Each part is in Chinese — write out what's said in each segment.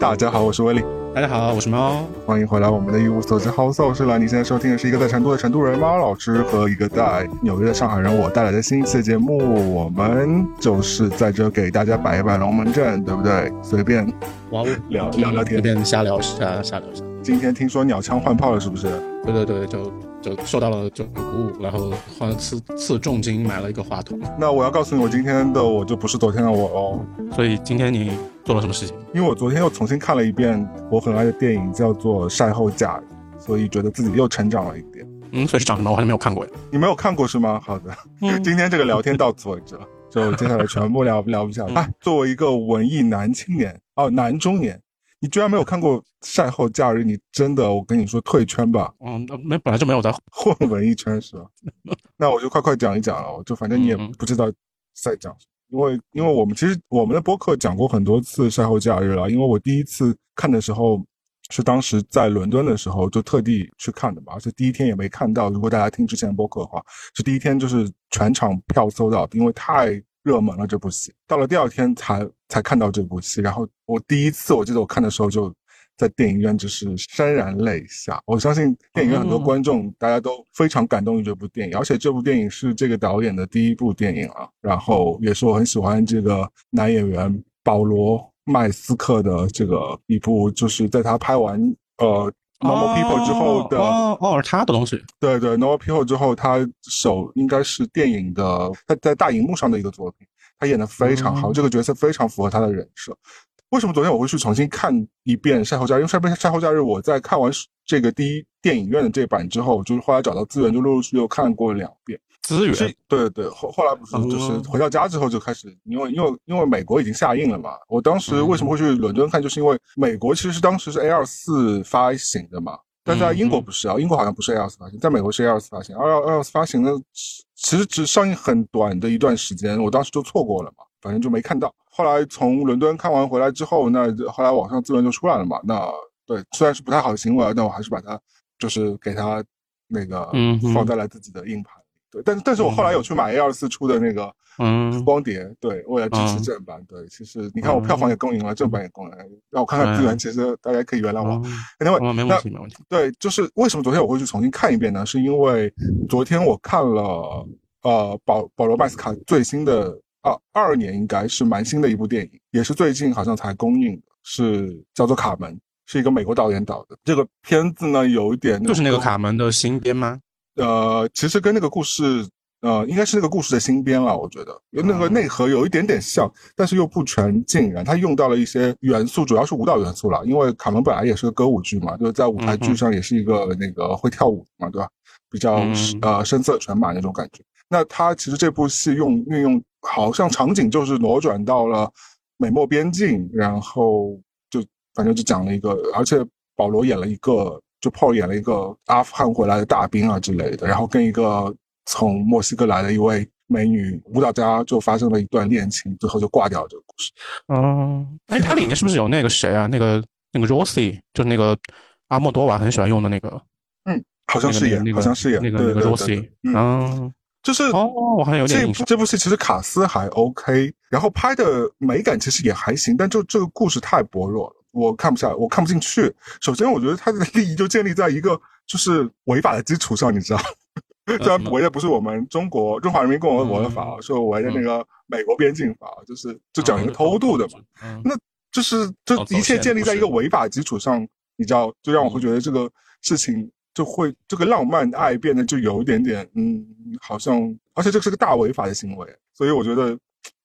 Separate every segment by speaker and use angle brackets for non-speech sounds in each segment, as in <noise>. Speaker 1: 大家好，我是威力，
Speaker 2: 大家好，我是猫。
Speaker 1: 欢迎回来我们的一无所知 House Soul 是了。你现在收听的是一个在成都的成都人猫老师和一个在纽约的上海人我带来的新一期的节目。我们就是在这给大家摆一摆龙门阵，对不对？随便
Speaker 2: 哇，哦
Speaker 1: 聊聊聊
Speaker 2: 随
Speaker 1: 天。
Speaker 2: 便瞎聊瞎瞎聊一下。
Speaker 1: 今天听说鸟枪换炮了，是不是？
Speaker 2: 对对对，就就受到了这种鼓舞，然后花了次次重金买了一个话筒。
Speaker 1: 那我要告诉你，我今天的我就不是昨天的我哦，
Speaker 2: 所以今天你做了什么事情？
Speaker 1: 因为我昨天又重新看了一遍我很爱的电影，叫做《晒后假日》，所以觉得自己又成长了一点。
Speaker 2: 嗯，所以是长什么？我还没有看过呀。
Speaker 1: 你没有看过是吗？好的，
Speaker 2: 嗯
Speaker 1: <laughs> 今天这个聊天到此为止了，就接下来全部聊聊不下去。哎，作为一个文艺男青年哦，男中年，你居然没有看过《晒后假日》，你真的，我跟你说退圈吧，
Speaker 2: 嗯，那没本来就没有在。
Speaker 1: 混文艺圈是吧？那我就快快讲一讲了，我就反正你也
Speaker 2: 嗯嗯
Speaker 1: 不知道在讲什么。因为，因为我们其实我们的播客讲过很多次晒后假日了。因为我第一次看的时候是当时在伦敦的时候就特地去看的嘛，而且第一天也没看到。如果大家听之前的播客的话，是第一天就是全场票搜到，因为太热门了这部戏。到了第二天才才看到这部戏，然后我第一次我记得我看的时候就在电影院只是潸然泪下。我相信电影院很多
Speaker 2: 哦
Speaker 1: 观众、大家都非常感动于这部电影，而且这部电影是这个导演的第一部电影啊，然后也是我很喜欢这个男演员保罗麦斯克的这个一部，就是在他拍完呃。Normal People 之后的
Speaker 2: 哦哦，哦是他的东西。
Speaker 1: 对对，Normal People 之后，他首应该是电影的他在大荧幕上的一个作品，他演的非常好，
Speaker 2: 哦
Speaker 1: 这个角色非常符合他的人设。为什么昨天我会去重新看一遍《晒后假日》？因为《晒后晒后假日》，我在看完这个第一电影院的这版之后，就是后来找到资源，就陆陆续续又看过两遍。
Speaker 2: 资源
Speaker 1: 是，对对，后后来不是就是
Speaker 2: 哦
Speaker 1: 回到家之后就开始，因为因为因为美国已经下映了嘛，我当时为什
Speaker 2: 嗯
Speaker 1: 么会去伦敦看，就是因为美国其实是当时是 A 二四发行的嘛，但在
Speaker 2: 嗯
Speaker 1: 英国不是啊，英国好像不是 A 二四发行，在美国是 A 二四发行，二二二四发行的其实只上映很短的一段时间，我当时就错过了嘛，反正就没看到。后来从伦敦看完回来之后，那后来网上资源就出来了嘛，那对虽然是不太好的行为，但我还是把它就是给它那个
Speaker 2: 嗯哼
Speaker 1: 放在了自己的硬盘。对，但是但是我后来有去买 A 二四出的那个
Speaker 2: 嗯
Speaker 1: 光碟，对，为了支持正版。对，其实你看我
Speaker 2: 嗯
Speaker 1: 票房也供应了，正版也供应了，让我看看资源，其实大家可以原谅我。另外，
Speaker 2: 哦，没问题，没问题。
Speaker 1: 对，就是为什么昨天我会去重新看一遍呢？是因为昨天我看了呃保保罗麦斯卡最新的啊二二年应该是蛮新的一部电影，也是最近好像才公映的，是叫做《卡门》，是一个美国导演导的。这个片子呢有一点
Speaker 2: 就是那个
Speaker 1: 卡。
Speaker 2: 卡门的新编吗？
Speaker 1: 呃，其实跟那个故事，呃，应该是那个故事的新编了，我觉得有那个
Speaker 2: 哦
Speaker 1: 内核有一点点像，但是又不全尽然。它用到了一些元素，主要是舞蹈元素了，因为卡门本来也是个歌舞剧嘛，就是在舞台
Speaker 2: 嗯
Speaker 1: 剧
Speaker 2: 哼
Speaker 1: 上也是一个那个会跳舞的嘛，对吧？比较、
Speaker 2: 嗯
Speaker 1: 呃声色犬马那种感觉。那它其实这部戏用运用好像场景就是挪转到了美墨边境，然后就反正就讲了一个，而且保罗演了一个，就 Paul 演了一个阿富汗回来的大兵啊之类的，然后跟一个从墨西哥来的一位美女舞蹈家就发生了一段恋情，最后就挂掉了这个故事。
Speaker 2: 哦，哎，它里面是不是有那个谁啊？那个那个 Rossi，就是那个阿莫多瓦很喜欢用的那个，
Speaker 1: 好像是演，
Speaker 2: 那个那个
Speaker 1: 好像是演，
Speaker 2: 那个
Speaker 1: 对
Speaker 2: 那个
Speaker 1: 对
Speaker 2: Rossi
Speaker 1: 对。。嗯，
Speaker 2: 嗯，
Speaker 1: 就是
Speaker 2: 哦，我好像有
Speaker 1: 这
Speaker 2: 点
Speaker 1: 部
Speaker 2: 印象。
Speaker 1: 这部戏其实卡斯还 OK，然后拍的美感其实也还行，但就这个故事太薄弱了，我看不下，我看不进去。首先，我觉得它的利益就建立在一个就是违法的基础上，你知道。 <laughs> 虽然违的不是我们中国中华人民共和国的法，
Speaker 2: 嗯哦
Speaker 1: 是违的那个美国边境法，就是就讲一个偷渡的嘛。
Speaker 2: 嗯。
Speaker 1: 就是这
Speaker 2: 哦走
Speaker 1: 一切
Speaker 2: 线
Speaker 1: 建立
Speaker 2: 不
Speaker 1: 在一
Speaker 2: 是
Speaker 1: 个违法基础上，你知道，就让我会
Speaker 2: 嗯
Speaker 1: 觉得这个事情就会这个浪漫爱变得就有一点点，嗯，好像，而且这是个大违法的行为，所以我觉得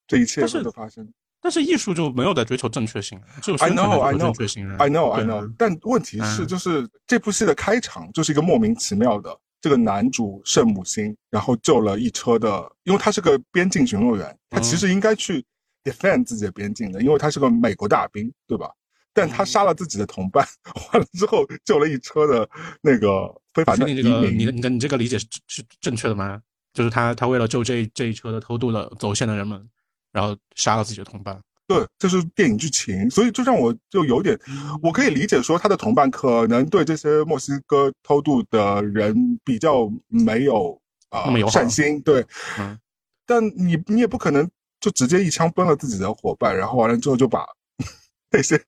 Speaker 1: 这一切
Speaker 2: 但是
Speaker 1: 的发生
Speaker 2: 但是艺术就没有在追求正确性，只有
Speaker 1: I
Speaker 2: 宣传
Speaker 1: know,
Speaker 2: 在
Speaker 1: I
Speaker 2: 追
Speaker 1: know,
Speaker 2: 求正确性啊。
Speaker 1: ，I know I
Speaker 2: 对
Speaker 1: know，但问题是，
Speaker 2: 嗯
Speaker 1: 就是这部戏的开场就是一个莫名其妙的。这个男主圣母心，然后救了一车的，因为他是个边境巡逻员，他其
Speaker 2: 嗯
Speaker 1: 实应该去 defend 自己的边境的，因为他是个美国大兵，对吧？但他
Speaker 2: 嗯
Speaker 1: 杀了自己的同伴， <laughs> 完了之后救了一车的那个非法
Speaker 2: 确
Speaker 1: 的
Speaker 2: 定
Speaker 1: 移
Speaker 2: 这个
Speaker 1: 民。
Speaker 2: 你的你的你这个理解是是正确的吗？就是他他为了救这这一车的偷渡的走线的人们，然后杀了自己的同伴。
Speaker 1: 对，这是电影剧情，所以就让我就有点，
Speaker 2: 嗯
Speaker 1: 我可以理解说他的同伴可能对这些墨西哥偷渡的人比较没有啊、
Speaker 2: 那么友
Speaker 1: 呃、
Speaker 2: 好
Speaker 1: 善心，对，
Speaker 2: 嗯
Speaker 1: 但你你也不可能就直接一枪崩了自己的伙伴，然后完了之后就把 <laughs> 那些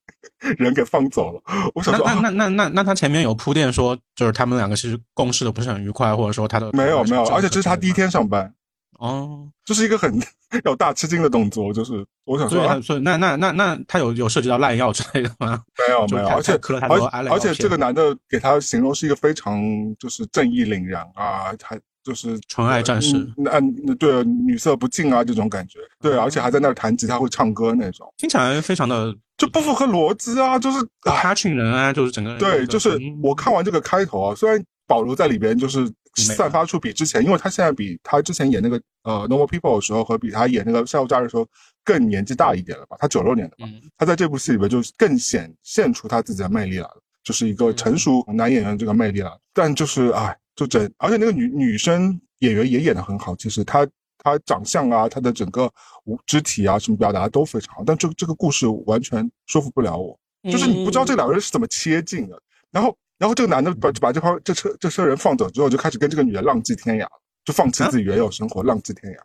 Speaker 1: 人给放走了。我想
Speaker 2: 那
Speaker 1: 说，
Speaker 2: 那
Speaker 1: 啊
Speaker 2: 那那那那他前面有铺垫说，就是他们两个其实共事的不是很愉快，或者说他的
Speaker 1: 没有没有，而且这是他第一天上班，
Speaker 2: 哦，
Speaker 1: 这是一个很 <laughs> 要大吃惊的动作。就是我想
Speaker 2: 所
Speaker 1: 说，
Speaker 2: 以
Speaker 1: 啊
Speaker 2: 他所以那那那那他有有涉及到滥药之类的吗？
Speaker 1: 没有
Speaker 2: 就
Speaker 1: 哦没有，
Speaker 2: 他
Speaker 1: 而且
Speaker 2: 他磕了他
Speaker 1: 而
Speaker 2: 多阿赖
Speaker 1: 而且
Speaker 2: 药片
Speaker 1: 这个男的给他形容是一个非常就是正义凛然啊，还就是
Speaker 2: 纯爱战士
Speaker 1: 嗯嗯，嗯对，女色不净啊这种感觉，对，
Speaker 2: 嗯
Speaker 1: 而且还在那儿弹吉他会唱歌那种，
Speaker 2: 听起来非常的
Speaker 1: 就不符合逻辑啊，就是啊，
Speaker 2: 他群人啊，就是整个人
Speaker 1: 对，就是
Speaker 2: 嗯
Speaker 1: 我看完这个开头啊，虽然保罗在里边就是
Speaker 2: 没了
Speaker 1: 散发出比之前，因为他现在比他之前演那个呃《Normal People》的时候和比他演那个《夏洛假日》的时候更年纪大一点了吧，他九六年的嘛，
Speaker 2: 嗯
Speaker 1: 他在这部戏里边就更显现出他自己的魅力来了，就是一个
Speaker 2: 嗯
Speaker 1: 成熟男演员这个魅力来了。但就是哎，就整，而且那个女女生演员也演得很好，其实她她长相啊，她的整个舞肢体啊什么表达都非常好，但这个这个故事完全说服不了我，
Speaker 2: 嗯
Speaker 1: 就是你不知道这两个人是怎么切近的。然后然后这个男的把
Speaker 2: 嗯
Speaker 1: 把这帮这车这车人放走之后，就开始跟这个女的浪迹天涯，就放
Speaker 2: 啊
Speaker 1: 弃自己原有生活，浪迹天涯，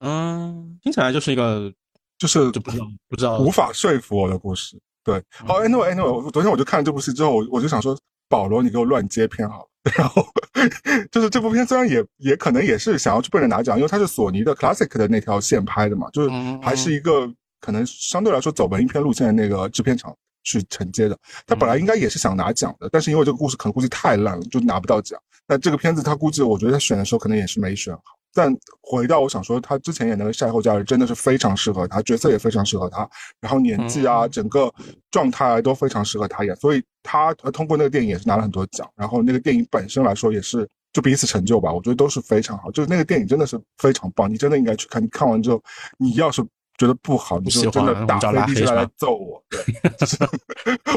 Speaker 2: 嗯，听起来就是一个
Speaker 1: 就是
Speaker 2: 就不知道不知道嗯
Speaker 1: 无法说服我的故事。对，好，anyway anyway，我昨天我就看了这部戏之后，我我就想说，保罗你给我乱接片好了。然后 <laughs> 就是这部片虽然也也可能也是想要去奔着拿奖，因为它是索尼的 classic 的那条线拍的嘛，就是
Speaker 2: 嗯
Speaker 1: 还是一个可能相对来说走文艺片路线的那个制片厂去承接的。他
Speaker 2: 嗯
Speaker 1: 本来应该也是想拿奖的，但是因为这个故事可能估计太烂了，就拿不到奖。那这个片子他估计我觉得他选的时候可能也是没选好。但回到我想说，他之前演那个《晒后假日》真的是非常适合他，角色也非常适合他，然后年纪啊，
Speaker 2: 嗯
Speaker 1: 整个状态啊都非常适合他演，所以他呃通过那个电影也是拿了很多奖，然后那个电影本身来说也是就彼此成就吧，我觉得都是非常好，就是那个电影真的是非常棒，你真的应该去看，你看完之后，你要是觉得不好，你
Speaker 2: 喜
Speaker 1: 就
Speaker 2: 欢
Speaker 1: 真的打
Speaker 2: 我们就拉
Speaker 1: 飞机
Speaker 2: 黑
Speaker 1: 下
Speaker 2: 是
Speaker 1: 来
Speaker 2: 吧
Speaker 1: 揍我，对，就是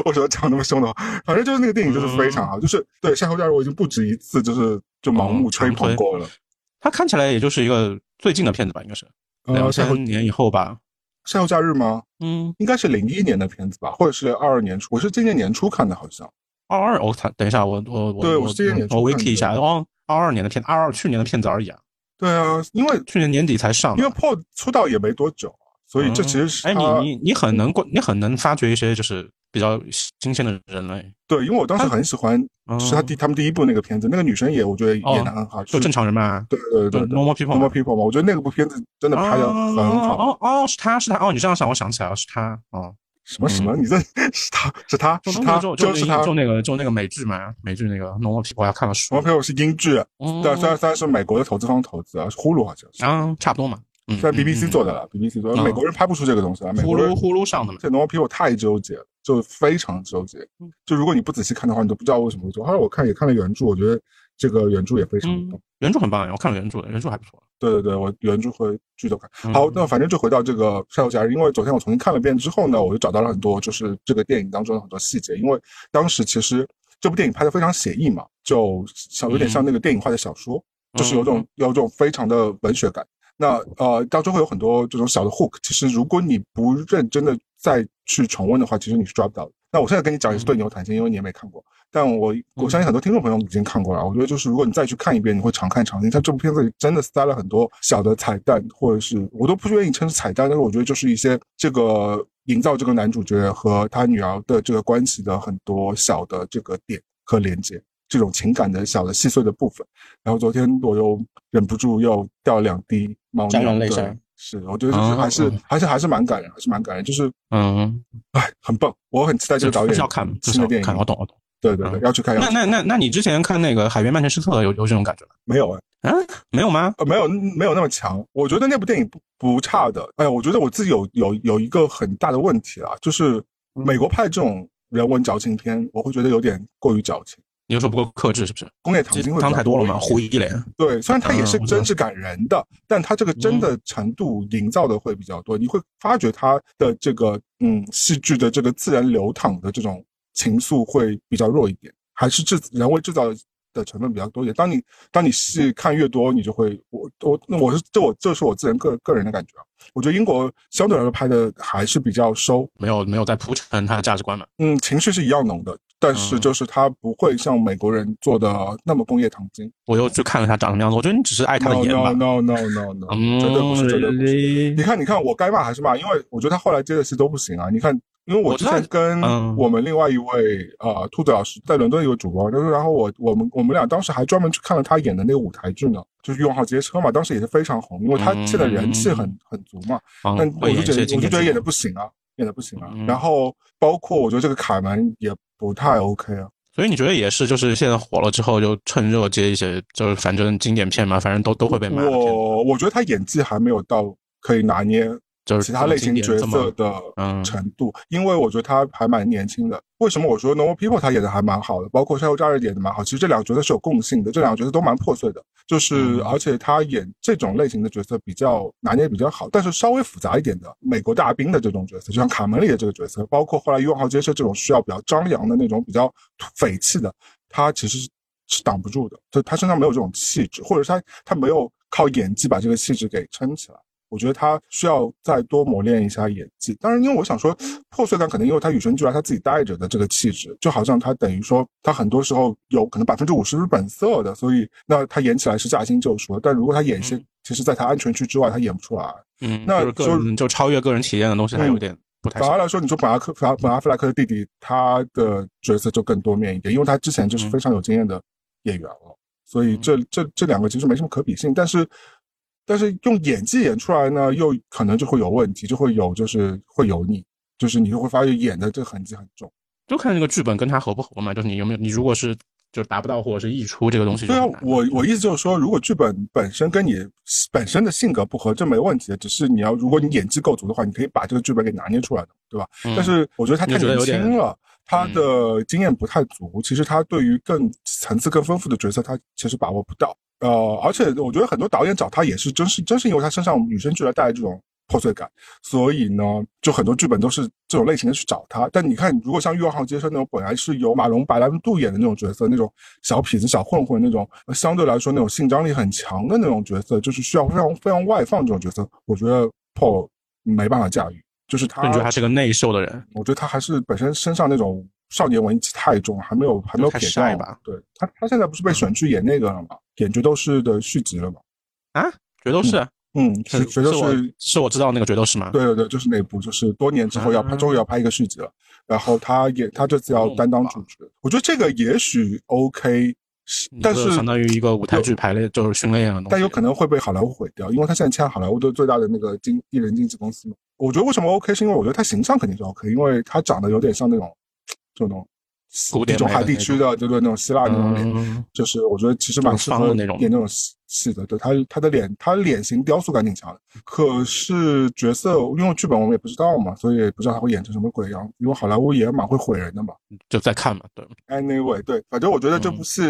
Speaker 1: <laughs> 我说讲那么凶的话，反正就是那个电影就是非常好，就是对《晒后假日》我已经不止一次就是就盲目
Speaker 2: 嗯
Speaker 1: 吹捧过了，
Speaker 2: 他看起来也就是一个最近的片子吧，应该是两
Speaker 1: 呃，晒后
Speaker 2: 三年以后吧。
Speaker 1: 晒后假日吗？
Speaker 2: 嗯，
Speaker 1: 应该是零一年的片子吧，或者是二二年初，我是今年年初看的，好像。
Speaker 2: 二二我操，等一下，我我我
Speaker 1: 对
Speaker 2: 我嗯
Speaker 1: 我是今年年初
Speaker 2: 我
Speaker 1: 看
Speaker 2: wiki
Speaker 1: 的
Speaker 2: 一下，哦，二二年的片，二二去年的片子而已啊，
Speaker 1: 对啊，因为
Speaker 2: 去年年底才上嘛。
Speaker 1: 因为呃 Paul 出道也没多久，啊所以这其实是
Speaker 2: 哎，
Speaker 1: 他、
Speaker 2: 你你你很能关，你很能发掘一些就是比较新鲜的人类，
Speaker 1: 对，因为我当时很喜欢，
Speaker 2: 嗯哦
Speaker 1: 是他第他们第一部那个片子，那个女生也我觉得演的很好，
Speaker 2: 就正
Speaker 1: 常。
Speaker 2: 常人嘛，
Speaker 1: 对对
Speaker 2: 就
Speaker 1: 对对
Speaker 2: normal people
Speaker 1: ，Normal People 嘛，我觉得那个部片子真的拍的很好。
Speaker 2: 哦哦哦，是他是他哦，你这样想，我想起来了，是他哦，
Speaker 1: 什么什么？你这是他是他
Speaker 2: 就是那
Speaker 1: 他
Speaker 2: 个就
Speaker 1: 就是
Speaker 2: 那
Speaker 1: 他
Speaker 2: 个就。那个就那个美剧嘛，美剧那个 normal people 要看了书
Speaker 1: Normal，People 是英剧，
Speaker 2: 嗯
Speaker 1: 对，虽然虽然是美国的投资方投资啊，是呼噜好像是，
Speaker 2: 啊，差不多嘛，嗯，
Speaker 1: 虽然
Speaker 2: 嗯
Speaker 1: BBC
Speaker 2: 嗯
Speaker 1: 做的了，BBC 做的，
Speaker 2: 嗯
Speaker 1: 美国人拍不出这个东西啊来，美
Speaker 2: 呼
Speaker 1: 国
Speaker 2: 噜
Speaker 1: 人
Speaker 2: 呼噜上的嘛，
Speaker 1: 这 normal people 太纠结了，就非常纠结
Speaker 2: 嗯。
Speaker 1: 就如果你不仔细看的话，你都不知道为什么会做。后来我看也看了原著，我觉得这个原著也非常棒。
Speaker 2: 嗯，原著很棒，我看了原著，原著还不错。
Speaker 1: 对对对，我原著和剧都看。
Speaker 2: 嗯
Speaker 1: 好，那反正就回到这个《晒后假日》，因为昨天我重新看了遍之后呢，我就找到了很多就是这个电影当中的很多细节，因为当时其实这部电影拍的非常写意嘛，就像有点
Speaker 2: 嗯
Speaker 1: 像那个电影化的小说，就是有种有种非常的文学感。那呃，当中会有很多这种小的 hook，其实如果你不认真的再去重温的话，其实你是抓不到的。那我现在跟你讲也是对牛弹琴，因为你也没看过，但我我
Speaker 2: 嗯
Speaker 1: 相信很多听众朋友已经看过了。我觉得就是如果你再去看一遍，你会常看常新。它这部片子里真的塞了很多小的彩蛋，或者是我都不愿意称之彩蛋，但是我觉得就是一些这个营造这个男主角和他女儿的这个关系的很多小的这个点和连接，这种情感的小的细碎的部分。然后昨天我又忍不住又掉两滴猫
Speaker 2: 潸然
Speaker 1: 尿，
Speaker 2: 泪
Speaker 1: 对，
Speaker 2: 下
Speaker 1: 是，我觉得就是
Speaker 2: 哦
Speaker 1: 还是、
Speaker 2: 嗯
Speaker 1: 还是还是蛮感人，还是蛮感人，就是
Speaker 2: 嗯，
Speaker 1: 哎，很棒，我很期待这个导
Speaker 2: 这是
Speaker 1: 演
Speaker 2: 要看，
Speaker 1: 新
Speaker 2: 这是
Speaker 1: 的
Speaker 2: 要
Speaker 1: 电影
Speaker 2: 看，，我懂我懂。
Speaker 1: 对对对，啊
Speaker 2: 嗯
Speaker 1: 要去看，要
Speaker 2: 那
Speaker 1: 去看
Speaker 2: 那那那你之前看那个《海边曼彻斯特》有有这种感觉吗？
Speaker 1: 没有哎，
Speaker 2: 啊，没有吗？
Speaker 1: 呃，没有没有那么强，我觉得那部电影不不差的，哎呀，我觉得我自己有有有一个很大的问题啊，就是美国派这种人文矫情片，我会觉得有点过于矫情。
Speaker 2: 你就说不够克制是不是？
Speaker 1: 工业糖精会比
Speaker 2: 汤
Speaker 1: 较
Speaker 2: 太多了嘛，
Speaker 1: 一点
Speaker 2: 胡一脸。
Speaker 1: 对，虽然它也是
Speaker 2: 嗯我知道嗯
Speaker 1: 真是感人的，但它这个真的程度营造的会比较多，你会发觉它的这个嗯戏剧的这个自然流淌的这种情愫会比较弱一点，还是制人为制造的成分比较多一点。当你当你戏看越多，你就会我我那我是这我这是我自人个个人的感觉啊，我觉得英国相对来说拍的还是比较收，
Speaker 2: 没有没有在铺陈他的价值观嘛？
Speaker 1: 嗯，情绪是一样浓的，但是
Speaker 2: 嗯
Speaker 1: 就是它不会像美国人做的那么工业糖精。
Speaker 2: 我又去看了他长什么样子，我觉得你只是爱他的
Speaker 1: No
Speaker 2: 颜吧
Speaker 1: no。no no no no，
Speaker 2: 嗯，
Speaker 1: 绝对不是，绝对不是。
Speaker 2: really？
Speaker 1: 你看，你看，我该骂还是骂，因为我觉得他后来接的戏都不行啊。你看，因为我
Speaker 2: 嗯我
Speaker 1: 之
Speaker 2: 知道
Speaker 1: 前跟
Speaker 2: 嗯
Speaker 1: 我们另外一位呃兔子老师在伦敦有个主播，就是然后我我们我们俩当时还专门去看了他演的那个舞台剧呢，就是《欲望号街车》嘛，当时也是非常红，因为他现在人气很很足嘛。
Speaker 2: 嗯
Speaker 1: 但我
Speaker 2: 会
Speaker 1: 就觉得
Speaker 2: 演一些
Speaker 1: 我
Speaker 2: 经
Speaker 1: 就
Speaker 2: 典
Speaker 1: 觉得
Speaker 2: 剧
Speaker 1: 演的
Speaker 2: 目
Speaker 1: 不行啊，演的不行啊。
Speaker 2: 嗯
Speaker 1: 然后包括我觉得这个凯门也不太 OK 啊。
Speaker 2: 所以你觉得也是，就是现在火了之后，就趁热接一些，就是反正经典片嘛，反正都都会被骂的片，
Speaker 1: 我我觉得他演技还没有到可以拿捏
Speaker 2: 就是
Speaker 1: 其他类型角色
Speaker 2: 的，
Speaker 1: 的
Speaker 2: 嗯
Speaker 1: 程度，因为我觉得他还蛮年轻的。为什么我说 Normal People 他演的还蛮好的，包括山后扎人演的蛮好。其实这两个角色是有共性的，这两个角色都蛮破碎的，就是
Speaker 2: 嗯
Speaker 1: 而且他演这种类型的角色比较拿捏比较好，但是稍微复杂一点的美国大兵的这种角色，就像卡门里的这个角色，包括后来《欲望号街车》这种需要比较张扬的那种比较匪气的，他其实是挡不住的，就他身上没有这种气质，或者他他没有靠演技把这个气质给撑起来。我觉得他需要再多磨练一下演技。当然，因为我想说，破碎感可能因为他与生俱来他自己带着的这个气质，就好像他等于说他很多时候有可能百分之五十是本色的，所以那他演起来是驾轻就熟的。但如果他演一些，
Speaker 2: 嗯
Speaker 1: 其实在他安全区之外，他演不出来。
Speaker 2: 嗯，
Speaker 1: 那嗯
Speaker 2: 就是个人就超越个人体验的东西，还有点不太
Speaker 1: 反而
Speaker 2: 行。
Speaker 1: 来说，你说本阿克本阿本阿弗莱克的弟弟，他的角色就更多面一点，因为他之前就是非常有经验的演员了，所以这
Speaker 2: 嗯
Speaker 1: 这这两个其实没什么可比性。但是，但是用演技演出来呢，又可能就会有问题，就会有就是会油腻，就是你就会发现演的这个痕迹很重。
Speaker 2: 就看这个剧本跟他合不合嘛，就是你有没有，你如果是就达不到或者是溢出这个东西就
Speaker 1: 对啊
Speaker 2: 很难，
Speaker 1: 我我意思就是说，如果剧本本身跟你本身的性格不合，这没问题的。只是你要，如果你演技够足的话，你可以把这个剧本给拿捏出来的，对吧？
Speaker 2: 嗯
Speaker 1: 但是我觉得他太
Speaker 2: 就觉得
Speaker 1: 年
Speaker 2: 有点嗯
Speaker 1: 轻了，他的经验不太足。其实他对于更层次更丰富的角色，他其实把握不到。呃，而且我觉得很多导演找他也是真是真是因为他身上与生俱来带来这种破碎感，所以呢，就很多剧本都是这种类型的去找他。但你看，如果像《欲望号街车》那种本来是由马龙白兰度演的那种角色，那种小痞子、小混混那种，呃相对来说那种性张力很强的那种角色，就是需要非常非常外放这种角色，我觉得 Paul 没办法驾驭。就是他，
Speaker 2: 就你觉得他是个内秀的人，
Speaker 1: 我觉得他还是本身身上那种少年文气太重，还没有还没有
Speaker 2: 太
Speaker 1: 撇
Speaker 2: 晒
Speaker 1: 掉
Speaker 2: 吧。嗯
Speaker 1: 对他，他现在不是被选去演那个了吗？演《决斗士》的续集了嘛？
Speaker 2: 决斗士啊，
Speaker 1: 嗯，是《决斗
Speaker 2: 是我
Speaker 1: 士》。
Speaker 2: 是我知道那个决斗士吗？
Speaker 1: 对对对，就是那部，就是多年之后要拍，
Speaker 2: 啊
Speaker 1: 终于要拍一个续集了。然后他也他这次要担当主角，我觉得这个也许 OK，是
Speaker 2: 你
Speaker 1: 但
Speaker 2: 这
Speaker 1: 是
Speaker 2: 相当于一个舞台剧排列，就是训练一样的东西，
Speaker 1: 但有可能会被好莱坞毁掉，因为他现在签好莱坞的最大的那个经艺人经纪公司嘛。我觉得为什么 OK，是因为我觉得他形象肯定是 OK，因为他长得有点像那种就那种
Speaker 2: 古典
Speaker 1: 地中
Speaker 2: 美
Speaker 1: 海
Speaker 2: 的
Speaker 1: 地
Speaker 2: 那
Speaker 1: 区的，对对，那种希腊那种脸，
Speaker 2: 嗯
Speaker 1: 就是我觉得其实蛮适合
Speaker 2: 就是方的
Speaker 1: 演
Speaker 2: 那种
Speaker 1: 那种戏戏的。对他他的脸，他脸型雕塑感挺强的，可是角色因为剧本我们也不知道嘛，所以也不知道他会演成什么鬼样，因为好莱坞也蛮会毁人的嘛。
Speaker 2: 就在看嘛，对，
Speaker 1: Anyway，对，反正我觉得
Speaker 2: 嗯
Speaker 1: 这部戏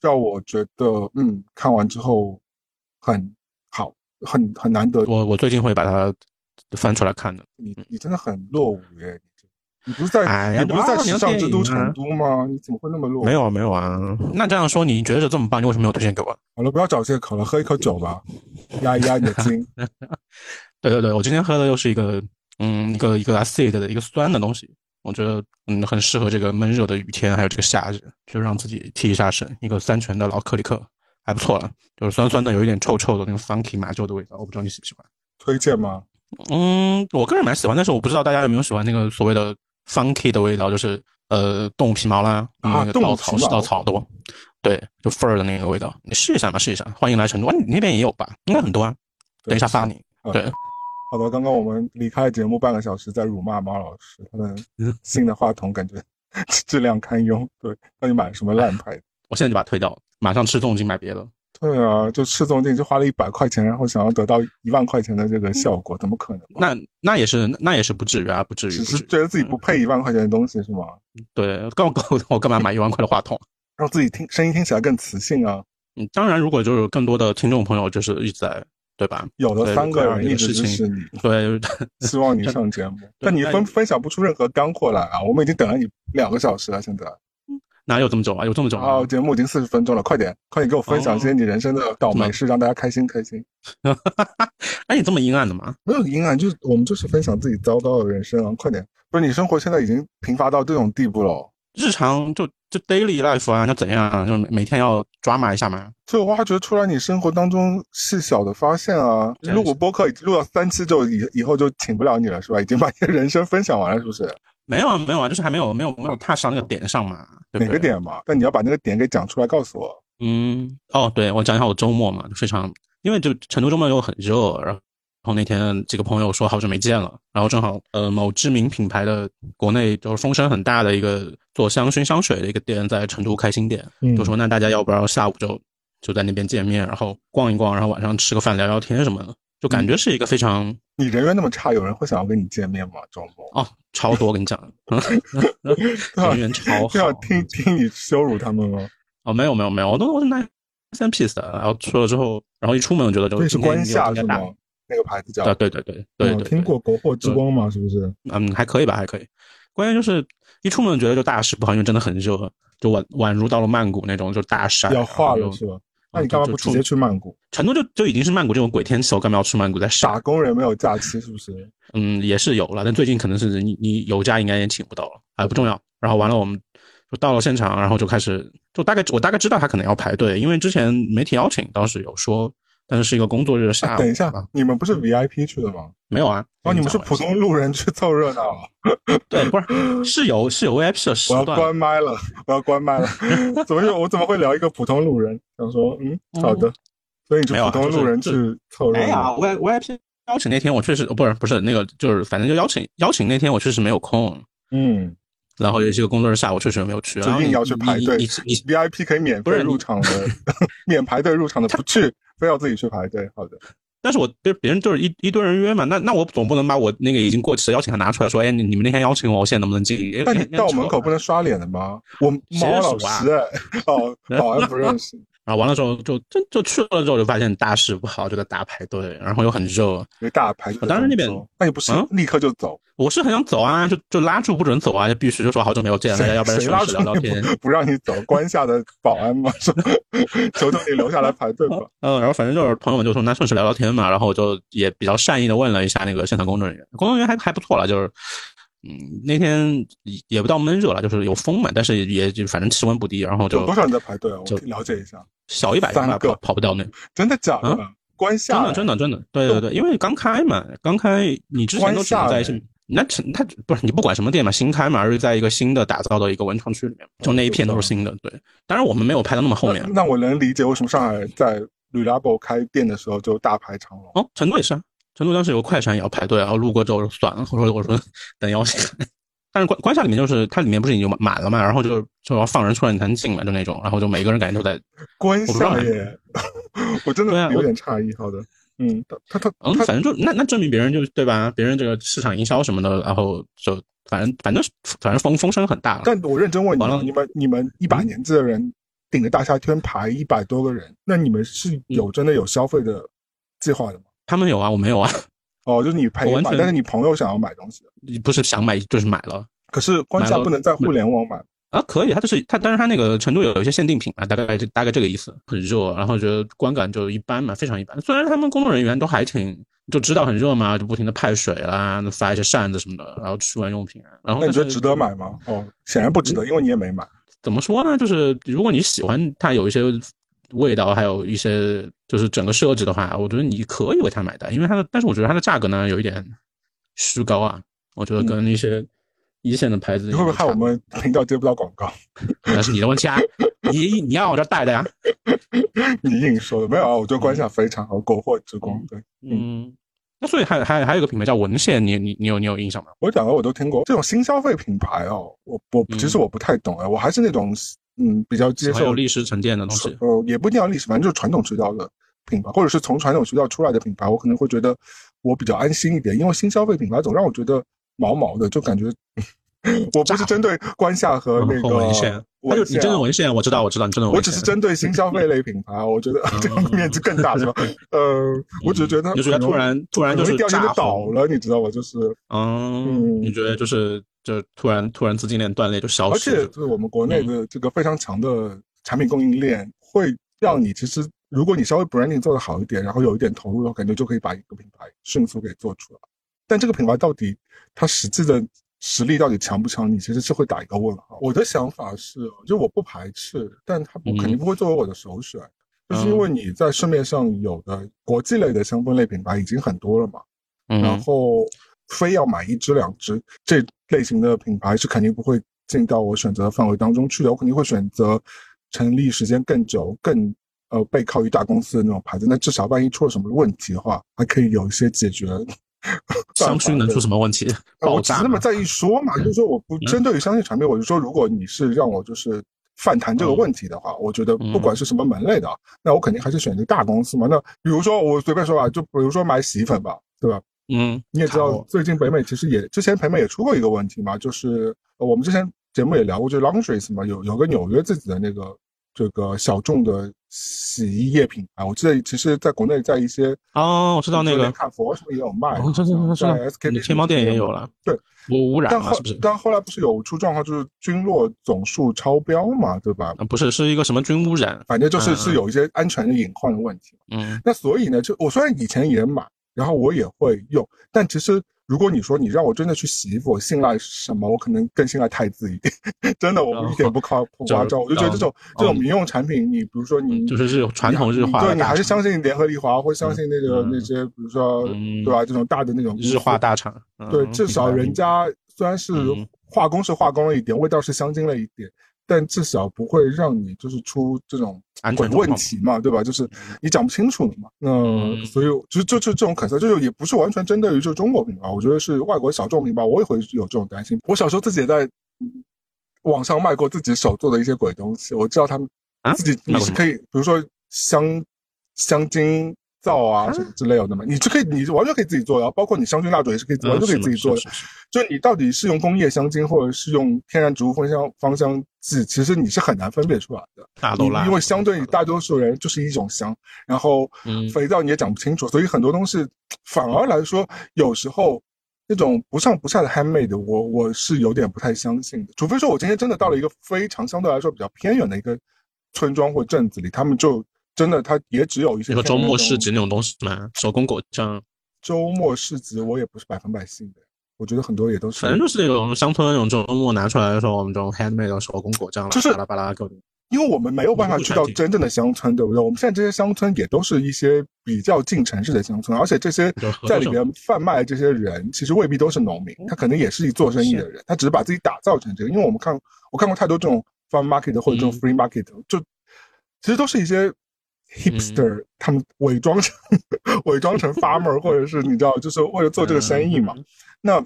Speaker 1: 让我觉得，嗯，看完之后很好，很很难得。
Speaker 2: 我我最近会把它翻出来看的。
Speaker 1: 你你真的很落伍耶！你不是在、
Speaker 2: 嗯哎呀
Speaker 1: 你不是在
Speaker 2: 哪有
Speaker 1: 时尚之都
Speaker 2: 电影啊
Speaker 1: 成都吗？你怎么会那么落伍？
Speaker 2: 没，有没有啊，那这样说，你觉得这么棒，你为什么没有推荐给我？
Speaker 1: 好了，不要找借口了，喝一口酒
Speaker 2: <laughs>
Speaker 1: 吧，压一压你的筋。
Speaker 2: 对对对，我今天喝的又是一个嗯一个一个 acid 的一个酸的东西，我觉得嗯很适合这个闷热的雨天，还有这个夏日，就让自己提一下神。一个三全的老克里克还不错了，啊就是酸酸的，有一点臭臭的那种 funky 马酒的味道，我不知道你喜不喜欢。
Speaker 1: 推荐吗？
Speaker 2: 嗯，我个人蛮喜欢，但是我不知道大家有没有喜欢那个所谓的 funky 的味道，就是呃动物皮毛啦，
Speaker 1: 啊
Speaker 2: 那个
Speaker 1: 动物
Speaker 2: 稻
Speaker 1: 皮
Speaker 2: 草是稻
Speaker 1: 毛
Speaker 2: 草的，对，就 fur 的那个味道，你试一下嘛，试一下。欢迎来成都，啊，你那边也有吧？应该很多啊。
Speaker 1: 对
Speaker 2: 等一下发你。
Speaker 1: 嗯
Speaker 2: 对，
Speaker 1: 好的，刚刚我们离开节目半个小时，在辱骂马老师，他
Speaker 2: <laughs>
Speaker 1: 的新的话筒感觉 <laughs> 质量堪忧。对，那你买什么烂牌子？
Speaker 2: 我现在就把它退掉，马上吃重金买别的。
Speaker 1: 对啊，就赤纵进就花了一百块钱，然后想要得到一万块钱的这个效果，怎么可能？
Speaker 2: 嗯那那也是那也是不至于啊，不至于。
Speaker 1: 只
Speaker 2: 不
Speaker 1: 是
Speaker 2: 至于
Speaker 1: 觉得自己不配一万块钱的东西是吗？
Speaker 2: 对，干我我干嘛买一万块的话筒？
Speaker 1: 让自己听声音听起来更磁性啊！
Speaker 2: 嗯，当然，如果就是有更多的听众朋友就是一直在对吧？
Speaker 1: 有的
Speaker 2: 对啊
Speaker 1: 三个人一直
Speaker 2: 这
Speaker 1: 支
Speaker 2: 个事
Speaker 1: 持你，
Speaker 2: <laughs> 对，
Speaker 1: 希望你上节目，但你分分享不出任何干货来啊！我们已经等了你两个小时了，现在
Speaker 2: 哪有这么久啊？有这么久吗？
Speaker 1: 啊，节目已经四十分钟了，快点快点给我分享一些
Speaker 2: 哦
Speaker 1: 你人生的倒霉事，让大家开心开心。
Speaker 2: 哎，你这么阴暗的吗？
Speaker 1: 没有阴暗，就是我们就是分享自己糟糕的人生啊！快点，不是你生活现在已经贫乏到这种地步了，
Speaker 2: 日常就就 daily life 啊，就怎样啊，就每每天要抓马一下嘛。
Speaker 1: 就挖掘出来你生活当中细小的发现啊！
Speaker 2: 对
Speaker 1: 录播客已经录到三期就以以后就请不了你了是吧？已经把你的人生分享完了是不是？
Speaker 2: 没有啊，没有啊，就是还没有没有没有踏上那个点上嘛，对不对？
Speaker 1: 哪个？点嘛？但你要把那个点给讲出来，告诉我。
Speaker 2: 嗯，哦，对，我讲一下我周末嘛，就非常，因为就成都周末又很热，然后那天几个朋友说好久没见了，然后正好呃某知名品牌的国内就是风声很大的一个做香薰香水的一个店在成都开新店，
Speaker 1: 嗯
Speaker 2: 就说那大家要不要下午就就在那边见面，然后逛一逛，然后晚上吃个饭聊聊天什么的，
Speaker 1: 嗯
Speaker 2: 就感觉是一个非常
Speaker 1: 你人缘那么差，有人会想要跟你见面吗？周末
Speaker 2: 哦超多，我跟你
Speaker 1: <laughs>
Speaker 2: 讲， <laughs> 人缘超
Speaker 1: 就要
Speaker 2: 好，啊
Speaker 1: 听听你羞辱他们吗？
Speaker 2: 哦，没有没有没有，我都我是 nice and peace 的，然后去了之后，然后一出门我觉得就
Speaker 1: 那是
Speaker 2: 今天
Speaker 1: 关夏
Speaker 2: 应
Speaker 1: 是
Speaker 2: 该
Speaker 1: 吗
Speaker 2: 打。？
Speaker 1: 那个牌子叫
Speaker 2: 对对对对对
Speaker 1: 嗯
Speaker 2: 对，
Speaker 1: 听
Speaker 2: 对
Speaker 1: 过国货之光吗？是不是？
Speaker 2: 嗯，还可以吧，还可以。关键就是一出门觉得就大事不好，因为真的很热，就宛宛如到了曼谷那种就大晒，
Speaker 1: 要化
Speaker 2: 然
Speaker 1: 了
Speaker 2: 后就是
Speaker 1: 吧？
Speaker 2: 然后
Speaker 1: 那你干嘛
Speaker 2: 就
Speaker 1: 不
Speaker 2: 就
Speaker 1: 直接去曼谷？
Speaker 2: 成都就就已经是曼谷这种鬼天气，我干嘛要去曼谷再晒
Speaker 1: 打？工人没有假期是不是？
Speaker 2: 嗯，也是有了，但最近可能是你你有假应该也请不到了，哎，不重要。然后完了，我们就到了现场，然后就开始，就大概我大概知道他可能要排队，因为之前媒体邀请当时有说，但是是一个工作日的下午。
Speaker 1: 等一下
Speaker 2: 啊，
Speaker 1: 你们不是 VIP 去的吗？
Speaker 2: 没有啊？
Speaker 1: 哦，你们是
Speaker 2: 讲完
Speaker 1: 普通路人去凑热闹啊。
Speaker 2: 对，不是是有是有 VIP 的时
Speaker 1: 我要
Speaker 2: 段的，
Speaker 1: 关麦了，我要关
Speaker 2: <laughs>
Speaker 1: 麦了。怎么又我怎么会聊一个普通路人？想说，嗯，好的。所以你是
Speaker 2: 没有啊
Speaker 1: 普通路人
Speaker 2: 就
Speaker 1: 去
Speaker 2: 是
Speaker 1: 凑热
Speaker 2: 没有啊
Speaker 1: 闹，
Speaker 2: 我我 VIP 邀请那天我确实哦不是不是那个就是反正就邀请邀请那天我确实没有空，
Speaker 1: 嗯
Speaker 2: 然后也是个工作日下午确实没有去，
Speaker 1: 就
Speaker 2: 然后
Speaker 1: 硬
Speaker 2: 你
Speaker 1: 要去
Speaker 2: 你
Speaker 1: 排
Speaker 2: 你
Speaker 1: 队
Speaker 2: 你你你
Speaker 1: ，VIP 可以免
Speaker 2: 不
Speaker 1: 费
Speaker 2: 是你
Speaker 1: 入场的，免排队入场的不去，非要自己去排队。好的，
Speaker 2: 但是我别别人就是一一堆人约嘛，那那我总不能把我那个已经过期的邀请函拿出来说，哎你你们那天邀请我，我现在能不能进？哎
Speaker 1: 那你到门口不
Speaker 2: 能。
Speaker 1: 能刷脸的吗？我
Speaker 2: 谁
Speaker 1: 猫
Speaker 2: 认识
Speaker 1: 老
Speaker 2: 我啊
Speaker 1: 师哎， <laughs>
Speaker 2: <laughs>
Speaker 1: 哦，保安不认识，
Speaker 2: 然后完了之后就就就去了之后就发现大事不好，就在大排队，然后又很热，
Speaker 1: 有大排队的动作。
Speaker 2: 我哦当时那边
Speaker 1: 那你不是
Speaker 2: 嗯
Speaker 1: 立刻就走？
Speaker 2: 我是很想走啊，就就拉住不准走啊，就必须就说好久没有见了，大家
Speaker 1: 谁
Speaker 2: 要不然
Speaker 1: 谁
Speaker 2: 认
Speaker 1: 拉
Speaker 2: 识
Speaker 1: 住
Speaker 2: 聊聊
Speaker 1: 你
Speaker 2: 天。
Speaker 1: 不不让
Speaker 2: <laughs>
Speaker 1: 你走？关下的保安吗？说 <laughs> 求求你留下来排队
Speaker 2: <laughs>
Speaker 1: 吧。
Speaker 2: 嗯，然后反正就是朋友们就说那顺势聊聊天嘛，然后我就也比较善意的问了一下那个现场工作人员，工作人员还还不错了，就是嗯那天也也不到闷热了，就是有风嘛，但是也就反正气温不低，然后
Speaker 1: 有
Speaker 2: 就
Speaker 1: 多少人在排队啊？
Speaker 2: 就
Speaker 1: 我了解一下。
Speaker 2: 小一百人吧，
Speaker 1: 三个
Speaker 2: 跑跑不到那，
Speaker 1: 真的假的？关
Speaker 2: 嗯真
Speaker 1: 下
Speaker 2: 的
Speaker 1: 来哦
Speaker 2: 真的真的，对对对，因为刚开嘛，刚开你之前都只能在
Speaker 1: 关
Speaker 2: 一些。那成它不是你不管什么店嘛，新开嘛，而是在一个新的打造的一个文创区里面，就那一片都是新的。对，当然我们没有拍到那么后面
Speaker 1: 那。那我能理解为什么上海在 l u l a b o 开店的时候就大排长龙。
Speaker 2: 哦，成都也是啊，成都当时有个快闪也要排队，然啊后路过之后就算了，我说我说 <laughs> 等邀请。但是关关下里面就是它里面不是已经满了嘛，然后就就要放人出来你才能进嘛，就那种，然后就每个人感觉都在，
Speaker 1: 关
Speaker 2: 我不知道
Speaker 1: 下
Speaker 2: <laughs>
Speaker 1: 耶，我真
Speaker 2: 对啊
Speaker 1: 的有
Speaker 2: 我
Speaker 1: 点诧异。好的，嗯，他他
Speaker 2: 嗯，
Speaker 1: 他他
Speaker 2: 反正就那那证明别人就是对吧？别人这个市场营销什么的，然后就反正反正反正风风声很大了。
Speaker 1: 但我认真问你
Speaker 2: 完了，
Speaker 1: 你们你们一把年纪的人顶着大夏天排一百多个人，那你们是
Speaker 2: 嗯
Speaker 1: 有真的有消费的计划的吗？
Speaker 2: 他们有啊，我没有啊， <laughs>
Speaker 1: 哦，就是你排
Speaker 2: 我
Speaker 1: 一
Speaker 2: 完
Speaker 1: 百，
Speaker 2: 全
Speaker 1: 但是你朋友想要买东西，
Speaker 2: 不是想买就是买了。
Speaker 1: 可是关
Speaker 2: 买
Speaker 1: 下
Speaker 2: 了
Speaker 1: 不能在互联网买。
Speaker 2: 啊，可以，它就是它，当然它那个成都有一些限定品嘛，啊大概这大概这个意思，很热，然后觉得观感就一般嘛，非常一般。虽然他们工作人员都还挺就知道很热嘛，就不停的派水啦，发一些扇子什么的，然后驱蚊用品啊，然后
Speaker 1: 那你
Speaker 2: 但
Speaker 1: 觉得
Speaker 2: 是
Speaker 1: 值得买吗？哦，显然不值
Speaker 2: 嗯
Speaker 1: 得，因为你也没买。
Speaker 2: 怎么说呢？就是如果你喜欢它有一些味道，还有一些就是整个设置的话，我觉得你可以为它买单，因为它的，但是我觉得它的价格呢有一点虚高啊，我觉得跟一些一线的牌子
Speaker 1: 嗯你会不会害
Speaker 2: 嗯差
Speaker 1: 我
Speaker 2: 多
Speaker 1: 们频道接不到广告？
Speaker 2: 那是你的问题啊，你你要往这儿带
Speaker 1: <laughs>
Speaker 2: 的呀、
Speaker 1: 你硬说的没有啊？我觉得关下非常好，国货之光。对
Speaker 2: 嗯，那所以还还还有一个品牌叫文献，你你你有你有印象吗？
Speaker 1: 我讲的我都听过，这种新消费品牌哦，我我
Speaker 2: 嗯
Speaker 1: 其实我不太懂哎，我还是那种嗯比较接
Speaker 2: 还有
Speaker 1: 受
Speaker 2: 历史沉淀的东西，
Speaker 1: 呃也不一定要历史，反正就是传统渠道的品牌，或者是从传统渠道出来的品牌，我可能会觉得我比较安心一点，因为新消费品牌总让我觉得毛毛的，就感觉我不是针对关夏和那
Speaker 2: 然后
Speaker 1: 个
Speaker 2: 文献，它
Speaker 1: 文
Speaker 2: 就你
Speaker 1: 献
Speaker 2: 真的
Speaker 1: 啊
Speaker 2: 文献，我知道我知道你真的文献，
Speaker 1: 我只是针对新消费类品牌啊，我觉得这个面积更大是吧？呃，我只是觉得它
Speaker 2: 嗯嗯就是
Speaker 1: 可
Speaker 2: 它
Speaker 1: 能
Speaker 2: 突然突然就
Speaker 1: 可
Speaker 2: 是
Speaker 1: 能掉进
Speaker 2: 炸
Speaker 1: 个岛
Speaker 2: 红，
Speaker 1: 了，你知道吧？就是，
Speaker 2: 嗯，
Speaker 1: 嗯
Speaker 2: 你觉得就是就突然突然资金链断裂就消
Speaker 1: 而
Speaker 2: 失
Speaker 1: 且
Speaker 2: 了，
Speaker 1: 就是我们国
Speaker 2: 嗯
Speaker 1: 内的这个非常强的产品供应链，会让你其实如果你稍微 branding 做得好一点，然后有一点投入的话，感觉就可以把一个品牌迅速给做出来。但这个品牌到底它实际的实力到底强不强，你其实是会打一个问号。我的想法是，就我不排斥，但它不
Speaker 2: 嗯
Speaker 1: 肯定不会作为我的首选，就
Speaker 2: 嗯
Speaker 1: 是因为你在市面上有的国际类的香氛类品牌已经很多了嘛，然
Speaker 2: 嗯
Speaker 1: 后非要买一支两支这类型的品牌是肯定不会进到我选择的范围当中去的，我肯定会选择成立时间更久、更呃背靠于大公司的那种牌子。那至少万一出了什么问题的话，还可以有一些解决办法
Speaker 2: 香薰能
Speaker 1: 的
Speaker 2: 出什么问题？
Speaker 1: 呃
Speaker 2: 爆
Speaker 1: 我只
Speaker 2: 炸
Speaker 1: 是那么在意说嘛，就是说我不
Speaker 2: 嗯
Speaker 1: 针对于相信产品，我就说如果你是让我就是呃反弹这个问题的
Speaker 2: 嗯
Speaker 1: 话，我觉得不管是什么门类的啊，那我肯定还是选择大公司嘛。那比如说我随便说吧，啊就比如说买洗衣粉吧，对吧？
Speaker 2: 嗯，
Speaker 1: 你也知道
Speaker 2: 好，
Speaker 1: 最近北美其实也之前北美也出过一个问题嘛，就是呃我们之前节目也聊过，就是 Laundries 嘛，有有个纽约自己的那个这个小众的洗衣液品牌，我记得其实在国内在一些
Speaker 2: 哦，我知道那个，
Speaker 1: 看佛什么也有卖，
Speaker 2: 哦，知道知道知道
Speaker 1: 在
Speaker 2: 知道，
Speaker 1: SKP
Speaker 2: 天猫店也有
Speaker 1: 了。
Speaker 2: 了，
Speaker 1: 对，
Speaker 2: 无污染
Speaker 1: 但
Speaker 2: 嘛，
Speaker 1: 后
Speaker 2: 是不是？
Speaker 1: 但后来不是有出状况，就是菌落总数超标嘛，对吧？
Speaker 2: 啊，不是，是一个什么菌污染？
Speaker 1: 反正就是
Speaker 2: 嗯
Speaker 1: 是有一些安全隐患的问题。
Speaker 2: 嗯
Speaker 1: 那所以呢，就我虽然以前也买，然后我也会用，但其实如果你说你让我真的去洗衣服，我信赖什么？我可能更信赖汰渍一点。 <laughs> 真的，我
Speaker 2: 哦
Speaker 1: 一点不靠不夸张，
Speaker 2: 就哦
Speaker 1: 我就觉得这种这种民用产品，你比如说你
Speaker 2: 嗯，就是是传统日化
Speaker 1: 你
Speaker 2: 的
Speaker 1: 对你还是
Speaker 2: 大厂
Speaker 1: 相信联合利华，或相信那个
Speaker 2: 嗯
Speaker 1: 那些，比如说
Speaker 2: 嗯
Speaker 1: 对吧？这种大的那种
Speaker 2: 日化大厂，
Speaker 1: 对，
Speaker 2: 嗯
Speaker 1: 至少人家虽然是
Speaker 2: 嗯
Speaker 1: 化工是化工了一点，味道是香精了一点，但至少不会让你就是出这种
Speaker 2: 安全
Speaker 1: 滚
Speaker 2: 状况
Speaker 1: 问题嘛，对吧？就是你讲不清楚了嘛。那、
Speaker 2: 嗯
Speaker 1: 所以就就就这种可能就是也不是完全针对于就是中国品牌，我觉得是外国小众品牌，我也会有这种担心。我小时候自己也在网上卖过自己手做的一些鬼东西，我知道他们
Speaker 2: 啊
Speaker 1: 自己你
Speaker 2: 卖过
Speaker 1: 是
Speaker 2: 什么
Speaker 1: 可以，比如说香香精皂啊
Speaker 2: 啊
Speaker 1: 什么之类的嘛，你是可以，你完全可以自己做的，包括你香薰蜡烛也是可以，
Speaker 2: 嗯
Speaker 1: 完全可以
Speaker 2: 是
Speaker 1: 自己
Speaker 2: 是
Speaker 1: 做的
Speaker 2: 是。是
Speaker 1: 就你到底是用工业香精，或者是用天然植物芳香芳香剂，其实你是很难分辨出来的。
Speaker 2: 大
Speaker 1: 你
Speaker 2: 楼啦，
Speaker 1: 因为相对大多数人就是一种香，然后
Speaker 2: 嗯
Speaker 1: 肥皂你也讲不清楚，所以很多东西反而来说，有时候那种不上不下的 handmade，我我是有点不太相信的。除非说我今天真的到了一个非常相对来说比较偏远的一个村庄或镇子里，他们就真的他也只有一些
Speaker 2: 那个周末市
Speaker 1: 市集。
Speaker 2: 集那种东西嘛，手工果酱，
Speaker 1: 周末市集我也不是百分百信的，我觉得很多也都是
Speaker 2: 反正就是那种乡村那种周末拿出来的时候，我们这种 handmade 的手工果酱啦，
Speaker 1: 就是
Speaker 2: 巴拉巴拉各种，
Speaker 1: 因为我们没有办法去到真正的乡村，对不对？我们现在这些乡村也都是一些比较近城市的乡村，而且这些
Speaker 2: 就合
Speaker 1: 在
Speaker 2: 作
Speaker 1: 里
Speaker 2: 社
Speaker 1: 边贩卖这些人，其实未必都是农民，他可能也是一做生意的人，他只是把自己打造成这个。因为我们看，我看过太多这种 farm market 或者这种
Speaker 2: 嗯
Speaker 1: free market，、就其实都是一些 hipster，、他们伪装成 <laughs> 伪装 <laughs> 成 farmer，或者是你知道，就是为了做这个生意嘛。
Speaker 2: 嗯
Speaker 1: 那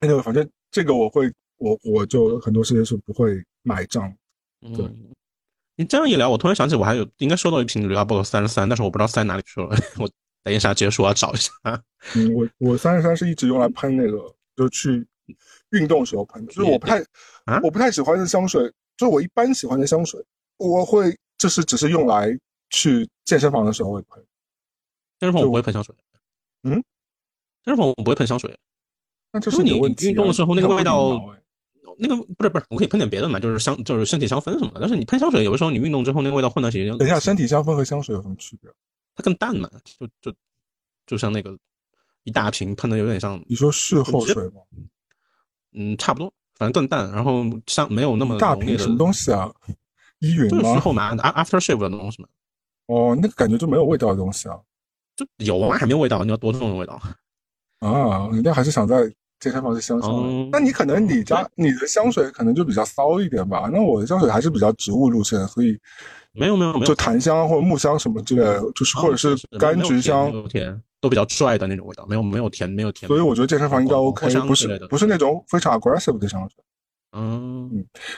Speaker 1: 那个反正这个我会，我我就很多事情是不会买账。对
Speaker 2: 嗯，你这样一聊，我突然想起我还有应该收到一瓶 Reebok 三十三，但是我不知道塞哪里去了，我等一下结束我要找一下。 <laughs>
Speaker 1: 嗯，我我三十三是一直用来喷那个，就去运动时候喷的，就是我不太
Speaker 2: 啊，
Speaker 1: 我不太喜欢的香水，就是我一般喜欢的香水，我会就是只是用来去健身房的时候会喷。
Speaker 2: 健身房我不会喷香水，
Speaker 1: 嗯，
Speaker 2: 健身房我不会喷香水，
Speaker 1: 那这
Speaker 2: 就是是
Speaker 1: 你
Speaker 2: 你
Speaker 1: 的问题、啊。
Speaker 2: 运动的时候那个
Speaker 1: 你
Speaker 2: 味
Speaker 1: 很无
Speaker 2: 道
Speaker 1: 脑哎，
Speaker 2: 那个不是不是，我可以喷点别的嘛，就是香就是身体香氛什么的。但是你喷香水，有的时候你运动之后那个味道混在一起，
Speaker 1: 等一下，身体香氛和香水有什么区别？啊
Speaker 2: 它更淡嘛，就就就像那个一大瓶喷的有点像，
Speaker 1: 你说事后
Speaker 2: 直接
Speaker 1: 水吗？
Speaker 2: 嗯，差不多，反正更淡，然后像没有那么
Speaker 1: 大
Speaker 2: 浓
Speaker 1: 瓶
Speaker 2: 烈的
Speaker 1: 什么东西
Speaker 2: <laughs>
Speaker 1: 啊？依云
Speaker 2: 就是事
Speaker 1: 吗？
Speaker 2: 后嘛啊，after shave 的那种东西嘛，
Speaker 1: 哦，那个感觉就没有味道的东西啊
Speaker 2: 就有啊，还没有味道，你要多重的味道。
Speaker 1: 啊！人家还是想在健身房去香香的。
Speaker 2: 嗯
Speaker 1: 那你可能你家你的香水可能就比较骚一点吧？那我的香水还是比较植物路线，所以
Speaker 2: 没有没哦有没有，
Speaker 1: 就檀香或者木香什么之类的，就是
Speaker 2: 啊
Speaker 1: 或者是柑橘香
Speaker 2: 没有甜，没有甜，都比较拽的那种味道，没有没有甜，没有甜。
Speaker 1: 所以我觉得健身房应该
Speaker 2: 果
Speaker 1: OK，
Speaker 2: 果哦香
Speaker 1: 不
Speaker 2: 之
Speaker 1: 是
Speaker 2: 类的
Speaker 1: 不是那种非常 aggressive 的香水。
Speaker 2: 嗯，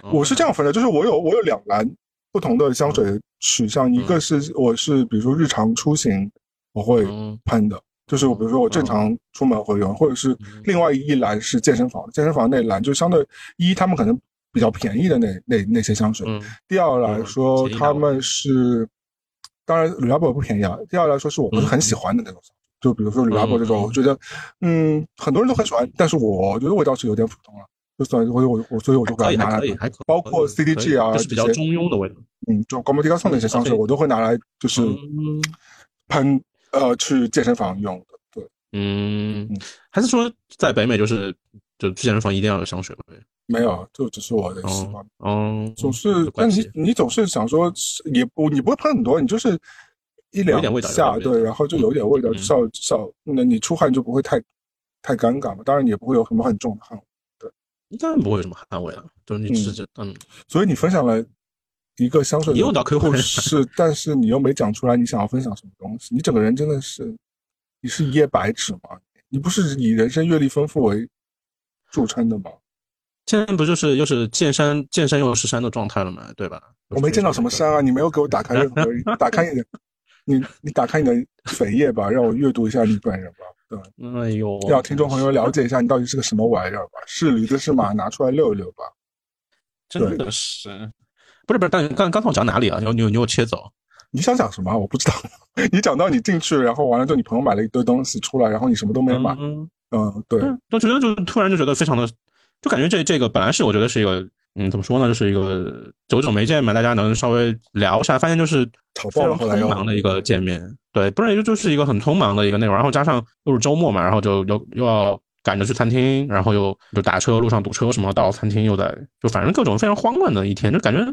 Speaker 2: 嗯
Speaker 1: 我是这样分的，就是我有我有两栏不同的香水
Speaker 2: 嗯
Speaker 1: 取向，一个是我是比如说日常出行我会
Speaker 2: 嗯
Speaker 1: 喷的，就是我比如说我正常出门会用，或者是
Speaker 2: 嗯
Speaker 1: 另外一栏是健身房，健身房那栏就相对一他们可能比较便宜的那那那些香水，
Speaker 2: 嗯
Speaker 1: 第二来说，
Speaker 2: 嗯
Speaker 1: 他们是，当然吕拉伯不便宜啊。第二来说，是我不是很喜欢的那种，就比如说吕拉伯这种，
Speaker 2: 嗯
Speaker 1: 我觉得，嗯，很多人都很喜欢，但是我觉得味道是有点普通了、就算我我我，所以我就
Speaker 2: 还
Speaker 1: 把
Speaker 2: 可
Speaker 1: 它
Speaker 2: 以
Speaker 1: 拿
Speaker 2: 还
Speaker 1: 来
Speaker 2: 可以
Speaker 1: 喷，
Speaker 2: 还可以，
Speaker 1: 包括
Speaker 2: 可以
Speaker 1: CDG 啊
Speaker 2: 就是比较
Speaker 1: 这些
Speaker 2: 中庸的味道。
Speaker 1: 嗯，就广播迪卡颂那些香水，
Speaker 2: 嗯
Speaker 1: 我都会拿来就是
Speaker 2: 嗯
Speaker 1: 喷呃去健身房用的。对，
Speaker 2: 嗯
Speaker 1: 嗯，
Speaker 2: 还是说在北美就是就健身房一定要有香水味？
Speaker 1: 没有，就只是我的习惯。
Speaker 2: 哦哦，
Speaker 1: 总是
Speaker 2: 有，
Speaker 1: 但
Speaker 2: 关
Speaker 1: 你
Speaker 2: 系
Speaker 1: 你总是想说，也不你不会喷很多，你就是一两
Speaker 2: 有点味道
Speaker 1: 下，
Speaker 2: 有点味道
Speaker 1: 对，然后就有点味道，
Speaker 2: 嗯
Speaker 1: 至少至少那你出汗就不会太太尴尬嘛。当然也不会有什么很重的汗，
Speaker 2: 应该不会有什么汗味了，就是你吃着，嗯，
Speaker 1: 所以你分享了一个香水
Speaker 2: 你又
Speaker 1: 的
Speaker 2: 脑壳
Speaker 1: 故
Speaker 2: 混
Speaker 1: 事， <laughs> 但是你又没讲出来你想要分享什么东西，你整个人真的是你是一页白纸吗？你不是以人生阅历丰富为著称的吗？
Speaker 2: 现在不就是又是见山见山又是山的状态了嘛，对吧？
Speaker 1: 我没见到什么山啊，你没有给我打开任何， <laughs> 打开你的，你你打开你的扉页吧，让我阅读一下你本人吧，对吧，
Speaker 2: 哎呦，
Speaker 1: 让听众朋友了解一下你到底是个什么玩意儿吧，是驴子是马，拿出来遛一遛吧。
Speaker 2: 真的是，不是不是，但刚刚才我讲哪里啊？你有你有你有切走，
Speaker 1: 你想讲什么啊？我不知道。 <laughs> 你讲到你进去，然后完了之后，你朋友买了一堆东西出来，然后你什么都没买。
Speaker 2: 嗯，
Speaker 1: 嗯，对，
Speaker 2: 嗯，就觉得就突然就觉得非常的，就感觉这这个本来是我觉得是一个，嗯，怎么说呢，就是一个久久没见嘛，大家能稍微聊一下，发现就是
Speaker 1: 炒
Speaker 2: 非
Speaker 1: 爆了
Speaker 2: 常
Speaker 1: 后来又
Speaker 2: 匆忙的一个见面，对，不然就就是一个很匆忙的一个内容，然后加上又是周末嘛，然后就又又要赶着去餐厅，然后又就打车，路上堵车什么，到餐厅又在就反正各种非常慌乱的一天，就感觉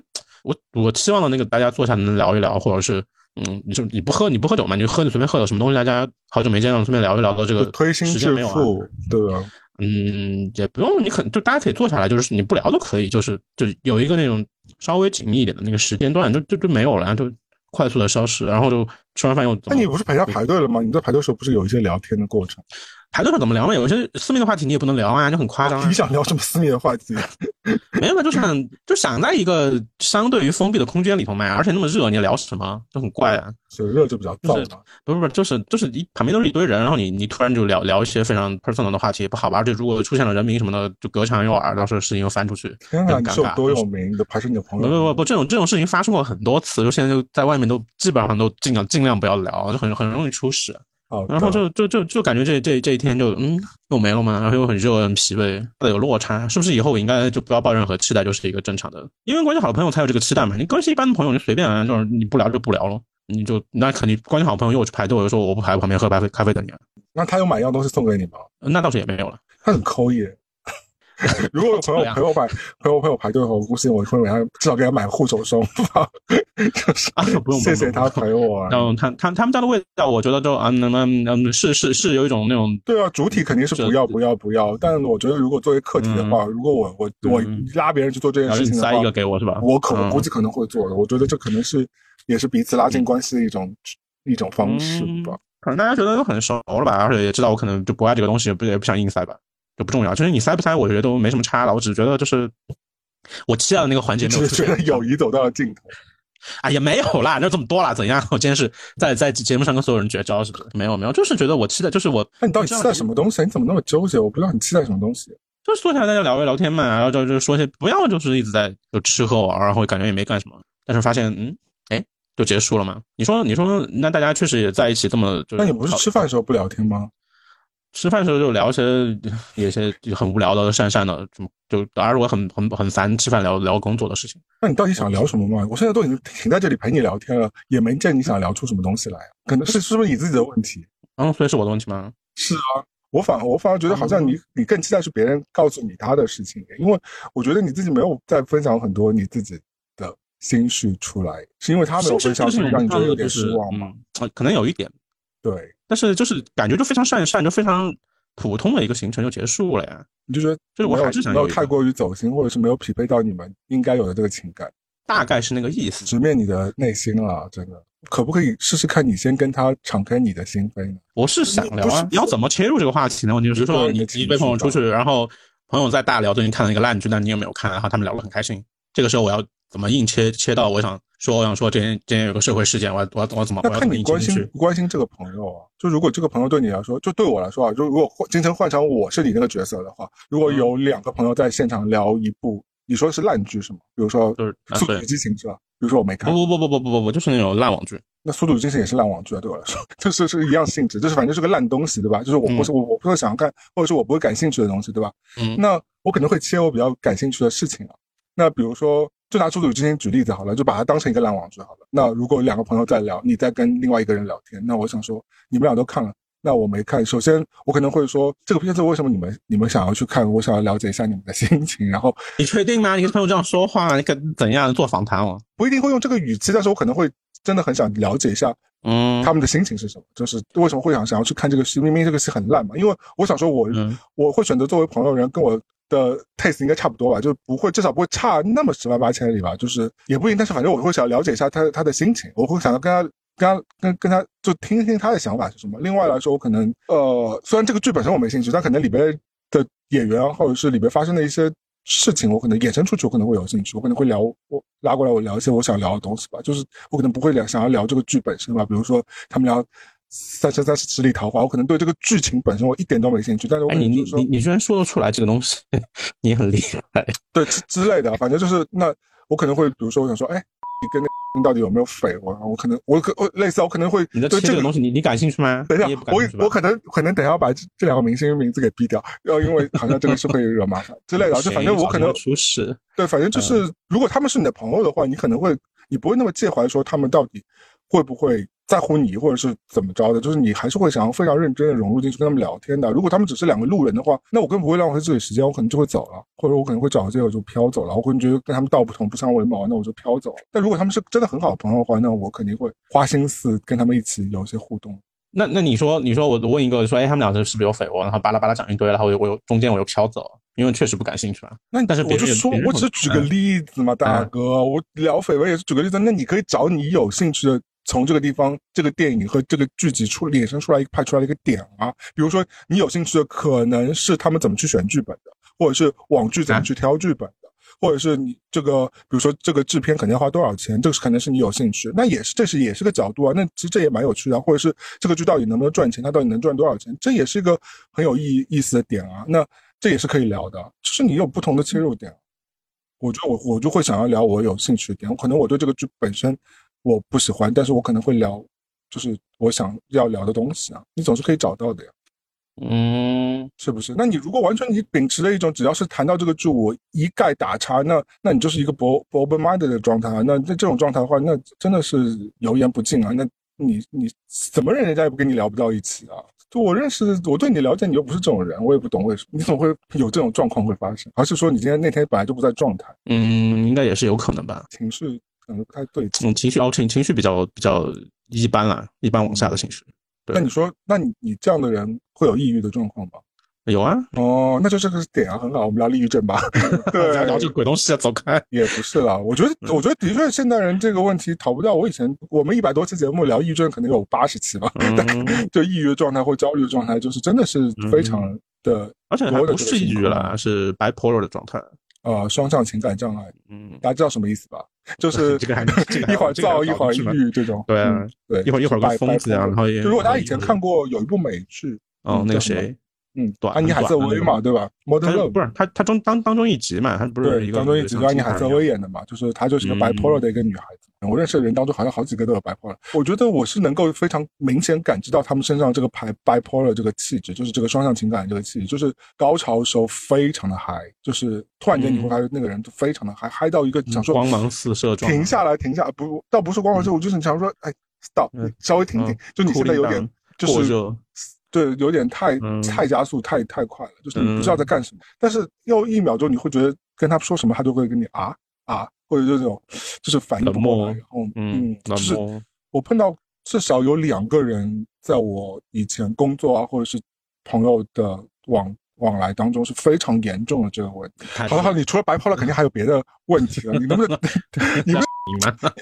Speaker 2: 我我期望的那个大家坐下能聊一聊，或者是。嗯，你就你不喝你不喝酒嘛，你就喝你随便喝点什么东西，大家好久没见了，随便聊一聊的这个
Speaker 1: 就推心
Speaker 2: 时
Speaker 1: 置
Speaker 2: 间没有啊
Speaker 1: 腹，对啊，
Speaker 2: 嗯，也不用，你可就大家可以坐下来，就是你不聊都可以，就是就有一个那种稍微紧密一点的那个时间段，就就就没有了，然后就快速的消失，然后就吃完饭又怎
Speaker 1: 那
Speaker 2: 么
Speaker 1: 你不是陪他排队了吗？你在排队的时候不是有一些聊天的过程？
Speaker 2: 排队上怎么聊嘛？有一些私密的话题你也不能聊啊，就很夸张啊
Speaker 1: 你。想聊什么私密的话题？ <laughs>
Speaker 2: <laughs> 没有嘛，就是很就想在一个相对于封闭的空间里头嘛，而且那么热，你聊什么就很怪啊。
Speaker 1: 水热就比较燥嘛。
Speaker 2: 不是不是，就是就是一旁边都是一堆人，然后你你突然就聊聊一些非常 personal 的话题也不好吧？而且如果出现了人名什么的，就隔墙有耳，到时候事情又翻出去。
Speaker 1: 天哪，
Speaker 2: 很
Speaker 1: 你
Speaker 2: 尴
Speaker 1: 是有
Speaker 2: 尬
Speaker 1: 多
Speaker 2: 就是
Speaker 1: 有名？你的还是你的朋
Speaker 2: 不不
Speaker 1: 友？
Speaker 2: 不不，这种这种事情发生过很多次，就现在就在外面都基本上都尽量尽量不要聊，就很很容易出事。
Speaker 1: 好的
Speaker 2: 然后就就就就感觉这这这一天就嗯又没了嘛，然后又很热很疲惫，有落差，是不是以后我应该就不要抱任何期待，就是一个正常的，因为关系好的朋友才有这个期待嘛。你关系一般的朋友，你随便啊就是你不聊就不聊了，你就那肯定关系好的朋友约我去排队，我就说我不排，我旁边喝咖啡咖啡等你啊，
Speaker 1: 那他有买一样东西送给你吗？
Speaker 2: 那倒是也没有了。
Speaker 1: 他很抠耶。
Speaker 2: <laughs>
Speaker 1: 如果有朋友
Speaker 2: 这样
Speaker 1: 陪我排陪我陪我排队的话，我估计我会给他至少给他买个护手霜
Speaker 2: <laughs>
Speaker 1: 吧，就是
Speaker 2: 啊不
Speaker 1: <laughs>
Speaker 2: 用
Speaker 1: 谢谢
Speaker 2: 不用
Speaker 1: 他陪我啊。
Speaker 2: 然后他他他们家的味道，我觉得就啊嗯嗯嗯是是是有一种那种
Speaker 1: 对啊，主体肯定是不要不要不要，但我觉得如果作为客体的话，如果我我我
Speaker 2: 嗯
Speaker 1: 拉别人去做这件
Speaker 2: 然
Speaker 1: 事
Speaker 2: 后你
Speaker 1: 情的
Speaker 2: 塞一
Speaker 1: 话
Speaker 2: 个，给我是吧？
Speaker 1: 我可
Speaker 2: 嗯
Speaker 1: 我估计可能会做的。我觉得这可能是也是彼此拉近关
Speaker 2: 嗯
Speaker 1: 系的一种一种方式吧。
Speaker 2: 可能大家觉得都很熟了吧，而且也知道我可能就不爱这个东西，不也不想硬塞吧，就不重要。就是你塞不塞，我觉得都没什么差了。我只是觉得就是我期待的那个环节没
Speaker 1: 只
Speaker 2: 有
Speaker 1: 是
Speaker 2: 出
Speaker 1: 觉
Speaker 2: 现
Speaker 1: 得
Speaker 2: <laughs>
Speaker 1: 友谊走到了尽头。
Speaker 2: 啊，也没有啦，那这么多啦，怎样？ <laughs> 我今天是在在节目上跟所有人绝交是不是？没有没有，就是觉得我期待，就是我
Speaker 1: 那你到底期待什么东西？你怎么那么纠结？我不知道你期待什么东西。
Speaker 2: 就是坐下来大家聊一聊天嘛，然后就就说些不要就是一直在就吃喝玩，然后感觉也没干什么，但是发现嗯哎就结束了嘛。你说你说那大家确实也在一起这么就是
Speaker 1: 那你不是
Speaker 2: 好
Speaker 1: 吃饭的时候不聊天吗？
Speaker 2: 吃饭的时候就聊一些有些很无聊的、讪讪的，什么就而且我很很很烦吃饭聊聊工作的事情。
Speaker 1: 那你到底想聊什么嘛？我现在都已经停在这里陪你聊天了，也没见你想聊出什么东西来。啊可能是是不是你自己的问题？
Speaker 2: 嗯，所以是我的问题吗？
Speaker 1: 我反我反而觉得好像
Speaker 2: 嗯
Speaker 1: 你你更期待是别人告诉你他的事情，因为我觉得你自己没有在分享很多你自己的心绪出来，是因为他没有分享，
Speaker 2: 就是
Speaker 1: 所以让你觉得有点
Speaker 2: 就是
Speaker 1: 失望嘛？
Speaker 2: 嗯，呃可能有一点，
Speaker 1: 对，
Speaker 2: 但是就是感觉就非常讪讪，就非常普通的一个行程就结束了呀。
Speaker 1: 你就觉得
Speaker 2: 就是我
Speaker 1: 没有
Speaker 2: 还是想
Speaker 1: 没有
Speaker 2: 有一个
Speaker 1: 太过于走心，或者是没有匹配到你们应该有的这个情感，
Speaker 2: 大概是那个意思。
Speaker 1: 直面你的内心了，真的。可不可以试试看？你先跟他敞开你的心扉呢？
Speaker 2: 我是想聊
Speaker 1: 不是
Speaker 2: 啊，你要怎么切入这个话题呢？我就是
Speaker 1: 对
Speaker 2: 说
Speaker 1: 你
Speaker 2: 你
Speaker 1: 的情
Speaker 2: 你被朋友
Speaker 1: 绪吧
Speaker 2: 出去，然后朋友在大聊最近看了一个烂剧，但你也没有看，然后他们聊得很开心。这个时候我要怎么硬切切到我想说我想说今天今天有个社会事件，我要我要我要怎么我
Speaker 1: 那
Speaker 2: 要
Speaker 1: 看
Speaker 2: 怎么
Speaker 1: 你
Speaker 2: 硬切
Speaker 1: 关
Speaker 2: 进去
Speaker 1: 心？不关心这个朋友啊。就如果这个朋友对你来说，就对我来说啊，就如果换今天换成我是你那个角色的话，如果
Speaker 2: 嗯
Speaker 1: 有两个朋友在现场聊一部，你说是烂剧是吗？比如说
Speaker 2: 就是
Speaker 1: 《
Speaker 2: 啊
Speaker 1: 速度
Speaker 2: 对
Speaker 1: 与激情》是吧？比如说我没看，
Speaker 2: 不不不不不不不不，就是那种烂网剧。
Speaker 1: 那《速度与激情》也是烂网剧啊，对我来说， <laughs> 就是是一样性质，就是反正就是个烂东西，对吧？就是我不是、我我不会想要看，或者是我不会感兴趣的东西，对吧？
Speaker 2: 嗯
Speaker 1: 那我可能会切我比较感兴趣的事情啊。那比如说，就拿《速度与激情》举例子好了，就把它当成一个烂网剧好了。那如果两个朋友在聊，你在跟另外一个人聊天，那我想说，你们俩都看了，那我没看。首先，我可能会说这个片子为什么你们你们想要去看？我想要了解一下你们的心情。然后
Speaker 2: 你确定吗？你跟朋友这样说话，你可怎样做访谈哦？
Speaker 1: 不一定会用这个语气，但是我可能会真的很想了解一下
Speaker 2: 嗯，
Speaker 1: 他们的心情是什么，就是为什么会想想要去看这个戏。明明这个戏很烂嘛，因为我想说我，我、
Speaker 2: 嗯
Speaker 1: 会选择作为朋友人跟我。的 taste 应该差不多吧，就不会至少不会差那么十万八千里吧，就是也不一定，但是反正我会想了解一下他他的心情，我会想要跟他跟他跟跟他就听听他的想法是什么。另外来说，我可能呃，虽然这个剧本身我没兴趣，但可能里边的演员或者是里边发生的一些事情，我可能衍生出去，我可能会有兴趣，我可能会聊我拉过来我聊一些我想聊的东西吧。就是我可能不会聊想要聊这个剧本身吧，比如说他们聊。三生三世十里桃花，我可能对这个剧情本身我一点都没兴趣，但是我
Speaker 2: 哎，
Speaker 1: 可能
Speaker 2: 你你
Speaker 1: 就是说
Speaker 2: 你你居然说得出来这个东西，你很厉害。
Speaker 1: 对之之类的，啊反正就是那我可能会，比如说我想说，哎，你跟那到底有没有绯闻啊？我可能我可我类似啊，我可能会
Speaker 2: 你在
Speaker 1: 对
Speaker 2: 听
Speaker 1: 这
Speaker 2: 这
Speaker 1: 个
Speaker 2: 个东西，你你感兴趣吗？
Speaker 1: <laughs> 等一
Speaker 2: 你也
Speaker 1: 下
Speaker 2: 不，感
Speaker 1: 我
Speaker 2: 兴趣吧
Speaker 1: 我可能可能等一下要把这这两个明星名字给毙掉，然后因为好像这个是会惹麻烦之类
Speaker 2: <laughs>
Speaker 1: 的，就反正我可
Speaker 2: 谁早就嗯
Speaker 1: 能
Speaker 2: 会出事。
Speaker 1: 对，反正就是如果他们是你的朋友的话，你可能会你不会那么介怀说他们到底会不会在乎你，或者是怎么着的，就是你还是会想要非常认真的融入进去跟他们聊天的。如果他们只是两个路人的话，那我更不会浪费自己时间，我可能就会走了，或者我可能会找个借口就飘走了，我可能觉得跟他们道不同不相为谋，那我就飘走了。但如果他们是真的很好的朋友的话，那我肯定会花心思跟他们一起有一些互动。
Speaker 2: 那那你说，你说我问一个，说哎，他们俩是不是有绯闻？然后巴拉巴拉讲一堆，然后我又我又中间我又飘走，因为确实不感兴趣啊。
Speaker 1: 那
Speaker 2: 但是
Speaker 1: 我
Speaker 2: 别
Speaker 1: 就
Speaker 2: 人也
Speaker 1: 说
Speaker 2: 别，人
Speaker 1: 我
Speaker 2: 会
Speaker 1: 只是举个例子嘛，大
Speaker 2: 嗯
Speaker 1: 哥，我聊绯闻也是举个例子。那你可以找你有兴趣的，从这个地方、这个电影和这个剧集出衍生出来一个派出来的一个点啊。比如说，你有兴趣的可能是他们怎么去选剧本的，或者是网剧怎么
Speaker 2: 啊
Speaker 1: 去挑剧本的，或者是你这个，比如说这个制片肯定要花多少钱，这个是可能是你有兴趣，那也是这是也是个角度啊。那其实这也蛮有趣的啊，或者是这个剧到底能不能赚钱，它到底能赚多少钱，这也是一个很有意意思的点啊。那这也是可以聊的，就是你有不同的切入点。我觉得我我就会想要聊我有兴趣的点，可能我对这个剧本身我不喜欢，但是我可能会聊，就是我想要聊的东西啊，你总是可以找到的呀，
Speaker 2: 嗯，
Speaker 1: 是不是？那你如果完全你秉持了一种只要是谈到这个剧我一概打叉，那那你就是一个不不 open minded 的状态啊，那那这种状态的话，那真的是油盐不进啊，那你你怎么认人家也不跟你聊不到一起啊。就我认识，我对你了解，你又不是这种人，我也不懂为什么，你怎么会有这种状况会发生？还是说你今天那天本来就不在状态，
Speaker 2: 嗯，应该也是有可能吧。
Speaker 1: 情绪可能不太对劲？
Speaker 2: 嗯，情绪 o 情情绪比较比较一般啦，一般往下的情绪对
Speaker 1: 那你说，那你你这样的人会有抑郁的状况吗？
Speaker 2: 有啊。
Speaker 1: 哦，那就这个点啊，很好，我们聊抑郁症
Speaker 2: <laughs>
Speaker 1: 吧。对，
Speaker 2: 聊嗯这个鬼东西啊，走开。
Speaker 1: 也不是啦，我觉得，我觉得的确，现代人这个问题逃不掉。我以前我们一百多期节目聊抑郁症，可能有八十期吧， <laughs>
Speaker 2: 嗯，
Speaker 1: 就抑郁状态或焦虑状态，就是真的是非常的、
Speaker 2: <laughs> 而且还不是抑郁了，是 bipolar 的状态。
Speaker 1: 呃双向情感障碍，
Speaker 2: 嗯，
Speaker 1: 大家知道什么意思吧？就是
Speaker 2: <laughs> 这个还这个
Speaker 1: <laughs>
Speaker 2: 还
Speaker 1: 一会儿
Speaker 2: 这个还
Speaker 1: 躁，一会儿抑
Speaker 2: 是吧
Speaker 1: 郁这种。
Speaker 2: 对啊
Speaker 1: 嗯对，
Speaker 2: 一会儿一会儿跟
Speaker 1: 白
Speaker 2: 疯子一样，
Speaker 1: 白
Speaker 2: 然后也
Speaker 1: 就如果大家以前看过有一部美剧，
Speaker 2: 哦，那
Speaker 1: 叫
Speaker 2: 个
Speaker 1: 什么
Speaker 2: 谁，
Speaker 1: 嗯，
Speaker 2: 短
Speaker 1: 安妮海瑟薇嘛，对吧？Modern
Speaker 2: 他就
Speaker 1: Love
Speaker 2: 不是他他中当当中一集嘛，他不是
Speaker 1: 对，
Speaker 2: 一个
Speaker 1: 当中一直
Speaker 2: 像
Speaker 1: 安妮
Speaker 2: 金
Speaker 1: 海
Speaker 2: 牌
Speaker 1: 瑟
Speaker 2: 一样
Speaker 1: 薇演的嘛，就是她就是一个
Speaker 2: 嗯
Speaker 1: bipolar 的一个女孩子。我认识的人当中，好像好几个都有 bipolar。我觉得我是能够非常明显感知到他们身上这个 bi- bipolar 这个气质，就是这个双向情感这个气质，就是高潮的时候非常的嗨，就是突然间你会发现那个人就非常的嗨，嗨到一个想说
Speaker 2: 嗯光芒四射状
Speaker 1: 停下来，停下来，不，倒不是光芒之后，我就是想说，哎，stop，
Speaker 2: 嗯
Speaker 1: 稍微停停
Speaker 2: 嗯，
Speaker 1: 就你现在有
Speaker 2: Cooling
Speaker 1: 点
Speaker 2: down，
Speaker 1: 就
Speaker 2: 过
Speaker 1: 是
Speaker 2: 热
Speaker 1: 对，有点太、
Speaker 2: 嗯
Speaker 1: 太加速，太太快了，就是你
Speaker 2: 嗯
Speaker 1: 不知道在干什么。但是又一秒钟，你会觉得跟他说什么，他就会跟你啊啊，或者这种就是反应不过来，
Speaker 2: 冷漠
Speaker 1: 然后
Speaker 2: 嗯
Speaker 1: 嗯，就
Speaker 2: 冷
Speaker 1: 是
Speaker 2: 漠
Speaker 1: 我碰到至少有两个人，在我以前工作啊，或者是朋友的往往来当中是非常严重的这个问题。
Speaker 2: 太
Speaker 1: 好了好了，你除了白泡了，肯定还有别的问题了，你能不
Speaker 2: <laughs>
Speaker 1: 能你不
Speaker 2: 你们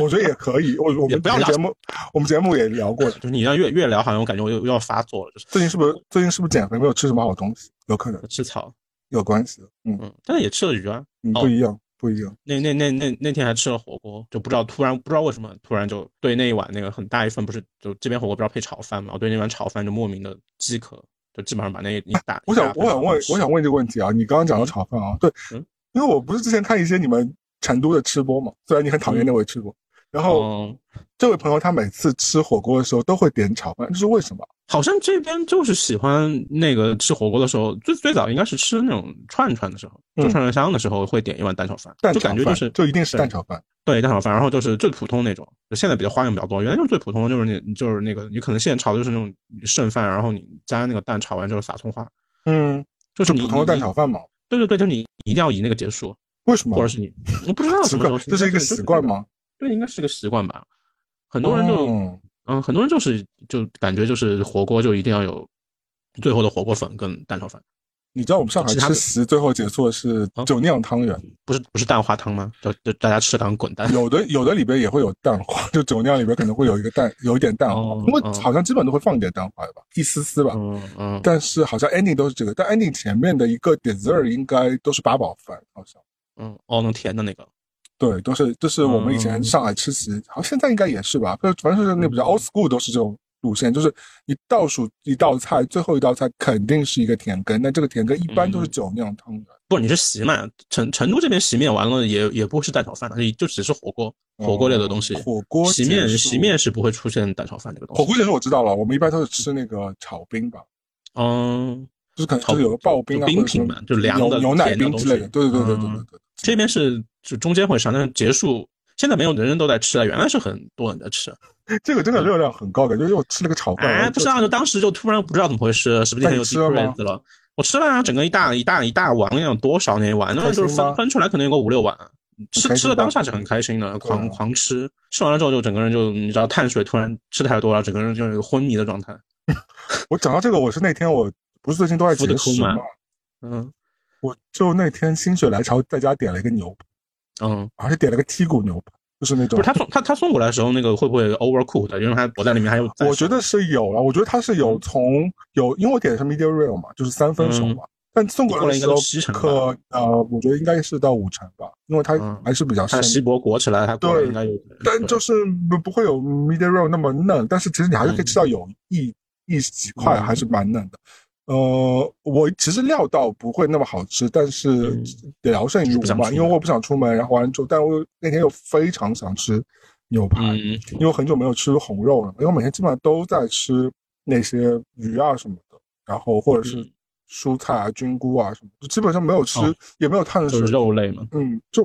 Speaker 1: 我觉得也可以，我我
Speaker 2: 也
Speaker 1: 们
Speaker 2: 不要聊
Speaker 1: 节目，我们节目也聊过了。
Speaker 2: 就是你让越越聊，好像我感觉我又又要发作了，就是
Speaker 1: 最近是不是最近是不是减肥没有吃什么好东西？有可能
Speaker 2: 吃草，
Speaker 1: 有关系，嗯
Speaker 2: 嗯，但是也吃了鱼啊。
Speaker 1: 嗯，
Speaker 2: 哦
Speaker 1: 不一样不一样。
Speaker 2: 那那那那那天还吃了火锅，就不知道突然不知道为什么突然就对那一碗那个很大一份不是就这边火锅不知道配炒饭嘛，我对那碗炒饭就莫名的饥渴，就基本上把那一大
Speaker 1: 我
Speaker 2: 一
Speaker 1: 想
Speaker 2: 大份
Speaker 1: 我想问
Speaker 2: 炒饭
Speaker 1: 我想问这个问题啊，你刚刚讲到炒饭啊，对
Speaker 2: 啊嗯，
Speaker 1: 因为我不是之前看一些你们成都的吃播嘛，虽然你很讨厌那位吃播，然后
Speaker 2: 嗯，
Speaker 1: 这位朋友他每次吃火锅的时候都会点炒饭，这是为什么？
Speaker 2: 好像这边就是喜欢那个吃火锅的时候，最最早应该是吃那种串串的时候，
Speaker 1: 嗯
Speaker 2: 就串串香的时候会点一碗蛋炒饭，
Speaker 1: 蛋
Speaker 2: 就
Speaker 1: 炒
Speaker 2: 感觉就
Speaker 1: 饭
Speaker 2: 是
Speaker 1: 就一定是
Speaker 2: 对
Speaker 1: 蛋炒饭，
Speaker 2: 对，蛋炒饭，然后就是最普通那种，就现在比较花样比较多。原来就是最普通的，就是你就是那个你可能现炒的就是那种剩饭，然后你加那个蛋炒完之后撒葱花，
Speaker 1: 嗯，
Speaker 2: 就是
Speaker 1: 就
Speaker 2: 你
Speaker 1: 普通的蛋炒。饭嘛。
Speaker 2: 对对对，就你一定要以那个结束，
Speaker 1: 为什么
Speaker 2: 或者？是你我不知道
Speaker 1: <laughs> 奇
Speaker 2: 什么
Speaker 1: 怪
Speaker 2: 时候，
Speaker 1: 这是一个习惯？吗？
Speaker 2: 对，应该是个习惯吧。很多人就
Speaker 1: 哦
Speaker 2: 嗯，很多人就是就感觉就是火锅就一定要有最后的火锅粉跟蛋炒饭，
Speaker 1: 你知道我们上海
Speaker 2: 其他
Speaker 1: 吃
Speaker 2: 的
Speaker 1: 席最后结束的是
Speaker 2: 啊
Speaker 1: 酒酿汤圆，
Speaker 2: 不是不是蛋花汤吗？就就大家吃汤滚 <laughs> 蛋。
Speaker 1: 有的有的里边也会有蛋黄，就酒酿里边可能会有一个蛋，有一点蛋黄
Speaker 2: 哦，
Speaker 1: 因为
Speaker 2: 哦
Speaker 1: 好像基本都会放一点蛋黄吧，一丝丝吧。
Speaker 2: 嗯嗯，
Speaker 1: 但是好像 ending 都是这个，但 ending 前面的一个 dessert 应该都是八宝饭，好像
Speaker 2: 嗯，哦，能甜的那个，
Speaker 1: 对，都是这是我们以前
Speaker 2: 嗯
Speaker 1: 上海吃席，好像现在应该也是吧，就反正是那比较 old school 都是这种路线，就是你倒数一道菜，最后一道菜肯定是一个甜羹，那这个甜羹一般都是
Speaker 2: 嗯
Speaker 1: 酒酿汤圆。
Speaker 2: 不，你是席嘛？成成都这边席面完了也也不是蛋炒饭的，就只是火锅火锅类的东西。
Speaker 1: 哦火锅
Speaker 2: 席面
Speaker 1: 结束
Speaker 2: 席面是不会出现蛋炒饭这个东西。
Speaker 1: 火锅其实我知道了，我们一般都是吃那个炒冰吧，
Speaker 2: 嗯，
Speaker 1: 就是可能
Speaker 2: 炒
Speaker 1: 就是有个刨冰啊，
Speaker 2: 就冰
Speaker 1: 或者什么
Speaker 2: 品嘛就凉的
Speaker 1: 牛牛奶
Speaker 2: 甜的
Speaker 1: 冰
Speaker 2: 东
Speaker 1: 之
Speaker 2: 西
Speaker 1: 类的。对对对对对
Speaker 2: 嗯
Speaker 1: 对对。
Speaker 2: 这边是就中间会上，但是结束现在没有人人都在吃了，啊原来是很多人在吃。啊
Speaker 1: 这个真的热量很高，感觉我吃了个炒饭。然
Speaker 2: 哎，
Speaker 1: 后
Speaker 2: 不知道，就当时就突然不知道怎么回事，是不是
Speaker 1: 那
Speaker 2: 很
Speaker 1: 你
Speaker 2: 有
Speaker 1: 吃了吗
Speaker 2: difference 了？我吃了啊，整个一大一大一大碗，我想多少那一碗，那
Speaker 1: 开心
Speaker 2: 就是
Speaker 1: 吗
Speaker 2: 分分出来可能有个五六碗。吃
Speaker 1: 开心
Speaker 2: 吃了
Speaker 1: 吧
Speaker 2: 当下是很开心的，
Speaker 1: 对
Speaker 2: 狂
Speaker 1: 啊
Speaker 2: 狂吃，吃完了之后就整个人就你知道碳水突然吃太多了，整个人就是一个昏迷的状态。
Speaker 1: 我讲到这个，我是那天我不是最近都在
Speaker 2: 哭得
Speaker 1: 节
Speaker 2: 哭
Speaker 1: 食
Speaker 2: 嘛
Speaker 1: 嘛，
Speaker 2: 嗯
Speaker 1: 我就那天心血来潮在家点了一个牛排，
Speaker 2: 嗯，
Speaker 1: 而且点了个剔骨牛排，就是那
Speaker 2: 不
Speaker 1: 种
Speaker 2: 是。他送他他送过来的时候，那个会不会 overcook 的？因为他我在里面还有在
Speaker 1: 我觉得是有了，我觉得它是有
Speaker 2: 嗯
Speaker 1: 从有，因为我点的是 medium rare 嘛，就是三分熟嘛。但送过来的时候
Speaker 2: 过来应该都七成吧
Speaker 1: 可呃，我觉得应该是到五成吧，因为它
Speaker 2: 嗯
Speaker 1: 还是比较
Speaker 2: 他
Speaker 1: 深
Speaker 2: 的。锡箔裹起来，他裹
Speaker 1: 对
Speaker 2: 应该有。
Speaker 1: 但
Speaker 2: 对
Speaker 1: 就是不不会有 medium rare 那么嫩，但是其实你还是可以吃到有一一几块，
Speaker 2: 嗯
Speaker 1: 还是蛮嫩的。呃，我其实料到不会那么好吃，但是
Speaker 2: 嗯
Speaker 1: 聊胜于
Speaker 2: 就是
Speaker 1: 无
Speaker 2: 不想
Speaker 1: 吧，
Speaker 2: 出
Speaker 1: 因为
Speaker 2: 门
Speaker 1: 我不想出门，然后完了之后，但我那天又非常想吃牛排，
Speaker 2: 嗯
Speaker 1: 因为我很久没有吃红肉了，因为我每天基本上都在吃那些鱼啊什么的，然后或者是
Speaker 2: 嗯
Speaker 1: 蔬菜啊、菌菇啊什么的，就基本上没有吃，
Speaker 2: 哦
Speaker 1: 也没有碳水
Speaker 2: 就是，肉类嘛，
Speaker 1: 嗯，就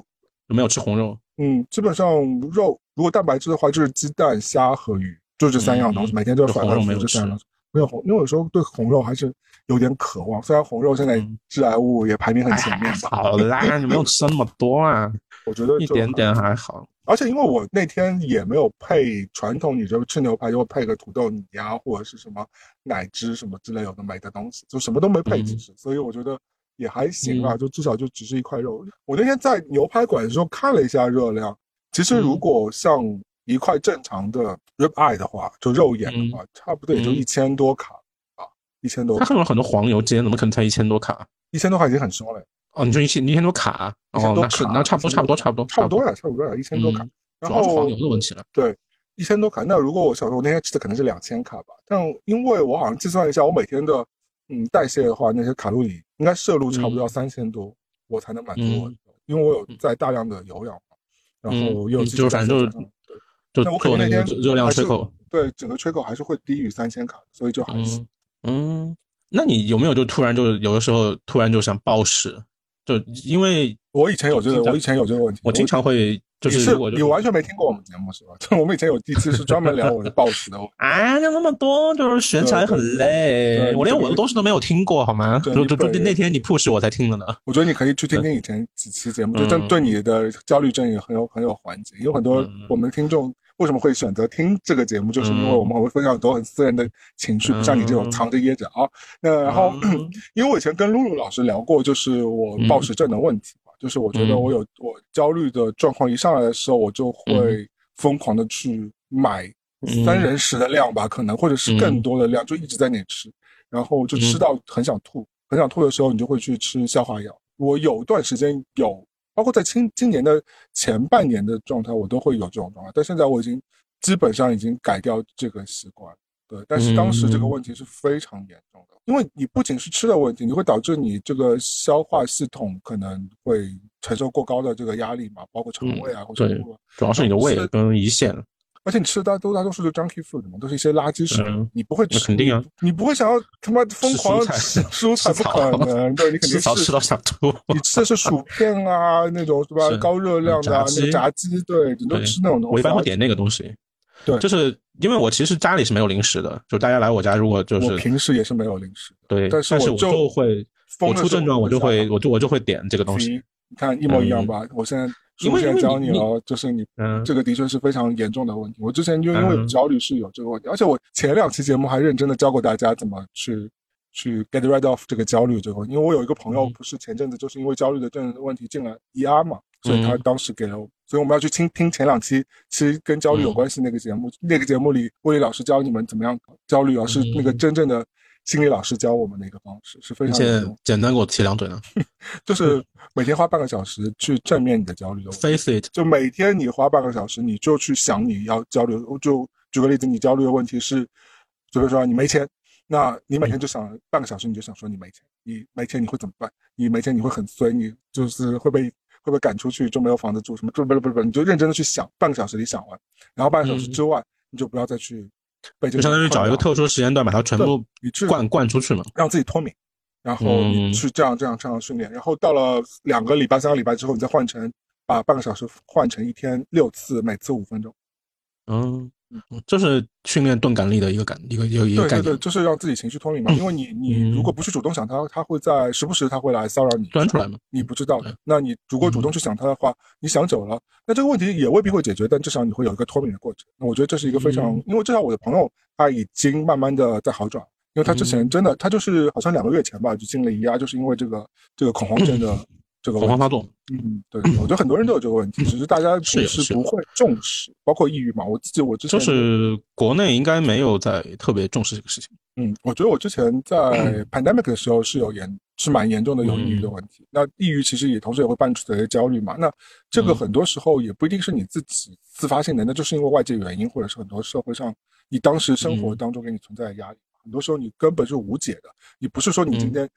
Speaker 2: 有没有吃红肉？
Speaker 1: 嗯，基本上肉如果蛋白质的话，就是鸡蛋、虾和鱼，就这三样东西，
Speaker 2: 嗯嗯
Speaker 1: 每天都是
Speaker 2: 就
Speaker 1: 反
Speaker 2: 红
Speaker 1: 反
Speaker 2: 肉
Speaker 1: 复
Speaker 2: 没
Speaker 1: 复
Speaker 2: 有
Speaker 1: 这三样东
Speaker 2: 吃
Speaker 1: 西。没有红，因为有时候对红肉还是有点渴望。虽然红肉现在
Speaker 2: 嗯
Speaker 1: 致癌物也排名很
Speaker 2: <laughs> 哎
Speaker 1: 前面吧，
Speaker 2: 好啦，你没有吃那么多啊，
Speaker 1: 我觉得
Speaker 2: <laughs> 一
Speaker 1: 就
Speaker 2: 点
Speaker 1: 还
Speaker 2: 点还好。
Speaker 1: 而且因为我那天也没有配传统，你就吃牛排就会配个土豆泥呀、或者是什么奶汁什么之类有的没的东西，就什么都没配，
Speaker 2: 嗯
Speaker 1: 其实，所以我觉得也还行啊，就至少就只是一块肉。我那天在牛排馆的时候看了一下热量，其实如
Speaker 2: 嗯
Speaker 1: 果像一块正常的 rib eye 的话，就肉眼的话，差不多也就
Speaker 2: 嗯
Speaker 1: 一千多卡啊，一千多
Speaker 2: 他
Speaker 1: 卡，
Speaker 2: 看到了很多黄油煎，怎么可能才一千多卡？
Speaker 1: 一千多卡已经很凶了，
Speaker 2: 哦，你说一千一千多卡？
Speaker 1: 一千
Speaker 2: 哦，
Speaker 1: 多
Speaker 2: 那
Speaker 1: 卡，
Speaker 2: 是那差不多差不多差不多
Speaker 1: 差不多呀，差不多呀，一千多卡
Speaker 2: 嗯。
Speaker 1: 然
Speaker 2: 主要是
Speaker 1: 后
Speaker 2: 黄油的问题了。
Speaker 1: 一千多卡。那如果我小时候那天吃的可能是两千卡吧，但因为我好像计算了一下，我每天的嗯代谢的话，那些卡路里应该摄入差不多要三千多，我才能满足我，
Speaker 2: 嗯
Speaker 1: 因为我有在大量的有氧嘛，然后
Speaker 2: 嗯，
Speaker 1: 又有
Speaker 2: 嗯
Speaker 1: 基础
Speaker 2: 就是
Speaker 1: 代
Speaker 2: 反
Speaker 1: 谢
Speaker 2: 正
Speaker 1: 加
Speaker 2: 就
Speaker 1: 上。
Speaker 2: 就
Speaker 1: 嗯那我可
Speaker 2: 做
Speaker 1: 能那
Speaker 2: 那个
Speaker 1: 天
Speaker 2: 热热量
Speaker 1: 还是
Speaker 2: 缺口。
Speaker 1: 对整个缺口还是会低于三千卡，所以就还行。
Speaker 2: 嗯嗯，那你有没有就突然就有的时候突然就想暴食？就因为
Speaker 1: 我以前有这个，
Speaker 2: 经常
Speaker 1: 我以前有这个问题，
Speaker 2: 我经常会就
Speaker 1: 你
Speaker 2: 是
Speaker 1: 是
Speaker 2: 如果就
Speaker 1: 你完全没听过我们节目是吧？ <laughs> 就我们以前有一期是专门聊我的暴食的问题，
Speaker 2: 啊，那那么多，就是选起来很
Speaker 1: 对对
Speaker 2: 累。
Speaker 1: 对
Speaker 2: 我连我的东西都没有听过，好吗？
Speaker 1: 对
Speaker 2: 就
Speaker 1: 你
Speaker 2: 就就
Speaker 1: 本人
Speaker 2: 那天你 push 我才听的呢。
Speaker 1: 我觉得你可以去听听以前几期节目，就针
Speaker 2: 嗯
Speaker 1: 对你的焦虑症也很有很有缓解。有很多
Speaker 2: 嗯
Speaker 1: 我们听众为什么会选择听这个节目，就是因为我们会分享很多很私人的情绪，不像你这种
Speaker 2: 嗯
Speaker 1: 藏着掖着啊。那 <laughs> 然后，
Speaker 2: 嗯
Speaker 1: 因为我以前跟露露老师聊过，就是我暴食症的问题嘛，就是我觉得
Speaker 2: 嗯
Speaker 1: 我有我焦虑的状况一上来的时候，我就会疯狂的去买 <laughs>
Speaker 2: 嗯
Speaker 1: 三人食的量吧，可能或者是更
Speaker 2: 嗯
Speaker 1: 多的量，就一直在那里吃。然后就吃
Speaker 2: 嗯
Speaker 1: 到很想吐，很想吐的时候，你就会去吃消化药。我有一段时间有，包括在今今年的前半年的状态，我都会有这种状态，但现在我已经基本上已经改掉这个习惯。对，但是当时这个
Speaker 2: 嗯
Speaker 1: 问题是非常严重的，因为你不仅是吃的问题，你会导致你这个消化系统可能会承受过高的这个压力嘛，包括肠胃啊，或者
Speaker 2: 嗯对
Speaker 1: 胃啊
Speaker 2: 主要是你的胃跟胰腺。
Speaker 1: 而且你吃的大都大多数都 junky food 嘛，都是一些垃圾食品，
Speaker 3: 嗯
Speaker 1: 你不会吃，
Speaker 3: 那肯定啊
Speaker 1: 你，你不会想要他妈疯狂地
Speaker 3: 吃 <laughs>
Speaker 1: 吃
Speaker 3: 蔬
Speaker 1: 蔬
Speaker 3: 菜吃
Speaker 1: 菜，不
Speaker 3: 草
Speaker 1: 可
Speaker 3: <laughs>
Speaker 1: 能，对你肯定
Speaker 3: 吃草
Speaker 1: 是
Speaker 3: 吃到想吐。
Speaker 1: 你吃的是薯片啊，那种是吧
Speaker 3: 是？嗯
Speaker 1: 高热量的
Speaker 3: 炸
Speaker 1: 啊
Speaker 3: 鸡
Speaker 1: 那个炸鸡，对，你都
Speaker 3: 对
Speaker 1: 吃那
Speaker 2: <laughs>
Speaker 1: 种东西。啊
Speaker 3: 我一般会点那个东西。
Speaker 1: 对
Speaker 3: 就是因为我其实家里是没有零食的，就大家来我家如果就
Speaker 1: 我
Speaker 3: 是
Speaker 1: 平时也是没有零食的，
Speaker 3: 对，
Speaker 1: 但
Speaker 3: 但
Speaker 1: 是
Speaker 3: 是
Speaker 1: 我
Speaker 3: 我
Speaker 1: 就
Speaker 3: 就会，
Speaker 1: 疯
Speaker 3: 我
Speaker 1: 的时候
Speaker 3: 出症状我就
Speaker 1: 想
Speaker 3: 会，
Speaker 1: 法
Speaker 3: 我就我就会点这个东
Speaker 1: 皮
Speaker 3: 西。
Speaker 1: 你看一模一样吧？我现在
Speaker 3: 嗯因为
Speaker 1: 我现在教你
Speaker 3: 因为你
Speaker 1: 了，啊就是你
Speaker 3: 嗯，
Speaker 1: 这个的确是非常严重的问题。我之前就因为
Speaker 3: 嗯
Speaker 1: 有焦虑是有这个问题，而且我前两期节目还认真的教过大家怎么去去 get rid of 这个焦虑这个问题。因为我有一个朋友
Speaker 3: 嗯
Speaker 1: 不是前阵子就是因为焦虑的症问题进了 ER 嘛，所以他
Speaker 2: 嗯
Speaker 1: 当时给了我，所以我们要去听听前两期其实跟焦
Speaker 3: 嗯
Speaker 1: 虑有关系那个节目，那个节目里魏丽老师教你们怎么样焦虑啊，是那个
Speaker 3: 嗯
Speaker 1: 真正的。心理老师教我们的一个方式是非
Speaker 2: 你
Speaker 1: 常
Speaker 2: 现
Speaker 1: 有
Speaker 2: 在
Speaker 1: 用，
Speaker 2: 简单给我提两嘴呢
Speaker 1: 就是每天花半个小时去正面你的焦虑的问题。
Speaker 2: ，face it，
Speaker 1: 就每天你花半个小时，你就去想你要交流。就举个例子，你焦虑的问题是，就比如说你没钱，那你每天就想半个小时，你就想说你没钱，你没钱你会怎么办？你没钱你会很衰，你就是会被会被赶出去，就没有房子住什么？不不不不，你就认真的去想，半个小时里想完，然后半个小时之外、你就不要再去被这
Speaker 2: 嗯就
Speaker 1: 个
Speaker 2: 相当于找一个
Speaker 1: 困扰
Speaker 2: 特殊时间段把它全部
Speaker 1: 你去
Speaker 2: 灌灌出去嘛。
Speaker 1: 让自己脱敏，然后
Speaker 2: 嗯
Speaker 1: 你去这样这样这样训练，然后到了两个礼拜、三个礼拜之后，你再换成把半个小时换成一天六次，每次五分钟。
Speaker 2: 嗯，这是训练钝感力的一个感一个一个一个
Speaker 1: 对
Speaker 2: 概
Speaker 1: 对
Speaker 2: 念
Speaker 1: 对，，就是让自己情绪脱敏嘛，因为你你
Speaker 2: 嗯
Speaker 1: 如果不去主动想它，它会在时不时它会来骚扰你，
Speaker 2: 钻出来嘛。
Speaker 1: 你不知道的
Speaker 2: 对。嗯
Speaker 1: 那你如果主动去想它的话，你想久了，那这个问题也未必会解决，但至少你会有一个脱敏的过程。那我觉得这是一个非常
Speaker 2: 嗯，
Speaker 1: 因为至少我的朋友他已经慢慢的在好转，因为他之
Speaker 2: 嗯
Speaker 1: 前真的他就是好像两个月前吧就进了一压，就是因为这个这个恐慌症的这个
Speaker 2: 嗯恐
Speaker 1: 问
Speaker 2: 慌
Speaker 1: 题。
Speaker 2: 发作，
Speaker 1: 嗯，
Speaker 2: <clears throat>
Speaker 1: 对，我觉得很多人都有这个问题，只是大家不
Speaker 2: 是有
Speaker 1: 是
Speaker 2: 是
Speaker 1: 不
Speaker 2: 有
Speaker 1: 会重视，包括抑郁嘛。我自己我之前
Speaker 2: 就是国内应该没有在特别重视这个事情。
Speaker 1: 嗯，我觉得我之前在
Speaker 2: 嗯
Speaker 1: pandemic 的时候是有严，是蛮严重的有抑郁的问题。那抑郁其实也同时也会伴随焦虑嘛。那这个
Speaker 2: 嗯
Speaker 1: 很多时候也不一定是你自己自发性的，那就是因为外界原因，或者是很多社会上你当时生活
Speaker 2: 嗯
Speaker 1: 当中给你存在的压力，很多时候你根本是无解的。你不是说你今
Speaker 2: 嗯
Speaker 1: 天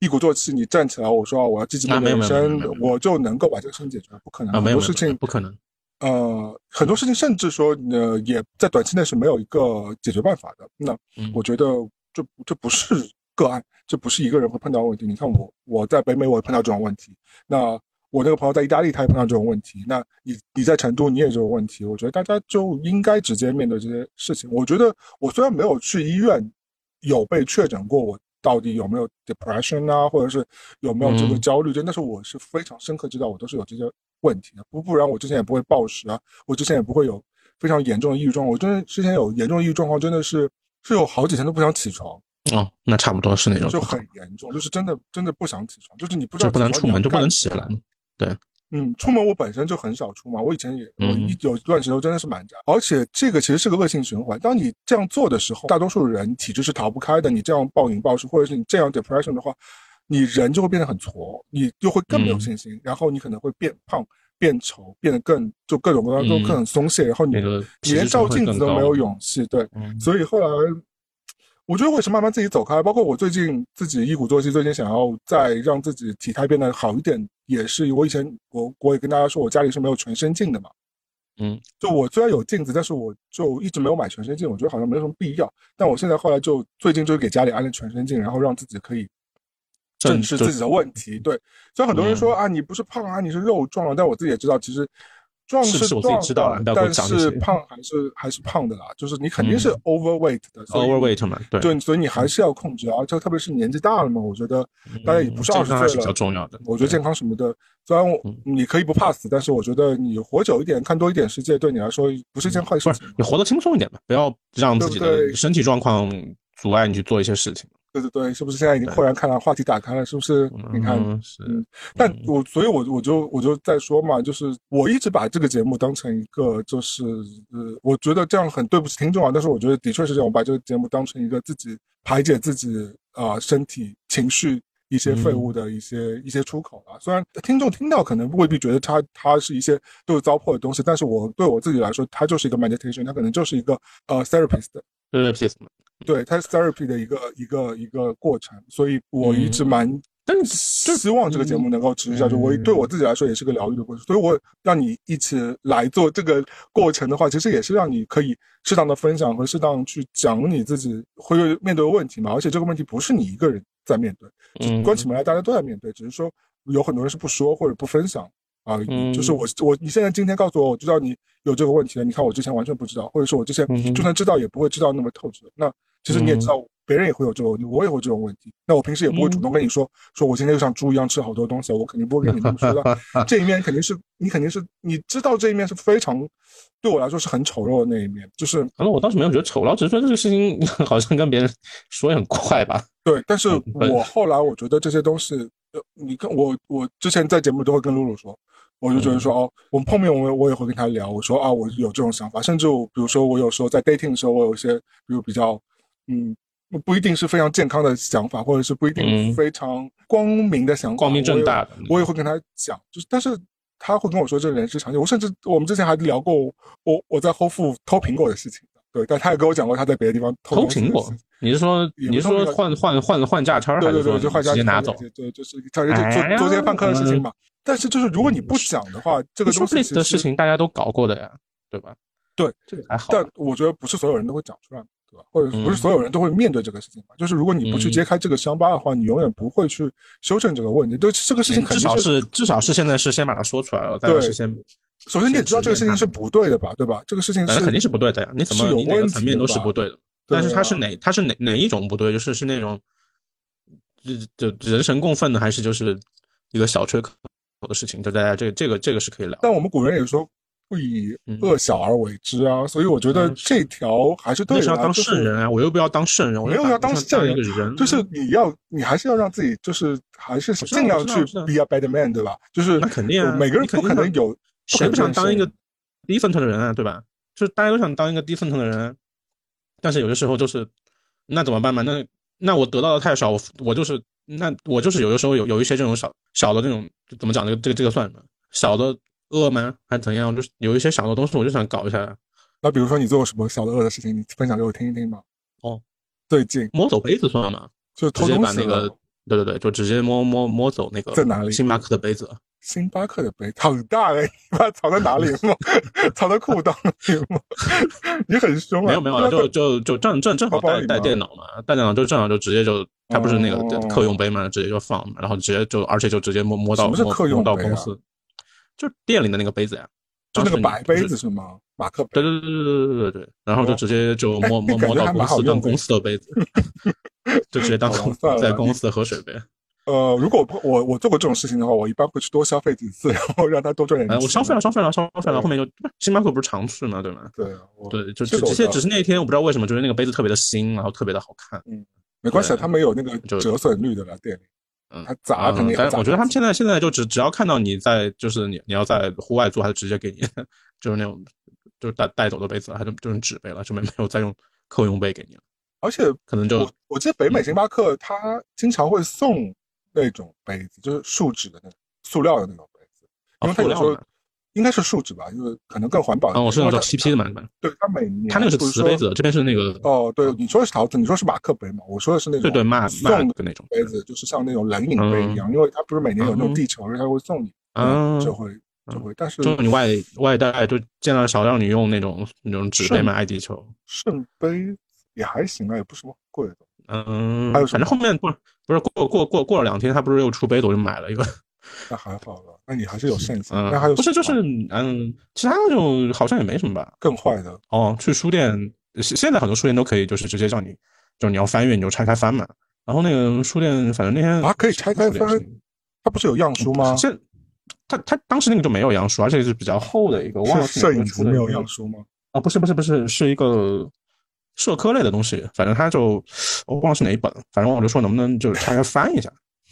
Speaker 1: 一鼓作气，你站起来，我说啊我要积极面
Speaker 2: 啊
Speaker 1: 对
Speaker 2: 没有
Speaker 1: 人
Speaker 2: 没有
Speaker 1: 生
Speaker 2: 没有没有没有，没有
Speaker 1: 我就能够把这个事情解决，不可能。
Speaker 2: 啊，没
Speaker 1: 很
Speaker 2: 有
Speaker 1: 多
Speaker 2: 没有
Speaker 1: 事情
Speaker 2: 不可能。
Speaker 1: 呃，很多事情甚至说，呃，也在短期内是没有一个解决办法的。那
Speaker 2: 嗯
Speaker 1: 我觉得这这不是个案，这不是一个人会碰到的问题。你看我我在北美我也碰到这种问题，那我那个朋友在意大利他也碰到这种问题，那你你在成都你也有这种问题，我觉得大家就应该直接面对这些事情。我觉得我虽然没有去医院有被确诊过，我到底有没有 depression 啊，或者是有没有这个
Speaker 2: 嗯
Speaker 1: 焦虑症，但是我是非常深刻知道我都是有这些问题的，不不然我之前也不会暴食啊，我之前也不会有非常严重的抑郁状况。我真的之前有严重抑郁状况，真的是是有好几天都不想起床，
Speaker 2: 哦，那差不多是那种
Speaker 1: 就很严重，就是真的真的不想起床，就是你不知道
Speaker 2: 就不能
Speaker 1: 起
Speaker 2: 出
Speaker 1: 床
Speaker 2: 门，
Speaker 1: 你
Speaker 2: 就
Speaker 1: 要
Speaker 2: 不能
Speaker 1: 干
Speaker 2: 起来。
Speaker 1: 嗯，出门我本身就很少出门，我以前也我
Speaker 2: 嗯
Speaker 1: 一有一段时间真的是蛮宅，而且这个其实是个恶性循环。当你这样做的时候，大多数人体质是逃不开的。你这样暴饮暴食，或者是你这样 depression 的话，你人就会变得很挫，你就会更没有
Speaker 2: 嗯
Speaker 1: 信心，然后你可能会变胖、变丑、变得更就各种各样都
Speaker 2: 嗯
Speaker 1: 更松懈，然后你
Speaker 3: 那个
Speaker 1: 你连
Speaker 3: 皮质醇
Speaker 1: 照
Speaker 3: 会
Speaker 1: 镜子
Speaker 3: 更
Speaker 1: 都没
Speaker 3: 高
Speaker 1: 有勇气，对，
Speaker 3: 嗯
Speaker 1: 所以后来，我觉得我也是慢慢自己走开。包括我最近自己一鼓作气，最近想要再让自己体态变得好一点，也是我以前我我也跟大家说，我家里是没有全身镜的嘛。
Speaker 2: 嗯，
Speaker 1: 就我虽然有镜子，但是我就一直没有买全身镜，我觉得好像没有什么必要。但我现在后来就最近就是给家里安了全身镜，然后让自己可以
Speaker 2: 正
Speaker 1: 正视
Speaker 2: 就
Speaker 1: 自己的问
Speaker 3: 嗯
Speaker 1: 题。对，所以很多人说、啊，你不是胖啊，你是肉壮了。但我自己也知道，其实壮
Speaker 3: 是不是我自己
Speaker 1: 壮
Speaker 3: 知道
Speaker 1: 了
Speaker 3: 了你不要给我
Speaker 1: 但
Speaker 3: 讲这些
Speaker 1: 是胖还是还是胖的啦，就是你肯定是
Speaker 2: 嗯
Speaker 1: overweight 的。所以
Speaker 2: overweight 嘛，对，嗯
Speaker 1: 对，所以你还是要控制啊，就特别是年纪大了嘛，我觉得大家也不是二
Speaker 2: 嗯健
Speaker 1: 十
Speaker 2: 康还
Speaker 1: 岁
Speaker 2: 是比
Speaker 1: 了
Speaker 2: 较，重要的。
Speaker 1: 我觉得健康什么的，虽然我
Speaker 2: 嗯
Speaker 1: 你可以不怕死，但是我觉得你活久一点，看多一点世界，对你来说不是一件坏事
Speaker 2: 嗯不是
Speaker 1: 情。
Speaker 2: 你活得轻松一点吧，不要让自己
Speaker 1: 对不对
Speaker 2: 的身体状况阻碍你去做一些事情。
Speaker 1: 对对对，是不是现在已经
Speaker 2: 对
Speaker 1: 豁然开朗，话题打开了，是不是？你看，
Speaker 2: 嗯是
Speaker 1: 嗯但我所以我我就我就在说嘛，就是我一直把这个节目当成一个，就是呃，我觉得这样很对不起听众啊，但是我觉得的确是这样，我把这个节目当成一个自己排解自己啊、呃身体情绪一些废物的一些、一些出口啊。虽然听众听到可能未必觉得它它是一些都是糟粕的东西，但是我对我自己来说，它就是一个 meditation，它可能就是一个呃 therapist
Speaker 2: 对对，peace 嘛
Speaker 1: 对，它是 therapy 的一个一个一个过程，所以我一直蛮
Speaker 2: 嗯但是嗯
Speaker 1: 希望这个节目能够持续下去。我对我自己来说也是个疗愈的过程，所以我让你一起来做这个过程的话，其实也是让你可以适当的分享和适当去讲你自己会面对的问题嘛。而且这个问题不是你一个人在面对，
Speaker 2: 嗯
Speaker 1: 关起门来大家都在面对，只是说有很多人是不说或者不分享而已。
Speaker 2: 嗯
Speaker 1: 就是我我你现在今天告诉我，我知道你有这个问题了，你看我之前完全不知道，或者说我之前
Speaker 2: 嗯哼嗯
Speaker 1: 就算知道也不会知道那么透彻。那其实你也知道，别人也会有这个问题，我也会有这种问题。那我平时也不会主动跟你说，说我今天又像猪一样吃好多东西，我肯定不会跟你这么说的。这一面肯定是你肯定是你知道这一面是非常对我来说是很丑陋的那一面，就是
Speaker 2: 可能我当时没有觉得丑，然后只是说这个事情 <laughs> 好像跟别人说也很快吧。
Speaker 1: 对，但是
Speaker 2: 嗯对
Speaker 1: 我后来我觉得这些东西，呃，你看我我之前在节目里都会跟露露说，我就觉
Speaker 2: 嗯
Speaker 1: 得说、哦，我们碰面我也我也会跟她聊，我说啊，我有这种想法，甚至我比如说我有时候在 dating 的时候，我有一些比如比较嗯不一定是非常健康的想法，或者是不一定
Speaker 2: 嗯
Speaker 1: 非常光明的想法，
Speaker 2: 光明正大的
Speaker 1: 我也，我也会跟她讲，就是但是。她会跟我说这人之常情，我甚至我们之前还聊过我我在 Whole Food 偷苹果的事情，对，但她也跟我讲过她在别的地方偷
Speaker 2: 偷
Speaker 1: 东西的
Speaker 2: 苹果
Speaker 1: 事情，
Speaker 2: 你是说
Speaker 1: 也
Speaker 2: 你
Speaker 1: 不
Speaker 2: 是
Speaker 1: 是那
Speaker 2: 说
Speaker 1: 个
Speaker 2: 换换换换价签儿，
Speaker 1: 对
Speaker 2: 还
Speaker 1: 对
Speaker 2: 是
Speaker 1: 对，
Speaker 2: 说
Speaker 1: 就换家
Speaker 2: 直接拿走？
Speaker 1: 对，就是他就
Speaker 2: 哎
Speaker 1: 做
Speaker 2: 呀
Speaker 1: 做这些犯科的事情嘛。但是就是如果你不
Speaker 2: 嗯
Speaker 1: 讲的话，这
Speaker 2: 这
Speaker 1: 个东西
Speaker 2: 类
Speaker 1: 其
Speaker 2: 似的
Speaker 1: 实
Speaker 2: 事，情大家都搞过的呀，对吧？
Speaker 1: 对，
Speaker 2: 这个还好啊吧。
Speaker 1: 但我觉得不是所有人都会讲出来，对吧？或者
Speaker 2: 嗯
Speaker 1: 不是所有人都会面对这个事情吧。就是如果你不去
Speaker 2: 嗯
Speaker 1: 揭开这个伤疤的话，你永远不会去修正这个问题。对，这个事情肯
Speaker 2: 嗯至
Speaker 1: 定
Speaker 2: 少是至少是现在是先把它说出来了，再
Speaker 1: 对
Speaker 2: 是先，
Speaker 1: 首先你也知道这个事情
Speaker 2: 是
Speaker 1: 是不对的吧，对吧？这个事情
Speaker 2: 反
Speaker 1: 是
Speaker 2: 正肯定是不对的呀。你怎
Speaker 1: 是
Speaker 2: 么
Speaker 1: 有
Speaker 2: 你哪
Speaker 1: 问
Speaker 2: 个
Speaker 1: 题
Speaker 2: 层面都
Speaker 1: 的
Speaker 2: 是
Speaker 1: 吧
Speaker 2: 不对的，
Speaker 1: 对
Speaker 2: 但是它
Speaker 1: 啊
Speaker 2: 是哪它是哪哪一种不对？就是是那种，就就人神共愤的，还是就是一个小缺口的事情？就大家这个这个这个是可以聊的。
Speaker 1: 但我们古人也说不以恶小而为之啊，所以我觉得
Speaker 2: 嗯
Speaker 1: 这条还是对
Speaker 2: 那是
Speaker 1: 的
Speaker 2: 要
Speaker 1: 啊。
Speaker 2: 当
Speaker 1: 就是
Speaker 2: 圣人啊，我又不要当圣人，我
Speaker 1: 没有
Speaker 2: 把
Speaker 1: 要当圣人
Speaker 2: 一个人啊，
Speaker 1: 就是你要，你还是要让自己，就是还是
Speaker 2: 知道
Speaker 1: 尽量
Speaker 2: 我知道
Speaker 1: 去
Speaker 2: 我知道
Speaker 1: be a better man，对吧？就是
Speaker 2: 那肯定啊
Speaker 1: 每个人
Speaker 2: 你
Speaker 1: 不
Speaker 2: 肯定
Speaker 1: 可能
Speaker 2: 要
Speaker 1: 有，不可
Speaker 2: 谁
Speaker 1: 能
Speaker 2: 不想
Speaker 1: 变
Speaker 2: 当一
Speaker 1: 圣
Speaker 2: 个 decent 的人啊，对吧？就是大家都想当一个 decent 的人，但是有的时候就是那怎么办嘛？那那我得到的太少，我我就是那我就是有的时候有有一些这种小小的这种怎么讲这个这个这个算什么小的恶吗？还是怎样？就是有一些小的东西，我就想搞一下，
Speaker 1: 那比如说你做过什么小的恶的事情，你分享给我听一听吧。
Speaker 2: 哦，
Speaker 1: 最近
Speaker 2: 摸走杯子算吗？
Speaker 1: 就
Speaker 2: 直
Speaker 1: 偷
Speaker 2: 接
Speaker 1: 东
Speaker 2: 把
Speaker 1: 西
Speaker 2: 那
Speaker 1: 了
Speaker 2: 个。对对对，就直接摸摸摸走那个
Speaker 1: 在哪里
Speaker 2: 星巴克的杯子，
Speaker 1: 星巴克的杯好大哎，你把它藏在哪 <laughs> 里吗？藏在裤裆里吗？ <laughs> 你很凶啊！
Speaker 2: 没有没有啊，就就就正正正好
Speaker 1: 包包
Speaker 2: 带
Speaker 1: 里
Speaker 2: 带
Speaker 1: 吗
Speaker 2: 电脑嘛，带电脑就正好就直接就，它不是那个
Speaker 1: 哦
Speaker 2: 客用杯嘛，直接就放，然后直接就，而且就直接摸摸到
Speaker 1: 什么是
Speaker 2: 摸
Speaker 1: 客用
Speaker 2: 摸到
Speaker 1: 杯
Speaker 2: 公
Speaker 1: 啊
Speaker 2: 司，就店里的那个杯子呀，
Speaker 1: 就那
Speaker 2: 当时
Speaker 1: 个
Speaker 2: 你
Speaker 1: 白
Speaker 2: 不
Speaker 1: 杯
Speaker 2: 是
Speaker 1: 子是吗？马克杯
Speaker 2: 对对对对对对对对，然后就
Speaker 1: 哦
Speaker 2: 直接就
Speaker 1: 哎
Speaker 2: 摸
Speaker 1: 那
Speaker 2: 摸
Speaker 1: 感 <laughs> 觉还
Speaker 2: 摸到
Speaker 1: 蛮
Speaker 2: 公
Speaker 1: 好
Speaker 2: 司
Speaker 1: 用
Speaker 2: 当
Speaker 1: 的
Speaker 2: 公司的杯子， <laughs> 就直接当
Speaker 1: 好吧
Speaker 2: 公司
Speaker 1: 算了
Speaker 2: 在
Speaker 1: 吧
Speaker 2: 公司的喝水杯。
Speaker 1: 呃，如果我不我我做过这种事情的话，我一般会去多消费几次，然后让他多赚点
Speaker 2: 哎，
Speaker 1: 钱。
Speaker 2: 我消费了，消费了，消费
Speaker 1: 对
Speaker 2: 了，后面就星巴克不是常去嘛，对吗？
Speaker 1: 对啊，我
Speaker 2: 对，就
Speaker 1: 这
Speaker 2: 只
Speaker 1: 个我
Speaker 2: 只是
Speaker 1: 知道
Speaker 2: 只是那天我不知道为什么，就是那个杯子特别的新，然后特别的好看。
Speaker 1: 没关系啊，
Speaker 2: 对
Speaker 1: 他们有那个
Speaker 2: 就
Speaker 1: 折损率的了，店里。
Speaker 2: 嗯
Speaker 1: 他砸啊肯定
Speaker 2: 嗯
Speaker 1: 也
Speaker 2: 但
Speaker 1: 砸。
Speaker 2: 我觉得他们现在现在就只只要看到你在，就是你你要在户外做，他就直接给你就是那种就是带带走的杯子了，他就就是纸杯了，就没没有再用客用杯给你了，
Speaker 1: 而且
Speaker 2: 可能就嗯
Speaker 1: 我我记得北美星巴克它经常会送那种杯子，就是树脂的那种、塑料的那种杯子，因为它
Speaker 2: 哦
Speaker 1: 有
Speaker 2: 塑
Speaker 1: 时
Speaker 2: 料
Speaker 1: 候
Speaker 2: 嘛。因
Speaker 1: 应该是树脂吧，就是可能更环保一
Speaker 2: 嗯，
Speaker 1: 点。
Speaker 2: 我是
Speaker 1: 因为
Speaker 2: 那种
Speaker 1: 它
Speaker 2: PP 的嘛，对吧
Speaker 1: 对，它每年
Speaker 2: 他那个是
Speaker 1: 不
Speaker 2: 瓷
Speaker 1: 说
Speaker 2: 杯子，这边是那个
Speaker 1: 哦，对，你说是陶瓷，你说是马克杯嘛？我说的是那种
Speaker 2: 对对马
Speaker 1: 送
Speaker 2: 马
Speaker 1: 的
Speaker 2: 的那种
Speaker 1: 杯子，就是像那种冷饮杯一样，因为它不是每年有那种地球日，它会送你，
Speaker 2: 嗯
Speaker 1: 就会就会，但是
Speaker 2: 就是你外外带就尽量少让你用那种那种纸杯嘛，爱地球。
Speaker 1: 圣杯也还行啊，也不是什么贵的。
Speaker 2: 嗯，
Speaker 1: 还有什
Speaker 2: 反正后面不是不是过过过过了两天，他不是又出杯子，我就买了一个。
Speaker 1: 那还好了，那你还是有善心。
Speaker 2: 嗯
Speaker 1: 那还有，
Speaker 2: 不是就
Speaker 1: 什
Speaker 2: 是
Speaker 1: 么
Speaker 2: 嗯，其他那种好像也没什么吧。
Speaker 1: 更坏的，
Speaker 2: 哦，去书店，呃现现在很多书店都可以，就是直接叫你，就是你要翻阅你就拆开翻嘛。然后那个书店，反正那天
Speaker 1: 啊可以拆开翻它不是有样书吗？
Speaker 2: 现他他当时那个就没有杨书，而且是比较厚的一个，我忘了
Speaker 1: 是摄影
Speaker 2: 出
Speaker 1: 集
Speaker 2: 的
Speaker 1: 没
Speaker 2: 一
Speaker 1: 有
Speaker 2: 个
Speaker 1: 样书吗？
Speaker 2: 啊，不是不是不是，是一个社科类的东西，反正他就我忘了是哪一本，反正我就说能不能就是拆开翻
Speaker 1: <laughs>
Speaker 2: 一下。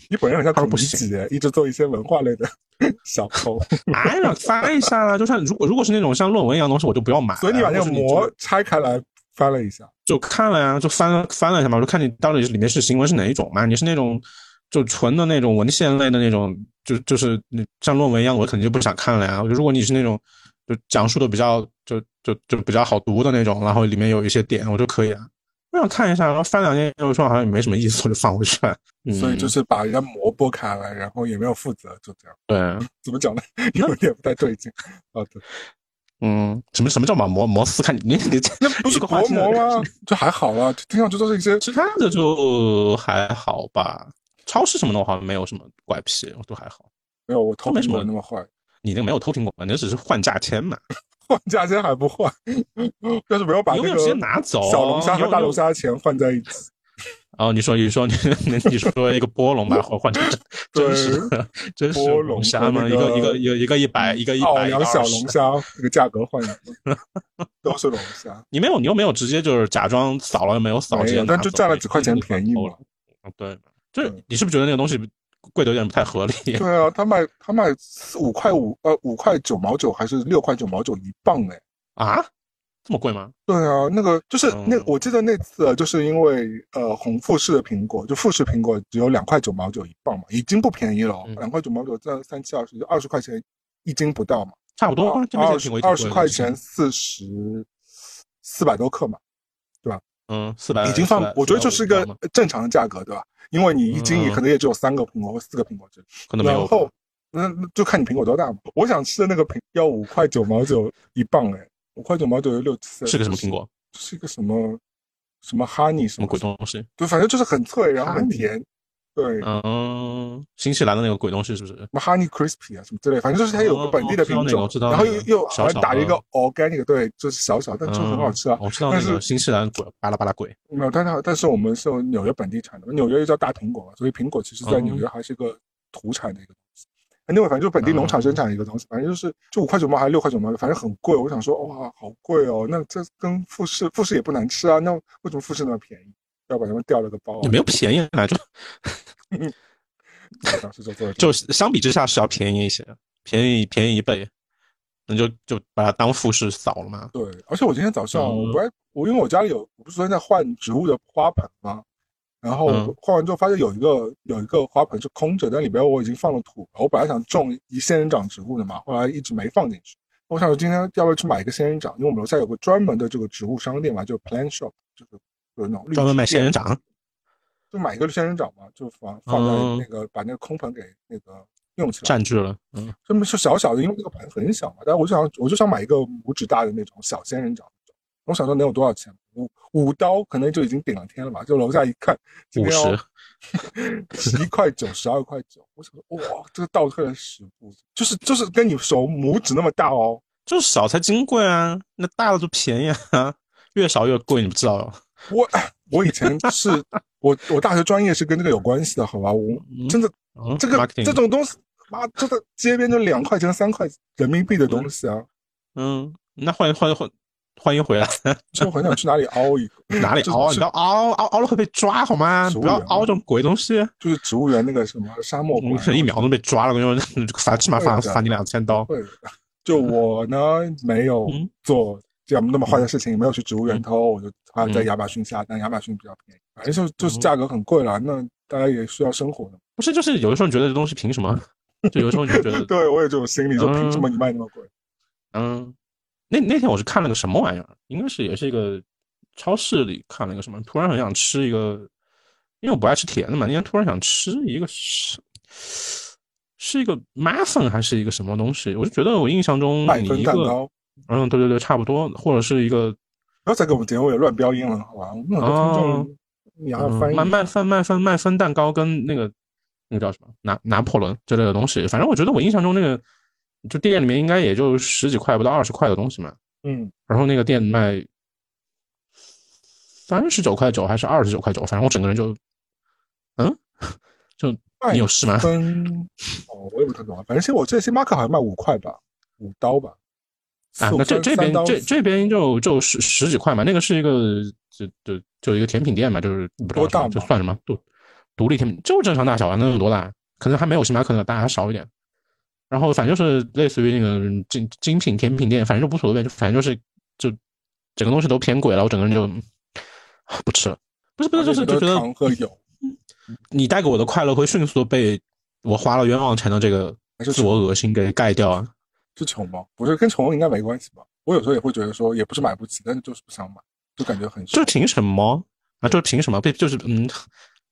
Speaker 1: 你本人好像
Speaker 2: 他说
Speaker 1: 挺
Speaker 2: 不
Speaker 1: 理
Speaker 2: 行
Speaker 1: 解，一直做一些文化类
Speaker 2: <laughs>
Speaker 1: 的小偷，
Speaker 2: 哎呀，翻一下啦！就像如果如果是那种像论文一样的东西，我就不要买了。
Speaker 1: 所以你把那
Speaker 2: 啊或
Speaker 1: 个
Speaker 2: 者就
Speaker 1: 膜拆开来翻了一下。
Speaker 2: 就看了呀，就翻了翻了一下嘛，我就看你到底是里面是行文是哪一种嘛？你是那种就纯的那种文献类的那种，就就是你像论文一样，我肯定就不想看了呀。如果你是那种就讲述的比较就就就比较好读的那种，然后里面有一些点，我就可以啊。我想看一下，然后翻两页又说好像也没什么意思，我就放回去了。嗯、
Speaker 1: 所以就是把人家膜剥开了，然后也没有负责，就这样。
Speaker 2: 对，
Speaker 1: 怎么讲呢？ <laughs> 有点不太对劲。好的，
Speaker 2: 嗯，什么什么叫把膜膜撕开？你你
Speaker 1: 那不是薄膜吗？就还好啊，听上去都是一些
Speaker 2: <laughs> 其他的就还好吧。超市什么的，我好像没有什么怪癖，都还好。
Speaker 1: 没有，我偷苹果那么坏。
Speaker 2: 你那个没有偷苹果，你那只是换价签嘛。
Speaker 1: 换价钱还不换， <laughs> 要是没有把那个小龙虾和大龙虾的钱换在一起。
Speaker 2: 哦，你说你说你你说一个波
Speaker 1: <laughs>
Speaker 2: 龙吧，换换成真实真实
Speaker 1: 波龙
Speaker 2: 虾吗？一个一个一个一个一百，哎一个一百
Speaker 1: 两小龙虾，这个价格换一个，
Speaker 2: <laughs>
Speaker 1: 都是龙虾。
Speaker 2: 你没有，你又没有直接就是假装扫了，又没有扫，
Speaker 1: 但就占了几块钱便宜嘛。嗯
Speaker 2: 对，就是你是不是觉得那个东西贵的有点不太合理？
Speaker 1: 对啊，他卖他卖四五块五呃五块九毛九还是六块九毛九一磅哎
Speaker 2: 啊。这么贵吗？
Speaker 1: 对啊，那个就是
Speaker 2: 嗯
Speaker 1: 那，我记得那次啊就是因为呃，红富士的苹果，就富士苹果只有两块九毛九一磅嘛，已经不便宜了，哦
Speaker 2: 嗯
Speaker 1: 两块九毛九在三七二十，二十块钱一斤不到嘛，
Speaker 2: 差不多，
Speaker 1: 啊
Speaker 2: 啊
Speaker 1: 二十二十块钱四十四百多克嘛，对吧？
Speaker 2: 嗯，四百
Speaker 1: 已经放，我觉得就是一个正常的价格，对吧？因为你一斤也可能也只有三个苹果或四个苹果之类，
Speaker 2: 可嗯能没有。
Speaker 1: 然后那就看你苹果多大嘛。我想吃的那个苹要五块九毛九一磅哎。五块九毛九有六七，
Speaker 2: 是个什么苹果？
Speaker 1: 是一个什么什么哈尼什
Speaker 2: 么鬼东西？
Speaker 1: 对，反正就是很脆，然后很甜。对，
Speaker 2: 嗯，新西兰的那个鬼东西是不是？什
Speaker 1: 么 Honey Crispy 啊什么之类，反正就是它有
Speaker 2: 哦
Speaker 1: 个本地的品种，然后又又好像打了一个 organic，对，就是小小，但是很
Speaker 2: 嗯
Speaker 1: 好吃啊。
Speaker 2: 哦我知道那
Speaker 1: 个
Speaker 2: 新西兰鬼巴拉巴拉鬼。
Speaker 1: 没有，但是但是我们是纽约本地产的，纽约又叫大苹果嘛，所以苹果其实
Speaker 2: 哦
Speaker 1: 在纽约还是个土产的一个东西。另外，反正就本地农场生产一个东西，反正就是就五块九毛还是六块九毛，反正很贵。我想说，哇，好贵哦！那这跟富士，富士也不难吃啊，那为什么富士那么便宜？要把他们掉了个包、啊。
Speaker 2: 也没有便宜来着，
Speaker 1: 当时就做，
Speaker 2: 就相比之下是要便宜一些，啊便宜便宜一倍，那就就把它当富士扫了嘛。
Speaker 1: 对，而且我今天早上，
Speaker 2: 嗯
Speaker 1: 我本来我因为我家里有，我不是昨天在换植物的花盆吗？然后
Speaker 2: 嗯
Speaker 1: 换完之后发现有一个有一个花盆是空着，但里边我已经放了土了。我本来想种一仙人掌植物的嘛，后来一直没放进去。我想今天要不要去买一个仙人掌？因为我们楼下有个专门的这个植物商店嘛，就是 Plant Shop，就是有那种
Speaker 2: 专门卖仙人掌，
Speaker 1: 就买一个仙人掌嘛，就放放在那个、嗯、把那个空盆给那个用起来
Speaker 2: 占据了。嗯，
Speaker 1: 这么是小小的，因为那个盆很小嘛，但我就想我就想买一个拇指大的那种小仙人掌。我想说能有多少钱？五五刀可能就已经顶了天了吧？就楼下一看，
Speaker 2: 五十，
Speaker 1: 哦一块九，十二块九。我想说，哇，这个倒退了十步，就是就是跟你手拇指那么大哦。
Speaker 2: 就是少才金贵啊，那大的就便宜啊， <laughs> 越少越贵，你不知道、哦。
Speaker 1: 我 <sniffs> 我以前是我我大学专业是跟这个有关系的，好吧？我真的、
Speaker 2: 嗯、
Speaker 1: 这个、
Speaker 2: 嗯、
Speaker 1: 这种东西，妈，这个街边就两块钱、三块人民币的东西
Speaker 2: <laughs>
Speaker 1: 啊。
Speaker 2: 嗯，那换换换。欢
Speaker 1: <laughs>
Speaker 2: 迎回来！
Speaker 1: 就很想去哪里凹一个，
Speaker 2: 哪里凹？你不要凹凹凹了会被抓好吗？不
Speaker 1: 啊
Speaker 2: 要凹这种鬼东西。
Speaker 1: 就是植物园那个什么沙漠，
Speaker 2: 你嗯可能一秒钟被抓了，因为罚起码罚罚你两千刀。
Speaker 1: 就我呢，没有
Speaker 2: 嗯
Speaker 1: 做这样那么坏的事情，没有去植物园偷，我就啊
Speaker 2: 嗯
Speaker 1: 在亚马逊下单，亚马逊比较便宜，反正就就是价格很贵了，那大家也需要生活的。
Speaker 2: 不是，就是有的时候觉得这东西凭什么？就有时候你就觉得，
Speaker 1: <laughs> 对我有这种心理，就凭什么你卖那么贵？
Speaker 2: 嗯。那那天我是看了个什么玩意儿，应该是也是一个超市里看了一个什么，突然很想吃一个，因为我不爱吃甜的嘛，那天突然想吃一个是是一个 muffin 还是一个什么东西，我就觉得我印象中你一个，嗯，对对对，差不多，或者是一个，
Speaker 1: 不要再给我们结尾乱标音了，好吧？我们很多听
Speaker 2: 哦
Speaker 1: 众你要翻译，
Speaker 2: 麦麦芬麦芬麦芬蛋糕跟那个那个叫什么拿拿破仑之类的东西，反正我觉得我印象中那个。就店里面应该也就十几块不到二十块的东西嘛，
Speaker 1: 嗯，
Speaker 2: 然后那个店卖三十九块九还是二十九块九，反正我整个人就，嗯， <laughs> 就
Speaker 1: 哎
Speaker 2: 你有事吗？
Speaker 1: 分哦，我也不太懂啊，反正现在我这星巴克好像卖五块吧，五刀吧，
Speaker 2: 啊，那这这边这这边就就十十几块嘛，那个是一个就就就一个甜品店嘛，就是
Speaker 1: 多大
Speaker 2: 就算什么独独立甜品，就正常大小啊，能有多大？可能还没有星巴克那大，还少一点。然后反正就是类似于那个精精品甜品店，反正就无所谓，就反正就是就整个东西都偏贵了，我整个人就不吃了。不是不是，
Speaker 1: 啊
Speaker 2: 就是就觉得
Speaker 1: 糖和油，
Speaker 2: 你带给我的快乐会迅速被我花了冤枉钱的这个自我恶心给盖掉啊！
Speaker 1: 是穷吗？不是，跟穷应该没关系吧？我有时候也会觉得说，也不是买不起，但是就是不想买，就感觉很
Speaker 2: 这凭什么？
Speaker 3: 啊，就是凭什么被就是嗯，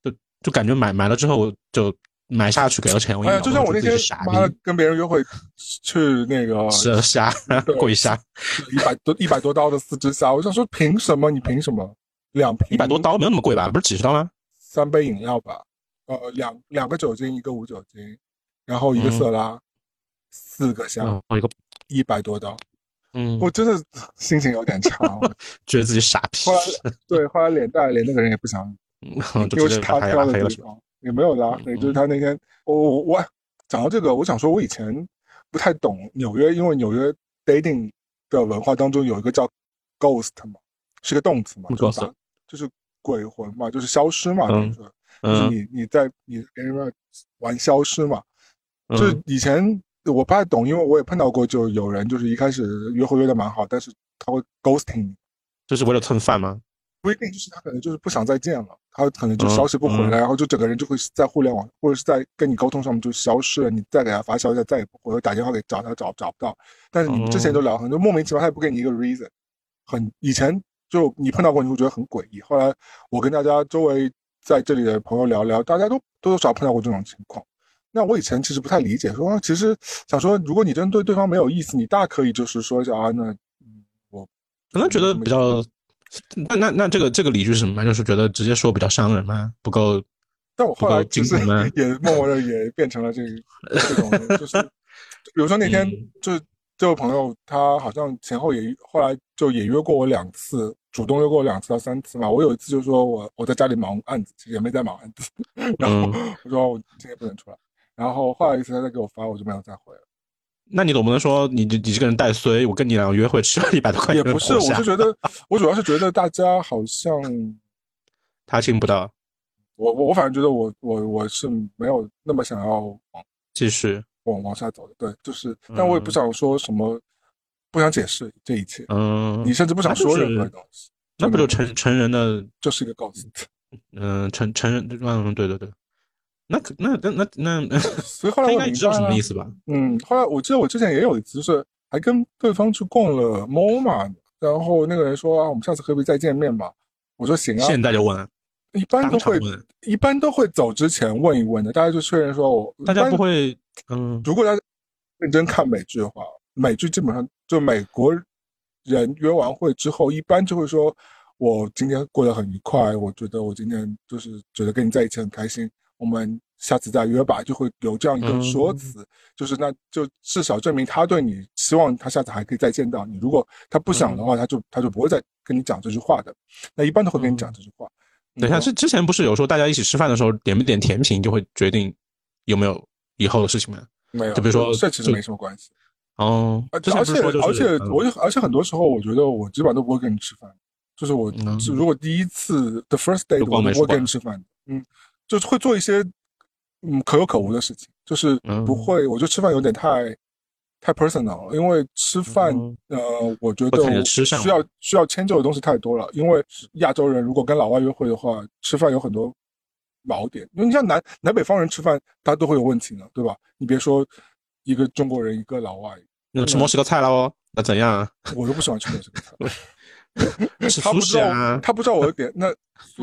Speaker 3: 就就感觉买买了之后就买下去给了钱，我一
Speaker 1: 哎呀，
Speaker 3: 秒
Speaker 1: 就像
Speaker 3: 钟
Speaker 1: 我那
Speaker 3: 自己
Speaker 1: 天
Speaker 3: 是傻
Speaker 1: 妈的
Speaker 3: 逼，
Speaker 1: 跟别人约会去那
Speaker 2: <laughs>
Speaker 1: 个
Speaker 3: <laughs> 是啊 <laughs> 瞎跪下，
Speaker 1: 一百多一百多刀的四只虾，我想说凭什么？你凭什么？两瓶
Speaker 2: 一百多刀没有那么贵吧？不是几十刀吗？
Speaker 1: 三杯饮料吧，呃，两两个酒精，一个无酒精，然后一个色拉，四个虾，
Speaker 2: 嗯，
Speaker 3: 哦
Speaker 2: 我一个
Speaker 1: 一百多刀，
Speaker 2: 嗯，
Speaker 1: 啊我真的心情有点差。我
Speaker 2: 觉得自己傻逼
Speaker 1: 后，
Speaker 3: <laughs>
Speaker 1: 来对，后来连带连那个人也不想理，
Speaker 2: 嗯就
Speaker 1: 又
Speaker 2: 直
Speaker 1: 是
Speaker 2: 接
Speaker 1: 他
Speaker 2: 把他给
Speaker 1: 挑
Speaker 2: 拉
Speaker 1: 的
Speaker 2: 黑了
Speaker 1: 地
Speaker 2: 是吧？嗯
Speaker 1: 方，也没有拉黑，就是他那天我我我讲到这个，我想说，我以前不太懂纽约，因为纽约 dating 的文化当中有一个叫 ghost 嘛，是个动词嘛，
Speaker 2: 嗯
Speaker 1: 就是把
Speaker 2: ghost
Speaker 1: 就是鬼魂嘛，就是消失嘛，
Speaker 3: 嗯
Speaker 1: 就是就是
Speaker 3: 嗯，
Speaker 1: 你你在你在别人那儿玩消失嘛，
Speaker 3: 嗯
Speaker 1: 就是以前我不太懂，因为我也碰到过，就有人就是一开始约会约的蛮好，但是他会 ghosting 你，
Speaker 3: 就是为了蹭饭吗？
Speaker 1: 不一定就是他可能就是不想再见了，他可能就消息不回
Speaker 3: 嗯嗯
Speaker 1: 来，然后就整个人就会在互联网或者是在跟你沟通上面就消失了，你再给他发消息他再也不回，或者打电话给找他找找不到，但是你们之前
Speaker 3: 哦
Speaker 1: 就聊很多莫名其妙，他也不给你一个 reason，很以前就你碰到过你会觉得很诡异，后来我跟大家周围在这里的朋友聊聊，大家都多多少少碰到过这种情况。那我以前其实不太理解，说啊其实想说，如果你真对对方没有意思，你大可以就是说一下啊，那嗯我
Speaker 3: 可能觉得比较，那那那这个这个理据是什么？就是觉得直接说比较伤人吗？不够
Speaker 1: 但我后来
Speaker 3: 不够
Speaker 1: 就
Speaker 3: 精
Speaker 1: 是
Speaker 3: 神吗
Speaker 1: 也默默的也变成了这个这种人，就是比如说那天
Speaker 3: 嗯
Speaker 1: 就是这位朋友，他好像前后也后来就也约过我两次，主动约过我两次到三次嘛。我有一次就说我我在家里忙案子，其实也没在忙案子， <laughs> <laughs> 然
Speaker 3: 嗯
Speaker 1: 后我说我今天不能出来，然后后来一次他再给我发，我就没有再回了。
Speaker 3: 那你总不能说你你你这个人带衰，我跟你俩约会吃了一百多块钱
Speaker 1: 也
Speaker 3: 的
Speaker 1: 不
Speaker 3: 活
Speaker 1: 是，
Speaker 3: 虾，
Speaker 1: 我是
Speaker 3: <laughs>
Speaker 1: 觉得我主要是觉得大家好像
Speaker 3: 他听不到，
Speaker 1: 我我我反正觉得我我我是没有那么想要往
Speaker 3: 继续，
Speaker 1: 往往下走的。对，就是，但我也不想说什么，不想解释这一切，
Speaker 3: 嗯
Speaker 1: 你，甚至不想
Speaker 3: 那
Speaker 1: 说
Speaker 3: 就是
Speaker 1: 任何东西，
Speaker 3: 那不就成成人的，
Speaker 1: 就是一个 ghost。
Speaker 3: 嗯、成成人，嗯，对对对，那可那那那那，
Speaker 1: 所以 <laughs> 后来
Speaker 3: 他应
Speaker 1: 我
Speaker 3: 该
Speaker 1: 明
Speaker 3: 知道
Speaker 1: 白
Speaker 3: 什么
Speaker 1: 了
Speaker 3: 意，思吧？
Speaker 1: 嗯，后来我记得我之前也有一次是还跟对方去逛了 MoMA，然后那个人说啊，我们下次可不可以再见面吧？我说行啊，
Speaker 3: 现在就问，
Speaker 1: 一般都
Speaker 3: 当场
Speaker 1: 会
Speaker 3: 问，
Speaker 1: 一般都会走之前问一问的，大家就确认说我
Speaker 3: 大家不。
Speaker 1: 一般
Speaker 3: 会，嗯，
Speaker 1: 如果大家认真看美剧的话，美剧基本上就美国人约完会之后，一般就会说：“我今天过得很愉快，我觉得我今天就是觉得跟你在一起很开心，我们下次再约吧。”就会有这样一
Speaker 3: 嗯
Speaker 1: 个说辞，就是那就至少证明他对你希望他下次还可以再见到你。如果他不想
Speaker 3: 嗯
Speaker 1: 的话，他就他就不会再跟你讲这句话的。那一般都会跟你讲这句话。
Speaker 3: 等一下，
Speaker 1: 嗯
Speaker 3: 之之前不嗯是有说大家一起吃饭的时候点不点甜品就会决定有没有以后的事情吗？
Speaker 1: 没有，
Speaker 3: 就比如说
Speaker 1: 这其实
Speaker 3: 就
Speaker 1: 没什么关系。
Speaker 3: 哦，
Speaker 1: 而
Speaker 3: 之前
Speaker 1: 呃而
Speaker 3: 不
Speaker 1: 且
Speaker 3: 是说就是，
Speaker 1: 而且
Speaker 3: 嗯
Speaker 1: 我就而且很多时候，我觉得我基本上都不会跟你吃饭，就是我、
Speaker 3: 嗯
Speaker 1: 是如果第一次的 first date
Speaker 3: 就
Speaker 1: 我
Speaker 3: 逛
Speaker 1: 都
Speaker 3: 美
Speaker 1: 不
Speaker 3: 术
Speaker 1: 会跟
Speaker 3: 馆
Speaker 1: 你吃饭的，嗯，就是会做一些嗯可有可无的事情，就是
Speaker 3: 嗯
Speaker 1: 不会，我觉得吃饭有点太太 personal 了，因为吃饭、
Speaker 3: 嗯
Speaker 1: 呃，我觉得
Speaker 3: 会看你的
Speaker 1: 我
Speaker 3: 吃相
Speaker 1: 需要需要迁就的东西太多了，因为亚洲人如果跟老外约会的话，吃饭有很多锚点，因为你像南南北方人吃饭，他都会有问题呢，对吧？你别说一个中国人一个老外。
Speaker 3: 那
Speaker 1: 嗯
Speaker 3: 吃墨西哥菜了哦，那怎样啊？
Speaker 1: 我就不喜欢吃墨西
Speaker 3: <laughs>
Speaker 1: 哥菜，
Speaker 3: 吃
Speaker 1: 他
Speaker 3: 苏
Speaker 1: 不知
Speaker 3: 式
Speaker 1: 道、
Speaker 3: 啊？
Speaker 1: 他不知道我的点，那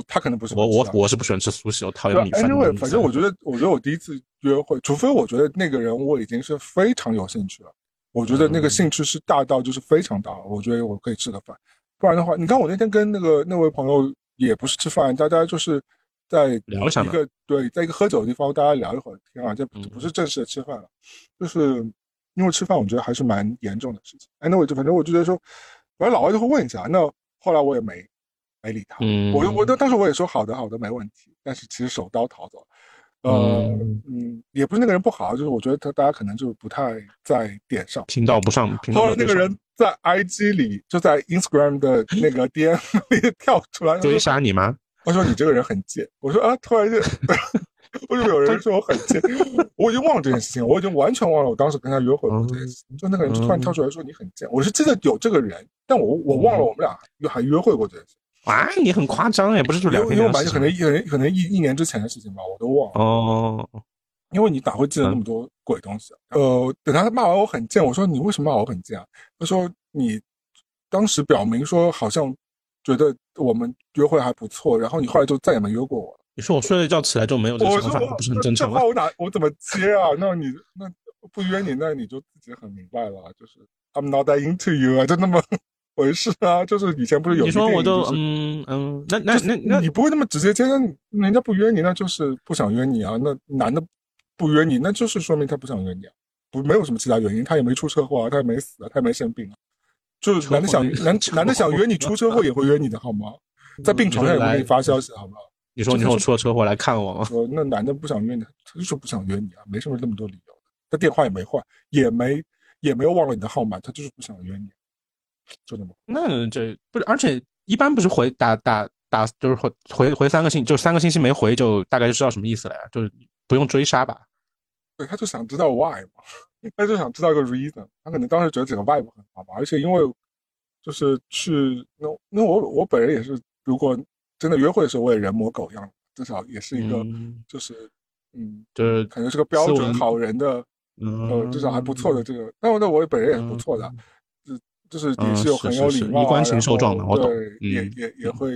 Speaker 1: 他可能不是
Speaker 3: 我我
Speaker 1: 我
Speaker 3: 我是不喜欢吃苏式，我讨
Speaker 1: 对啊
Speaker 3: 厌米饭。
Speaker 1: ，anyway，反
Speaker 3: 啊
Speaker 1: 正我觉得我觉得我第一次约会，除非我觉得那个人我已经是非常有兴趣了，我觉得那个
Speaker 3: 嗯
Speaker 1: 兴趣是大到就是非常大，我觉得我可以吃个饭，不然的话，你看我那天跟那个那位朋友也不是吃饭，大家就是在
Speaker 3: 聊一下
Speaker 1: 一
Speaker 3: 嘛，
Speaker 1: 个对，在一个喝酒的地方，大家聊一会儿天啊，这不
Speaker 3: 嗯
Speaker 1: 不是正式的吃饭了，就是因为吃饭，我觉得还是蛮严重的事情。哎，那我就反正我就觉得说，反正老外就会问一下，那后来我也没没理他，
Speaker 3: 嗯
Speaker 1: 我就我当当时我也说好的好的没问题，但是其实手刀逃走了。呃
Speaker 3: 嗯
Speaker 1: 嗯，也不是那个人不好，就是我觉得他大家可能就不太在点上。
Speaker 3: 频道不上，频道
Speaker 1: 后
Speaker 3: 没有
Speaker 1: 来那个
Speaker 3: 对上
Speaker 1: 人在 IG 里，就在
Speaker 3: <laughs>
Speaker 1: Instagram 的那个 DM 里跳出来，他说
Speaker 3: 追杀你吗？
Speaker 1: 他说你这个人很贱，我说啊，
Speaker 3: <laughs>
Speaker 1: 突然就，为什么有人说我很贱？我已经忘了这件事情，我已经完全忘了我当时跟他约会过这件
Speaker 3: 嗯
Speaker 1: 事情。就那个人就突然跳出来说你很贱，我是记得有这个人，但我我忘
Speaker 3: 嗯
Speaker 1: 了我们俩约还约会过这件事。
Speaker 3: 啊，你很夸张哎，不是说
Speaker 1: 因
Speaker 3: 两
Speaker 1: 为
Speaker 3: 天
Speaker 1: 因为我
Speaker 3: 两
Speaker 1: 感
Speaker 3: 天
Speaker 1: 觉可能一可能可能一一年之前的事情吧，我都忘了。
Speaker 3: 哦，
Speaker 1: 因为你哪会记得那么多鬼东西、啊？呃，等他骂完我很贱，我说你为什么骂我很贱啊？他说你当时表明说好像觉得我们约会还不错，然后你后来就再也没约过我了。
Speaker 3: 你说我睡了一觉起来就没有这个
Speaker 1: 我
Speaker 3: 想
Speaker 1: 说
Speaker 3: 法，
Speaker 1: 我
Speaker 3: 不是很正常啊
Speaker 1: 这
Speaker 3: 吗
Speaker 1: 话？我哪我怎么接啊？那你那不约你，那你就自己很明白了，就是 I'm not that into you 啊，就那么 <laughs> 回事啊。就是以前不是有
Speaker 3: 你
Speaker 1: 一个
Speaker 3: 说
Speaker 1: 电
Speaker 3: 我
Speaker 1: 影
Speaker 3: 就是嗯嗯，那那那
Speaker 1: 那
Speaker 3: 那
Speaker 1: 你不会那么直接接，那人家不约你，那就是不想约你啊。那男的不约你，那就是说明他不想约你啊，不没有什么其他原因，他也没出车祸啊，他也没死啊，他也没生病啊。就是男的想
Speaker 3: 车祸
Speaker 1: 男
Speaker 3: 车祸
Speaker 1: 男的想约你出
Speaker 3: <laughs>
Speaker 1: 车祸也会约你的好吗？在病床上也会给你发消息好吗？
Speaker 3: 你说你说我出了车祸来看
Speaker 2: <laughs>
Speaker 3: 我吗？
Speaker 1: 说那男的不想约你，他就是不想约你啊，没什么那么多理由。他电话也没换，也没也没有忘了你的号码，他就是不想约你，就那么
Speaker 3: 那这
Speaker 2: 不是，而且一般不是回打打打，就是回回回三个星，就三个星期没回，就大概就知道什么意思了呀，就是不用追杀吧。
Speaker 1: 对，他就想知道 why 嘛，他就想知道一个 reason。他可能当时觉得整个 vibe 很好吧，而且因为就是去那那我我本人也是，如果真的约会的时候，我也人模狗样，至少也是一个、
Speaker 3: 嗯
Speaker 1: 就是嗯，
Speaker 3: 就是
Speaker 1: 可能是个标
Speaker 3: 斯
Speaker 1: 准
Speaker 3: 文
Speaker 1: 好人的呃，
Speaker 3: 嗯，
Speaker 1: 至少还不错的这个。那我那我本人也是不错的，就就是也
Speaker 3: 嗯
Speaker 1: 是有
Speaker 3: 是
Speaker 1: 很
Speaker 3: 是
Speaker 1: 有
Speaker 3: 是
Speaker 1: 礼貌啊、
Speaker 3: 衣冠禽
Speaker 1: 然
Speaker 3: 兽状
Speaker 1: 后
Speaker 3: 嘛我懂
Speaker 1: 对，也
Speaker 3: 嗯
Speaker 1: 也也会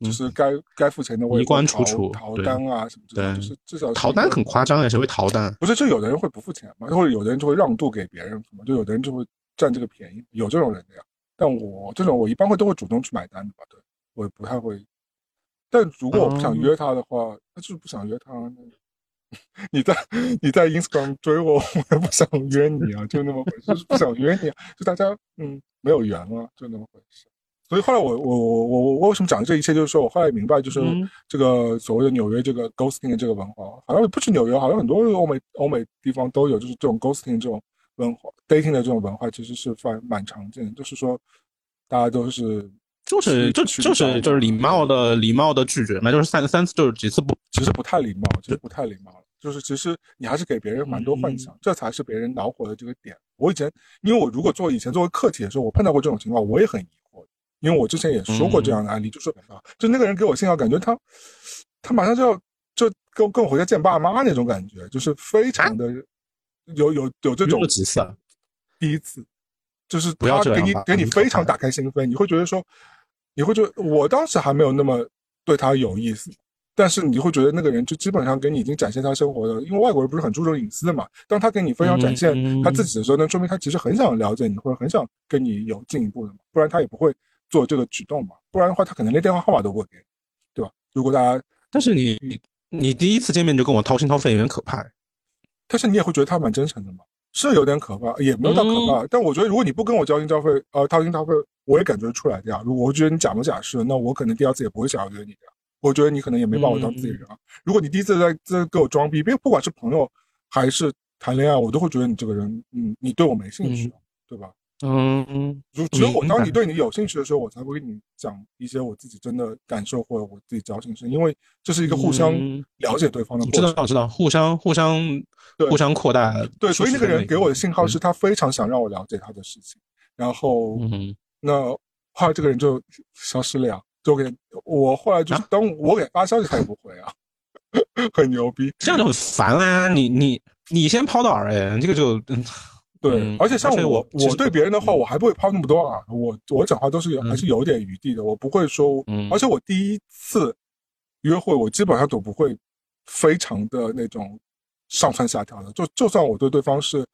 Speaker 2: 嗯
Speaker 1: 就是该该付钱的我也
Speaker 2: 衣冠
Speaker 1: 会
Speaker 2: 楚
Speaker 1: 逃
Speaker 2: 楚
Speaker 1: 逃
Speaker 2: 对
Speaker 1: 单啊什么之类的，
Speaker 2: 对
Speaker 1: 就是至少是
Speaker 2: 逃
Speaker 1: 一个
Speaker 2: 单很夸张呀，谁会逃单？
Speaker 1: 不是，就有的人会不付钱嘛，或者有的人就会让渡给别人什么，就有的人就会占这个便宜，有这种人的呀。但我这种我一般会都会主动去买单的吧，对，我也不太会。但如果我不想
Speaker 2: 嗯
Speaker 1: 约他的话，那就是不想约他。那 <laughs> 你在你在 Instagram 追我，我也不想约你啊，就那么回事，就是不想约你啊，就大家嗯没有缘了，就那么回事。所以后来我我我我我我为什么讲这一切，就是说我后来明白，就是
Speaker 3: 嗯
Speaker 1: 这个所谓的纽约这个 ghosting 的这个文化，好像也不止纽约，好像很多欧美欧美地方都有，就是这种 ghosting 这种文化 dating 的这种文化，其实是蛮蛮常见的，就是说大家都是
Speaker 3: 就是就
Speaker 1: 取
Speaker 3: 就是就是礼貌，
Speaker 1: 取
Speaker 3: 的礼貌的拒绝嘛，就是三三次就是几次不
Speaker 1: 其实不太礼貌，其实不太礼貌了，就是其实你还是给别人蛮多幻想，这才是别人恼火的这个点。我以前因为我如果做以前作为客体的时候，我碰到过这种情况，我也很疑惑，因为我之前也说过这样的案例，就说啊，就那个人给我信号，感觉他他马上就要就跟跟我回家见爸妈那种感觉，就是非常的有有有这种
Speaker 3: 了几次啊？
Speaker 1: 第一次，就是
Speaker 2: 不要
Speaker 1: 他
Speaker 2: 这
Speaker 1: 给
Speaker 2: 样
Speaker 1: 你
Speaker 2: 吧啊
Speaker 1: 给你
Speaker 2: 很可
Speaker 1: 非常
Speaker 2: 怕
Speaker 1: 打开心扉，你会觉得说，你会觉得我当时还没有那么对他有意思，但是你会觉得那个人就基本上给你已经展现他生活的，因为外国人不是很注重隐私的嘛。当他给你非常展现
Speaker 3: 嗯
Speaker 1: 他自己的时候，那说明他其实很想了解你，或者很想跟你有进一步的嘛，不然他也不会做这个举动嘛。不然的话，他可能连电话号码都不会给你，对吧？如果大家，
Speaker 2: 但是你你你第一次见面就跟我掏心掏肺，有点可怕。
Speaker 1: 但是你也会觉得他蛮真诚的嘛。是有点可怕，也没有到可怕，但我觉得如果你不跟我交心交肺，呃，掏心掏肺，我也感觉出来的呀。如果我觉得你假模假式，那我可能第二次也不会想要约你的。我觉得你可能也没把我当自己人啊。如果你第一次在在给我装逼，别不管是朋友还是谈恋爱，我都会觉得你这个人，嗯，你对我没兴趣，对吧？
Speaker 2: 嗯，
Speaker 1: 如只有我
Speaker 2: 明
Speaker 1: 当
Speaker 2: 白
Speaker 1: 你对你有兴趣的时候，我才会跟你讲一些我自己真的感受或者我自己交心事，因为这是一个互相
Speaker 3: 嗯
Speaker 1: 了解对方的过
Speaker 3: 知
Speaker 1: 程。
Speaker 3: 道知道，互相互相
Speaker 1: 对
Speaker 3: 互相扩大
Speaker 1: 对，所以那个人给我的信号是
Speaker 3: 嗯
Speaker 1: 他非常想让我了解他的事情，然后
Speaker 3: 嗯，
Speaker 1: 那后来这个人就消失了呀，就给我后来
Speaker 3: 啊
Speaker 1: 就是当我给发消息他也不回啊， <laughs> 很牛逼。
Speaker 3: 这样就很烦啦、你你你先抛到饵哎，这个就嗯
Speaker 1: 对
Speaker 3: 嗯，
Speaker 1: 而且像
Speaker 3: 而且
Speaker 1: 我
Speaker 3: 我其实
Speaker 1: 对别人的话，我还不会抛那么多啊，我我讲话都是有
Speaker 3: 嗯
Speaker 1: 还是有点余地的，我不会说
Speaker 3: 嗯，
Speaker 1: 而且我第一次约会，我基本上都不会非常的那种上蹿下跳的，就就算我对对方是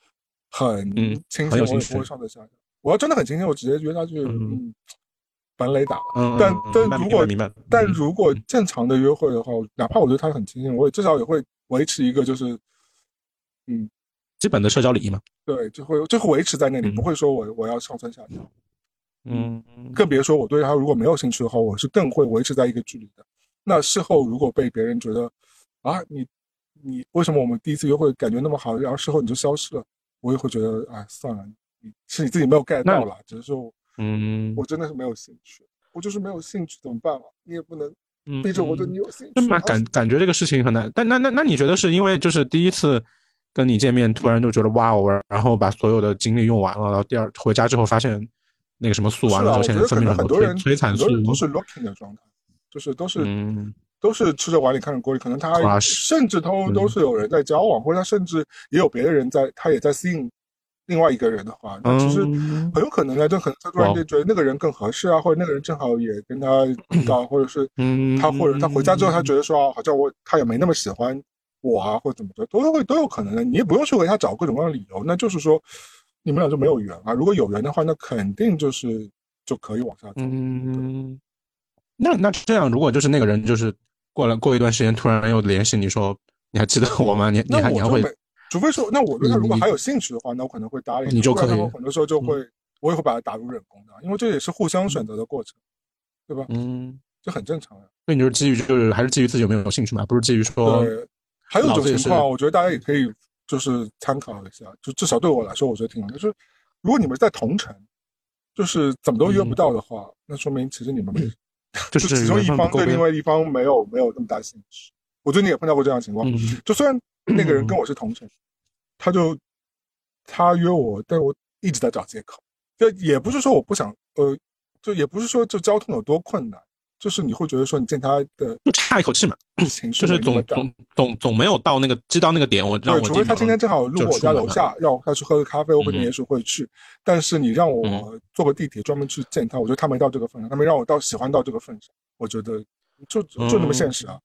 Speaker 1: 很
Speaker 3: 嗯
Speaker 1: 亲
Speaker 3: 很
Speaker 1: 近，
Speaker 3: 有兴
Speaker 1: 我也不会
Speaker 3: 趣
Speaker 1: 上蹿下跳。我要真的很亲近，我直接约他去
Speaker 3: 嗯
Speaker 1: 嗯本垒打，
Speaker 3: 嗯，
Speaker 1: 但
Speaker 3: 嗯
Speaker 1: 但
Speaker 3: 明白
Speaker 1: 如果
Speaker 3: 明白，明白
Speaker 1: 但
Speaker 3: 嗯
Speaker 1: 如果正常的约会的话，哪怕我对他很亲近，我也至少也会维持一个就是，嗯，
Speaker 3: 基本的社交礼仪嘛，
Speaker 1: 对，就会就会维持在那里，
Speaker 3: 嗯
Speaker 1: 不会说我我要上蹿下跳，
Speaker 3: 嗯，
Speaker 1: 更别说我对他如果没有兴趣的话，我是更会维持在一个距离的。那事后如果被别人觉得啊，你你为什么我们第一次约会感觉那么好，然后事后你就消失了，我也会觉得啊，算了，你是你自己没有 get
Speaker 3: 那
Speaker 1: 到啦，只是说我
Speaker 3: 嗯
Speaker 1: 我真的是没有兴趣，我就是没有兴趣，怎么办嘛？啊你也不能
Speaker 3: 嗯，
Speaker 1: 逼着我对你有兴趣。啊
Speaker 3: 那么
Speaker 1: 然后
Speaker 3: 感感觉这个事情很难，但那那那你觉得是因为就是第一次跟你见面，突然就觉得哇哦，然后把所有的精力用完了，然后第二回家之后发现那个什么素
Speaker 1: 是
Speaker 3: 完了
Speaker 1: 啊，
Speaker 3: 之后，
Speaker 1: 我觉
Speaker 3: 现在
Speaker 1: 得可
Speaker 3: 分泌
Speaker 1: 能
Speaker 3: 了
Speaker 1: 很
Speaker 3: 多
Speaker 1: 多人
Speaker 3: 催催产
Speaker 1: 很
Speaker 3: 素
Speaker 1: 多，人都是 looking 的状态，就是都是、
Speaker 3: 嗯，
Speaker 1: 都是吃着碗里看着锅里，可能他
Speaker 3: Crush
Speaker 1: 甚至都都
Speaker 3: 嗯
Speaker 1: 是有人在交往，或者他甚至也有别的人在，他也在吸引另外一个人的话，那其实
Speaker 3: 嗯，
Speaker 1: 很有可能呢，就可能他突然
Speaker 2: 哇
Speaker 1: 就觉得那个人更合适啊，或者那个人正好也跟他搞，或者是
Speaker 2: <clears throat> 嗯，
Speaker 1: 他或者他回家之后，他觉得说啊，好像我他也没那么喜欢我啊，或者怎么着，都会都有可能的。你也不用去为他找各种各样的理由，那就是说你们俩就没有缘啊。如果有缘的话，那肯定就是就可以往下走。
Speaker 2: 嗯，那那这样，如果就是那个人就是过了过一段时间，突然又联系你说你还记得我吗？你你
Speaker 1: 那
Speaker 2: 还
Speaker 1: 我
Speaker 2: 你还
Speaker 1: 就
Speaker 2: 会
Speaker 1: 没，除非说，那我对他如果
Speaker 2: 你
Speaker 1: 还有兴趣的话，那我可能会搭理他
Speaker 2: 你就
Speaker 1: 不然
Speaker 2: 可以嗯
Speaker 1: 的话很多时候就会，我也会把他打入冷宫的，因为这也是互相选择的过程，对吧？
Speaker 2: 嗯，
Speaker 1: 这很正常呀。
Speaker 2: 所以你就是基于就是还是基于自己有没有兴趣嘛，不是基于说
Speaker 1: 对，还有一
Speaker 2: 哦脑子
Speaker 1: 种
Speaker 2: 也
Speaker 1: 情
Speaker 2: 是
Speaker 1: 况，我觉得大家也可以就是参考一下，就至少对我来说，我觉得挺好。就是如果你们在同城，就是怎么都约不到的话，那说明其实你们没，
Speaker 2: 嗯 <laughs> 就
Speaker 1: 就是其中一
Speaker 2: 缘分不
Speaker 1: 方
Speaker 2: 够
Speaker 1: 对另
Speaker 2: 呗
Speaker 1: 外一方没有没有那么大兴趣。我觉得你也碰到过这样的情况，
Speaker 2: 嗯
Speaker 1: 就虽然那个人
Speaker 2: <clears throat>
Speaker 1: 跟我是同城，他就他约我，但我一直在找借口。就也不是说我不想，呃，就也不是说就交通有多困难，就是你会觉得说你见他的
Speaker 2: 就差一口气嘛，
Speaker 1: 情绪
Speaker 2: 就是
Speaker 1: 没那么
Speaker 2: 总
Speaker 1: 大
Speaker 2: 总总总没有到那个知道那个点，我让
Speaker 1: 对，
Speaker 2: 我
Speaker 1: 除
Speaker 2: 自己
Speaker 1: 非他
Speaker 2: 马上
Speaker 1: 今天正好路过我家楼下，让我下去喝个咖啡，我可能
Speaker 2: 嗯
Speaker 1: 也许会去。但是你让我
Speaker 2: 嗯
Speaker 1: 坐个地铁专门去见他，我觉得他没到这个份上，他没让我到喜欢到这个份上，我觉得就就就那么现实啊。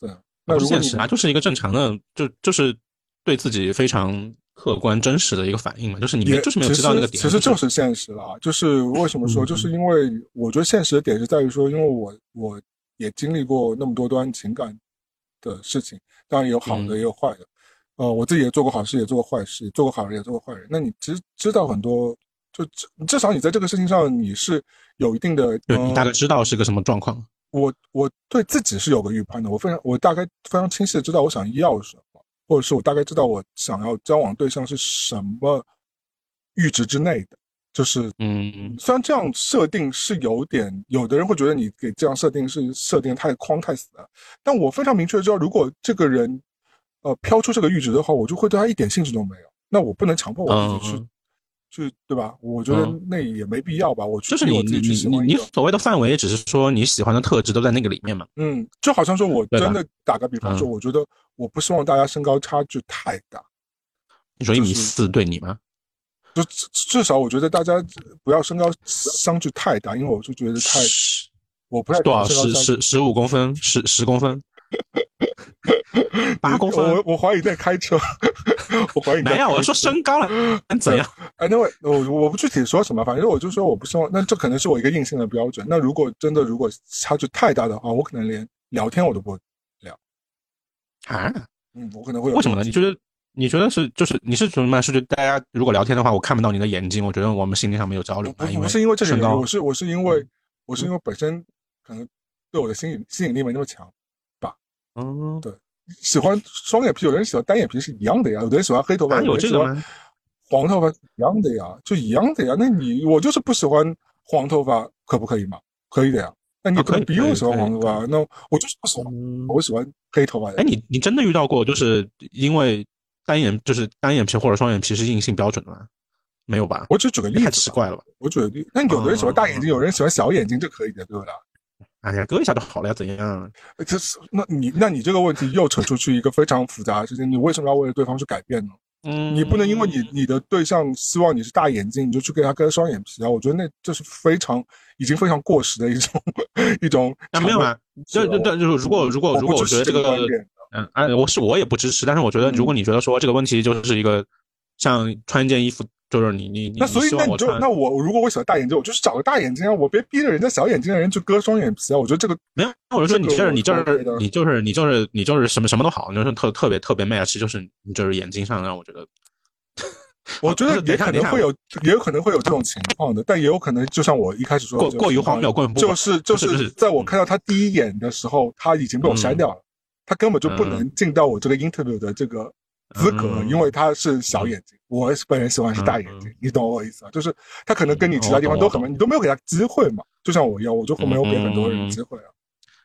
Speaker 1: 对，那
Speaker 2: 嗯不
Speaker 1: 如
Speaker 2: 是
Speaker 1: 果
Speaker 2: 现
Speaker 1: 你
Speaker 2: 实啊，就是一个正常的，就就是对自己非常客观真实的一个反应嘛，就是你
Speaker 1: 也
Speaker 2: 没就是没有知道那个点，
Speaker 1: 其实其实
Speaker 2: 就
Speaker 1: 就是是现实了啊。就是为什么说，
Speaker 2: 嗯
Speaker 1: 就是因为我觉得现实的点是在于说，因为我我也经历过那么多段情感的事情，当然也有好的，
Speaker 2: 嗯
Speaker 1: 也有坏的。呃，我自己也做过好事，也做过坏事，做过好人，也做过坏人。那你知知道很多，就至至少你在这个事情上你是有一定的，呃
Speaker 2: 就你大概知道是个什么状况，
Speaker 1: 我我对自己是有个预判的，我非常我大概非常清晰的知道我想要什么，或者是我大概知道我想要交往对象是什么阈值之内的，就是
Speaker 2: 嗯
Speaker 1: 虽然这样设定是有点，有的人会觉得你给这样设定是设定太框太死了，但我非常明确地知道，如果这个人呃飘出这个阈值的话，我就会对他一点兴趣都没有。那我不能强迫我自己去、
Speaker 2: 嗯嗯
Speaker 1: 去，对吧？我觉得
Speaker 2: 嗯
Speaker 1: 那也没必要吧。我去
Speaker 2: 就是你
Speaker 1: 我自
Speaker 2: 你
Speaker 1: 己去喜
Speaker 2: 你你
Speaker 1: 欢一
Speaker 2: 你
Speaker 1: 个，
Speaker 2: 所谓的范围，只是说你喜欢的特质都在那个里面嘛，
Speaker 1: 嗯，就好像说我
Speaker 2: 对吧
Speaker 1: 真的打个比方说，
Speaker 2: 嗯
Speaker 1: 我觉得我不希望大家身高差距太大，
Speaker 2: 你说一米
Speaker 1: 就是
Speaker 2: 四对你吗？
Speaker 1: 就至至少我觉得大家不要身高相距太大，因为我就觉得太
Speaker 2: 十
Speaker 1: 我不太
Speaker 2: 多少
Speaker 1: 喜欢身
Speaker 2: 十
Speaker 1: 高相距
Speaker 2: 十十五公分，十十
Speaker 1: <laughs>
Speaker 2: 公分，八公分
Speaker 1: 我，我怀疑你在开车， <laughs> 我怀疑你在
Speaker 2: 没有，
Speaker 1: 开
Speaker 2: 我
Speaker 1: 车
Speaker 2: 说身高了，
Speaker 1: <laughs>
Speaker 2: 怎样？
Speaker 1: 哎，那我我我不具体说什么，反正我就说我不希望。那这可能是我一个硬性的标准。那如果真的如果差距太大的话，我可能连聊天我都不会，
Speaker 2: 啊？
Speaker 1: 嗯，我可能会有
Speaker 2: 为什么呢？你觉得你觉得是就是你是什么？是觉得大家如果聊天的话，我看不到你的眼睛，我觉得我们心灵上没有交流
Speaker 1: 不
Speaker 2: 啊，因
Speaker 1: 不
Speaker 2: 为
Speaker 1: 是因为这个
Speaker 2: 身
Speaker 1: 原因，
Speaker 2: 高嗯
Speaker 1: 我是我是因为我是因为本身可能对我的吸引吸引力没那么强。
Speaker 2: 嗯，
Speaker 1: 喜欢双眼皮，有的人喜欢单眼皮是一样的呀，有的人喜欢黑头发，
Speaker 2: 哪有
Speaker 1: 的人
Speaker 2: 这
Speaker 1: 喜
Speaker 2: 个
Speaker 1: 欢
Speaker 2: 吗？
Speaker 1: 黄头发是一样的呀，就一样的呀。那你我就是不喜欢黄头发，可不可以嘛？可以的呀。那你
Speaker 2: 啊
Speaker 1: 也不能
Speaker 2: 可以
Speaker 1: 逼
Speaker 2: 可
Speaker 1: 我
Speaker 2: 以
Speaker 1: 喜欢
Speaker 2: 可以
Speaker 1: 黄头发，那我就是不喜欢，
Speaker 2: 嗯
Speaker 1: 我喜欢黑头发的
Speaker 2: 哎，。你你真的遇到过就是因为单眼就是单眼皮或者双眼皮是硬性标准的吗？没有吧？
Speaker 1: 我只举个例
Speaker 2: 哎太
Speaker 1: 子
Speaker 2: 奇
Speaker 1: 吧，
Speaker 2: 怪了哦吧？
Speaker 1: 我举个例，那有的人喜欢大眼睛，有人喜欢小眼睛，这可以的，对不对？
Speaker 2: 哎呀，割一下就好了呀，怎样？啊
Speaker 1: 呃这是那你那你这个问题又扯出去一个非常复杂的事情，你为什么要为了对方去改变呢？
Speaker 2: 嗯，
Speaker 1: 你不能因为你你的对象希望你是大眼睛，你就去给他割双眼皮啊！我觉得那这是非常已经非常过时的一种 <laughs> 一种
Speaker 2: 啊没有
Speaker 1: 啊，
Speaker 2: 啊，就就就就是如果如果
Speaker 1: 我
Speaker 2: 如
Speaker 1: 不
Speaker 2: 果我
Speaker 1: 支
Speaker 2: 觉
Speaker 1: 持这
Speaker 2: 得这
Speaker 1: 个
Speaker 2: 个
Speaker 1: 观点，嗯
Speaker 2: 嗯，哎，我是我也不支持，但是我觉得如果你觉得说这个问题就是一个像穿一件衣服，就是你你你
Speaker 1: 那所以
Speaker 2: 希
Speaker 1: 那
Speaker 2: 望
Speaker 1: 你
Speaker 2: 我
Speaker 1: 就
Speaker 2: 穿
Speaker 1: 那我如果我喜欢大眼睛，我就是找个大眼睛啊，我别逼着人家小眼睛的人去割双眼皮啊！我觉得这个
Speaker 2: 没有，我就说你
Speaker 1: 这
Speaker 2: 这
Speaker 1: 个
Speaker 2: 儿你这
Speaker 1: 我是 OK
Speaker 2: 儿
Speaker 1: 的
Speaker 2: 你就是你就是你就是什么什么都好，你就是特特别特别 match，就是你就是眼睛上让我觉得
Speaker 1: 我觉
Speaker 2: 不
Speaker 1: 得
Speaker 2: 是等
Speaker 1: 也
Speaker 2: 一下
Speaker 1: 可
Speaker 2: 等
Speaker 1: 能
Speaker 2: 一下
Speaker 1: 会有，也有可能会有这种情况的，但也有可能，就像我一开始说的，
Speaker 2: 过
Speaker 1: 就是
Speaker 2: 过于荒谬，过于不
Speaker 1: 就
Speaker 2: 管
Speaker 1: 是就
Speaker 2: 不是不嗯
Speaker 1: 是
Speaker 2: 是
Speaker 1: 在我看到他第一眼的时候，他已经被我删掉了，他根本就不能进到我这个 interview 的这个资格，
Speaker 2: 嗯
Speaker 1: 因为他是小眼睛，我本人喜欢是大眼睛，你懂我意思啊？就是他可能跟你其他地方都很
Speaker 2: 嗯我懂我懂嗯
Speaker 1: 你都没有给他机会嘛，就像我一样，我就会没有给很多人机会啊。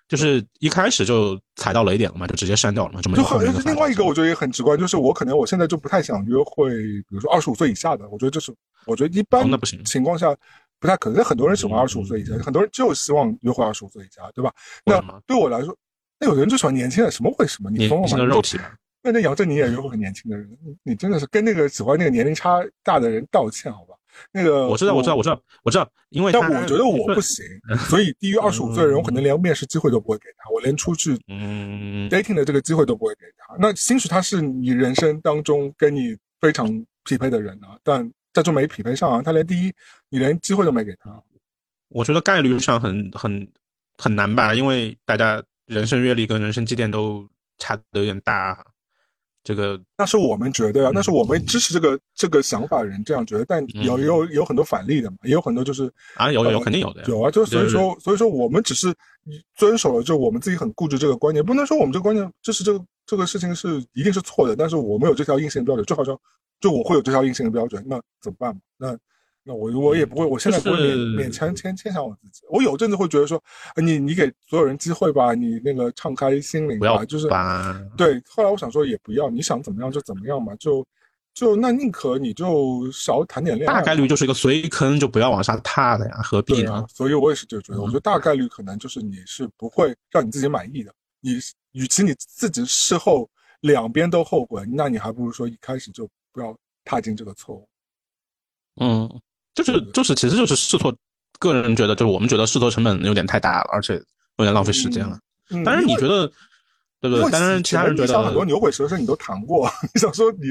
Speaker 2: 就是一开始就踩到雷点了嘛，就直接删掉了嘛，就没
Speaker 1: 就
Speaker 2: 有后
Speaker 1: 很
Speaker 2: 面的发展
Speaker 1: 另外一个，我觉得也很直观，就是我可能我现在就不太想约会，比如说二十五岁以下的，我觉得这是我觉得一般
Speaker 2: 哦那不行
Speaker 1: 情况下不太可能。很多人喜欢
Speaker 2: 嗯
Speaker 1: 二十五岁以下，很多人就希望约会二十五岁以下，对吧？那
Speaker 2: 为什么
Speaker 1: 对我来说，那有的人就喜欢年轻人，什么为什么？你
Speaker 2: 年
Speaker 1: 疯了吗？
Speaker 2: 轻的
Speaker 1: 你就
Speaker 2: 肉体嘛，
Speaker 1: 那那姚振宁也是会很年轻的人，你你真的是跟那个喜欢那个年龄差大的人道歉好吧？那个
Speaker 2: 我知道，我知道，我知道，我知道，因为
Speaker 1: 但
Speaker 2: 他
Speaker 1: 我觉得我不，
Speaker 2: <laughs>
Speaker 1: 行，所以低于二十五岁的人，我可能连面试机会都不会给他，我连出去
Speaker 2: 嗯，
Speaker 1: dating 的这个机会都不会给他。那兴许他是你人生当中跟你非常匹配的人啊，但他就没匹配上啊，他连第一你连机会都没给他。
Speaker 2: 我觉得概率上很很很难吧，因为大家人生阅历跟人生积淀都差的有点大，啊这个
Speaker 1: 那是我们觉得啊，
Speaker 2: 嗯
Speaker 1: 那是我们支持这个这个想法的人这样觉得，但有
Speaker 2: 嗯
Speaker 1: 有有很多反例的嘛，也有很多就是
Speaker 2: 啊有有有
Speaker 1: 呃
Speaker 2: 肯定有的呀
Speaker 1: 有啊，就是所以
Speaker 2: 对
Speaker 1: 说所以说我们只是遵守了就我们自己很固执这个观念，不能说我们这个观念就是这个这个事情是一定是错的，但是我们有这条硬性标准，就好像就我会有这条硬性的标准，那怎么办嘛？那那我我也不会，我现在不会勉
Speaker 2: 就是
Speaker 1: 勉强牵牵强我自己。我有阵子会觉得说，呃你你给所有人机会吧，你那个敞开心灵
Speaker 2: 不要
Speaker 1: 吧，就是
Speaker 2: 吧，
Speaker 1: 对，后来我想说也不要，你想怎么样就怎么样嘛，就就那宁可你就少谈点恋爱
Speaker 2: 大
Speaker 1: 吧，
Speaker 2: 概率就是一个随坑，就不要往下踏了呀，何必
Speaker 1: 对
Speaker 2: 呢嗯
Speaker 1: 啊？。所以我也是这个觉得，我觉得大概率可能就是你是不会让你自己满意的，你与其你自己事后两边都后悔，那你还不如说一开始就不要踏进这个错误。
Speaker 2: 嗯，就是
Speaker 1: 对对
Speaker 2: 就是，其实就是试错。个人觉得，就是我们觉得试错成本有点太大了，而且有点浪费时间了。
Speaker 1: 嗯，
Speaker 2: 当然，你
Speaker 1: 因为
Speaker 2: 觉得对不
Speaker 1: 因为
Speaker 2: 对？当然，
Speaker 1: 以
Speaker 2: 其他人
Speaker 1: 前
Speaker 2: 觉
Speaker 1: 你想很多
Speaker 2: 得
Speaker 1: 牛鬼蛇神你都谈过，你想说
Speaker 2: <laughs>
Speaker 1: 你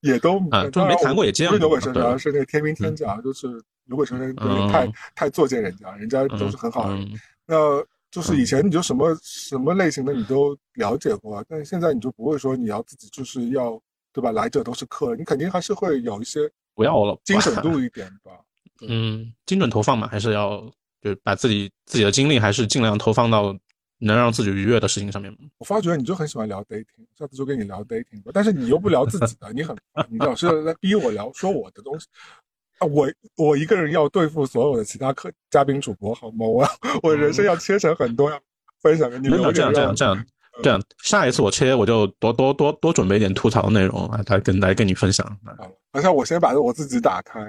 Speaker 1: 也都
Speaker 2: 啊
Speaker 1: 嗯
Speaker 2: 就是
Speaker 1: 当
Speaker 2: 没
Speaker 1: 然
Speaker 2: 谈过
Speaker 1: 我
Speaker 2: 也见
Speaker 1: 不是牛
Speaker 2: 过
Speaker 1: 鬼蛇
Speaker 2: 对
Speaker 1: 神啊，是那个天兵天将，就是牛鬼蛇神有点
Speaker 2: 嗯
Speaker 1: 太太作践人家，人家都是很好的人。
Speaker 2: 嗯，
Speaker 1: 那就是以前你就什么什么类型的你都了解过，啊但是现在你就不会说你要自己就是要对吧？来者都是客，你肯定还是会有一些
Speaker 2: 不要了吧，
Speaker 1: 精准度一点吧。
Speaker 2: 嗯，精准投放嘛，还是要就是把自己自己的精力还是尽量投放到能让自己愉悦的事情上面。
Speaker 1: 我发觉你就很喜欢聊 dating，下次就跟你聊 dating 吧。但是你又不聊自己的，你很烦你老是在逼我聊说我的东西。啊，我我一个人要对付所有的其他客嘉宾主播好吗？我要我人生要切成很多，要分享给你
Speaker 2: 没有
Speaker 1: 留
Speaker 2: 这
Speaker 1: 点
Speaker 2: 样这样
Speaker 1: 让嗯
Speaker 2: 这样这样，下一次我切我就多多多多准备一点吐槽的内容来来跟来跟你分享。
Speaker 1: 好了。好像我先把我自己打开，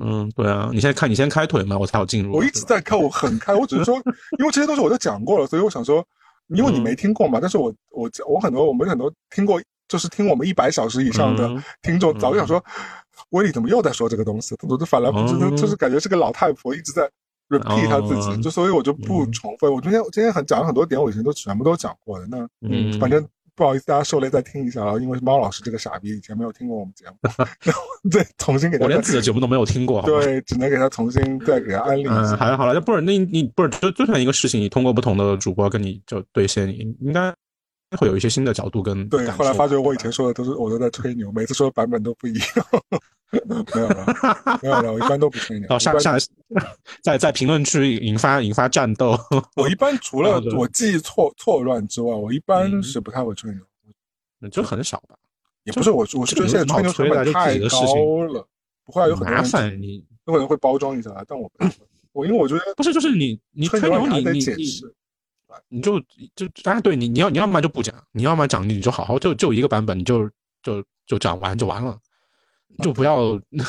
Speaker 2: 嗯，对啊，你现在看你先开腿嘛，我才有进入。
Speaker 1: 我一直在看，我很开，我只
Speaker 2: <laughs>
Speaker 1: 是说，因为这些东西我都讲过了，所以我想说，因为你
Speaker 2: 嗯
Speaker 1: 没听过嘛，但是我我我很多我们很多听过，就是听我们一百小时以上的
Speaker 2: 嗯
Speaker 1: 听众，早就想说，威利怎么又在说这个东西？他总是反来覆去，他
Speaker 2: 嗯
Speaker 1: 就是感觉是个老太婆一直在 repeat 他自己，
Speaker 2: 哦
Speaker 1: 就所以我就不
Speaker 2: 嗯
Speaker 1: 重复。我今天我今天很讲了很多点，我以前都全部都讲过的，那
Speaker 2: 嗯
Speaker 1: 反正。不好意思，大家受累再听一下啊，因为猫老师这个傻逼以前没有听过我们节
Speaker 2: <laughs>
Speaker 1: 目，那我再重新给
Speaker 2: 我
Speaker 1: 大家
Speaker 2: 连自己的节目都没有听过，好吗？
Speaker 1: 对，只能给他重新再给他安利一
Speaker 2: 嗯，
Speaker 1: 下。
Speaker 2: 好了好了，就不是那你不是就就算一个事情，你通过不同的主播跟你就对线，你应该会有一些新的角度跟
Speaker 1: 对，
Speaker 2: 感
Speaker 1: 后来
Speaker 2: 受
Speaker 1: 发觉
Speaker 2: 吧
Speaker 1: 我以前说的都是我都在吹牛，每次说的版本都不一样。没有了，没有了，我一般都不吹牛。
Speaker 2: 到
Speaker 1: 我一
Speaker 2: 下
Speaker 1: 般
Speaker 2: 下在在评论区引发引发战斗， <laughs>
Speaker 1: 我一般除了
Speaker 2: 好的
Speaker 1: 我记忆错错乱之外，我一般
Speaker 2: 哦嗯
Speaker 1: 是不太会吹牛。
Speaker 2: 就很少吧。
Speaker 1: 也
Speaker 2: 就
Speaker 1: 不是我，我是觉得现在吹牛成本太
Speaker 2: 这个有
Speaker 1: 高了，不会啊，有很多
Speaker 2: 麻
Speaker 1: 人
Speaker 2: 烦你
Speaker 1: 有可能会包装一下，啊但我不
Speaker 2: <laughs>
Speaker 1: 太会。我因为我觉得
Speaker 2: 不是就是你你
Speaker 1: 吹
Speaker 2: 吹牛
Speaker 1: 还
Speaker 2: 你
Speaker 1: 得
Speaker 2: 你
Speaker 1: 解
Speaker 2: 你
Speaker 1: 释，
Speaker 2: 你就就当然对你你要你要么就不讲，你要么讲你就好好就就一个版本，你就就就讲完就完了，就不要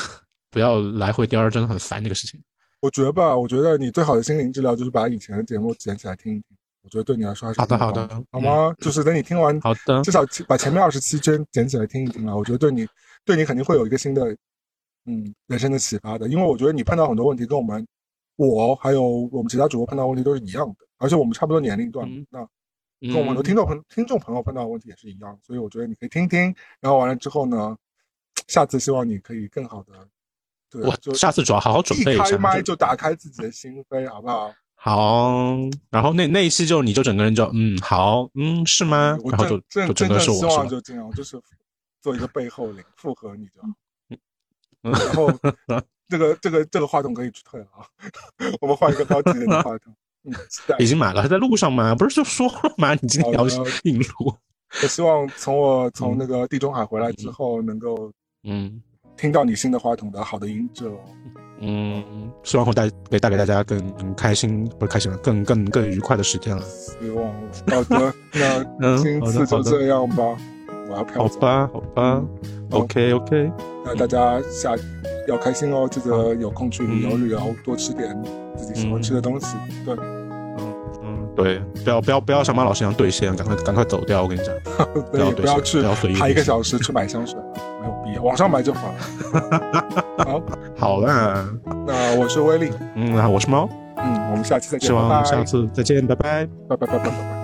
Speaker 2: <laughs> 不要来回第二针，很烦这个事情。
Speaker 1: 我觉得吧，我觉得你最好的心灵治疗就是把以前的节目捡起来听一听，我觉得对你来说还是
Speaker 2: 好的
Speaker 1: 挺有
Speaker 2: 好的嗯
Speaker 1: 帮助好吗？就是等你听完
Speaker 2: 好的
Speaker 1: 至，少起把前面二十七真捡起来听一听啊，我觉得对你对你肯定会有一个新的，嗯，人生的启发的。因为我觉得你碰到很多问题跟我们我还有我们其他主播碰到的问题都是一样的，而且我们差不多年龄段，
Speaker 2: 嗯
Speaker 1: 那跟我们很多听众朋听众朋友碰到的问题也是一样的，所以我觉得你可以听一听，然后完了之后呢，下次希望你可以更好的，对，啊就
Speaker 2: 我下次主要好好准备
Speaker 1: 一
Speaker 2: 一
Speaker 1: 开
Speaker 2: 下。
Speaker 1: 麦
Speaker 2: 就
Speaker 1: 就打开自己的心扉，好不好？
Speaker 2: 好，然后那那一期就你就整个人就嗯好嗯是吗？
Speaker 1: 我
Speaker 2: 然后就
Speaker 1: 真真真
Speaker 2: 就整个
Speaker 1: 正
Speaker 2: 是
Speaker 1: 希
Speaker 2: 我是
Speaker 1: 望
Speaker 2: 吧？
Speaker 1: 就这样，就是做一个背后灵，附和你就好。
Speaker 2: 嗯
Speaker 1: <laughs> 然后这个这个这个话筒可以退了啊， <laughs> 我们换一个高级点的话筒。嗯，期待
Speaker 2: 已。经买了，还在路上吗？不是就说了吗？ <laughs> 你今天要嗯
Speaker 1: 好的
Speaker 2: 引路，
Speaker 1: 我希望从我从那个地中海回来之后，能够
Speaker 2: 嗯
Speaker 1: 听到你新的话筒的好的音质哦。
Speaker 2: 嗯，希望会带给带给大家更开心，不是开心了，更更更愉快的时间了。
Speaker 1: 希望好
Speaker 2: <laughs>
Speaker 1: 的，那
Speaker 2: 嗯
Speaker 1: 今
Speaker 2: 好的
Speaker 1: 次
Speaker 2: 好
Speaker 1: 就
Speaker 2: 的
Speaker 1: 这样吧，我要
Speaker 2: 好
Speaker 1: 飘走。
Speaker 2: 吧，好吧
Speaker 1: 好
Speaker 2: ，OK OK，
Speaker 1: 那大家下要开心哦，记得有空去旅游哦
Speaker 2: 嗯
Speaker 1: 旅游，多吃点自己喜欢吃的东西。对，
Speaker 2: 嗯嗯，对，不要不要不要像马老师一样兑现，赶快赶快走掉！我跟你讲，不要
Speaker 1: 也
Speaker 2: 对
Speaker 1: 不要
Speaker 2: 象
Speaker 1: 去
Speaker 2: 不要随意
Speaker 1: 排一
Speaker 2: 对
Speaker 1: 个
Speaker 2: 象
Speaker 1: 小时去买香水，没有必要，网上买就好了。 <laughs> 好，
Speaker 2: 好啦，
Speaker 1: 那我是威力，
Speaker 2: 嗯，那我是猫，
Speaker 1: 嗯，我们下期再见，
Speaker 2: 希望
Speaker 1: 拜拜，
Speaker 2: 下次再见，拜拜。
Speaker 1: 拜拜拜拜拜拜。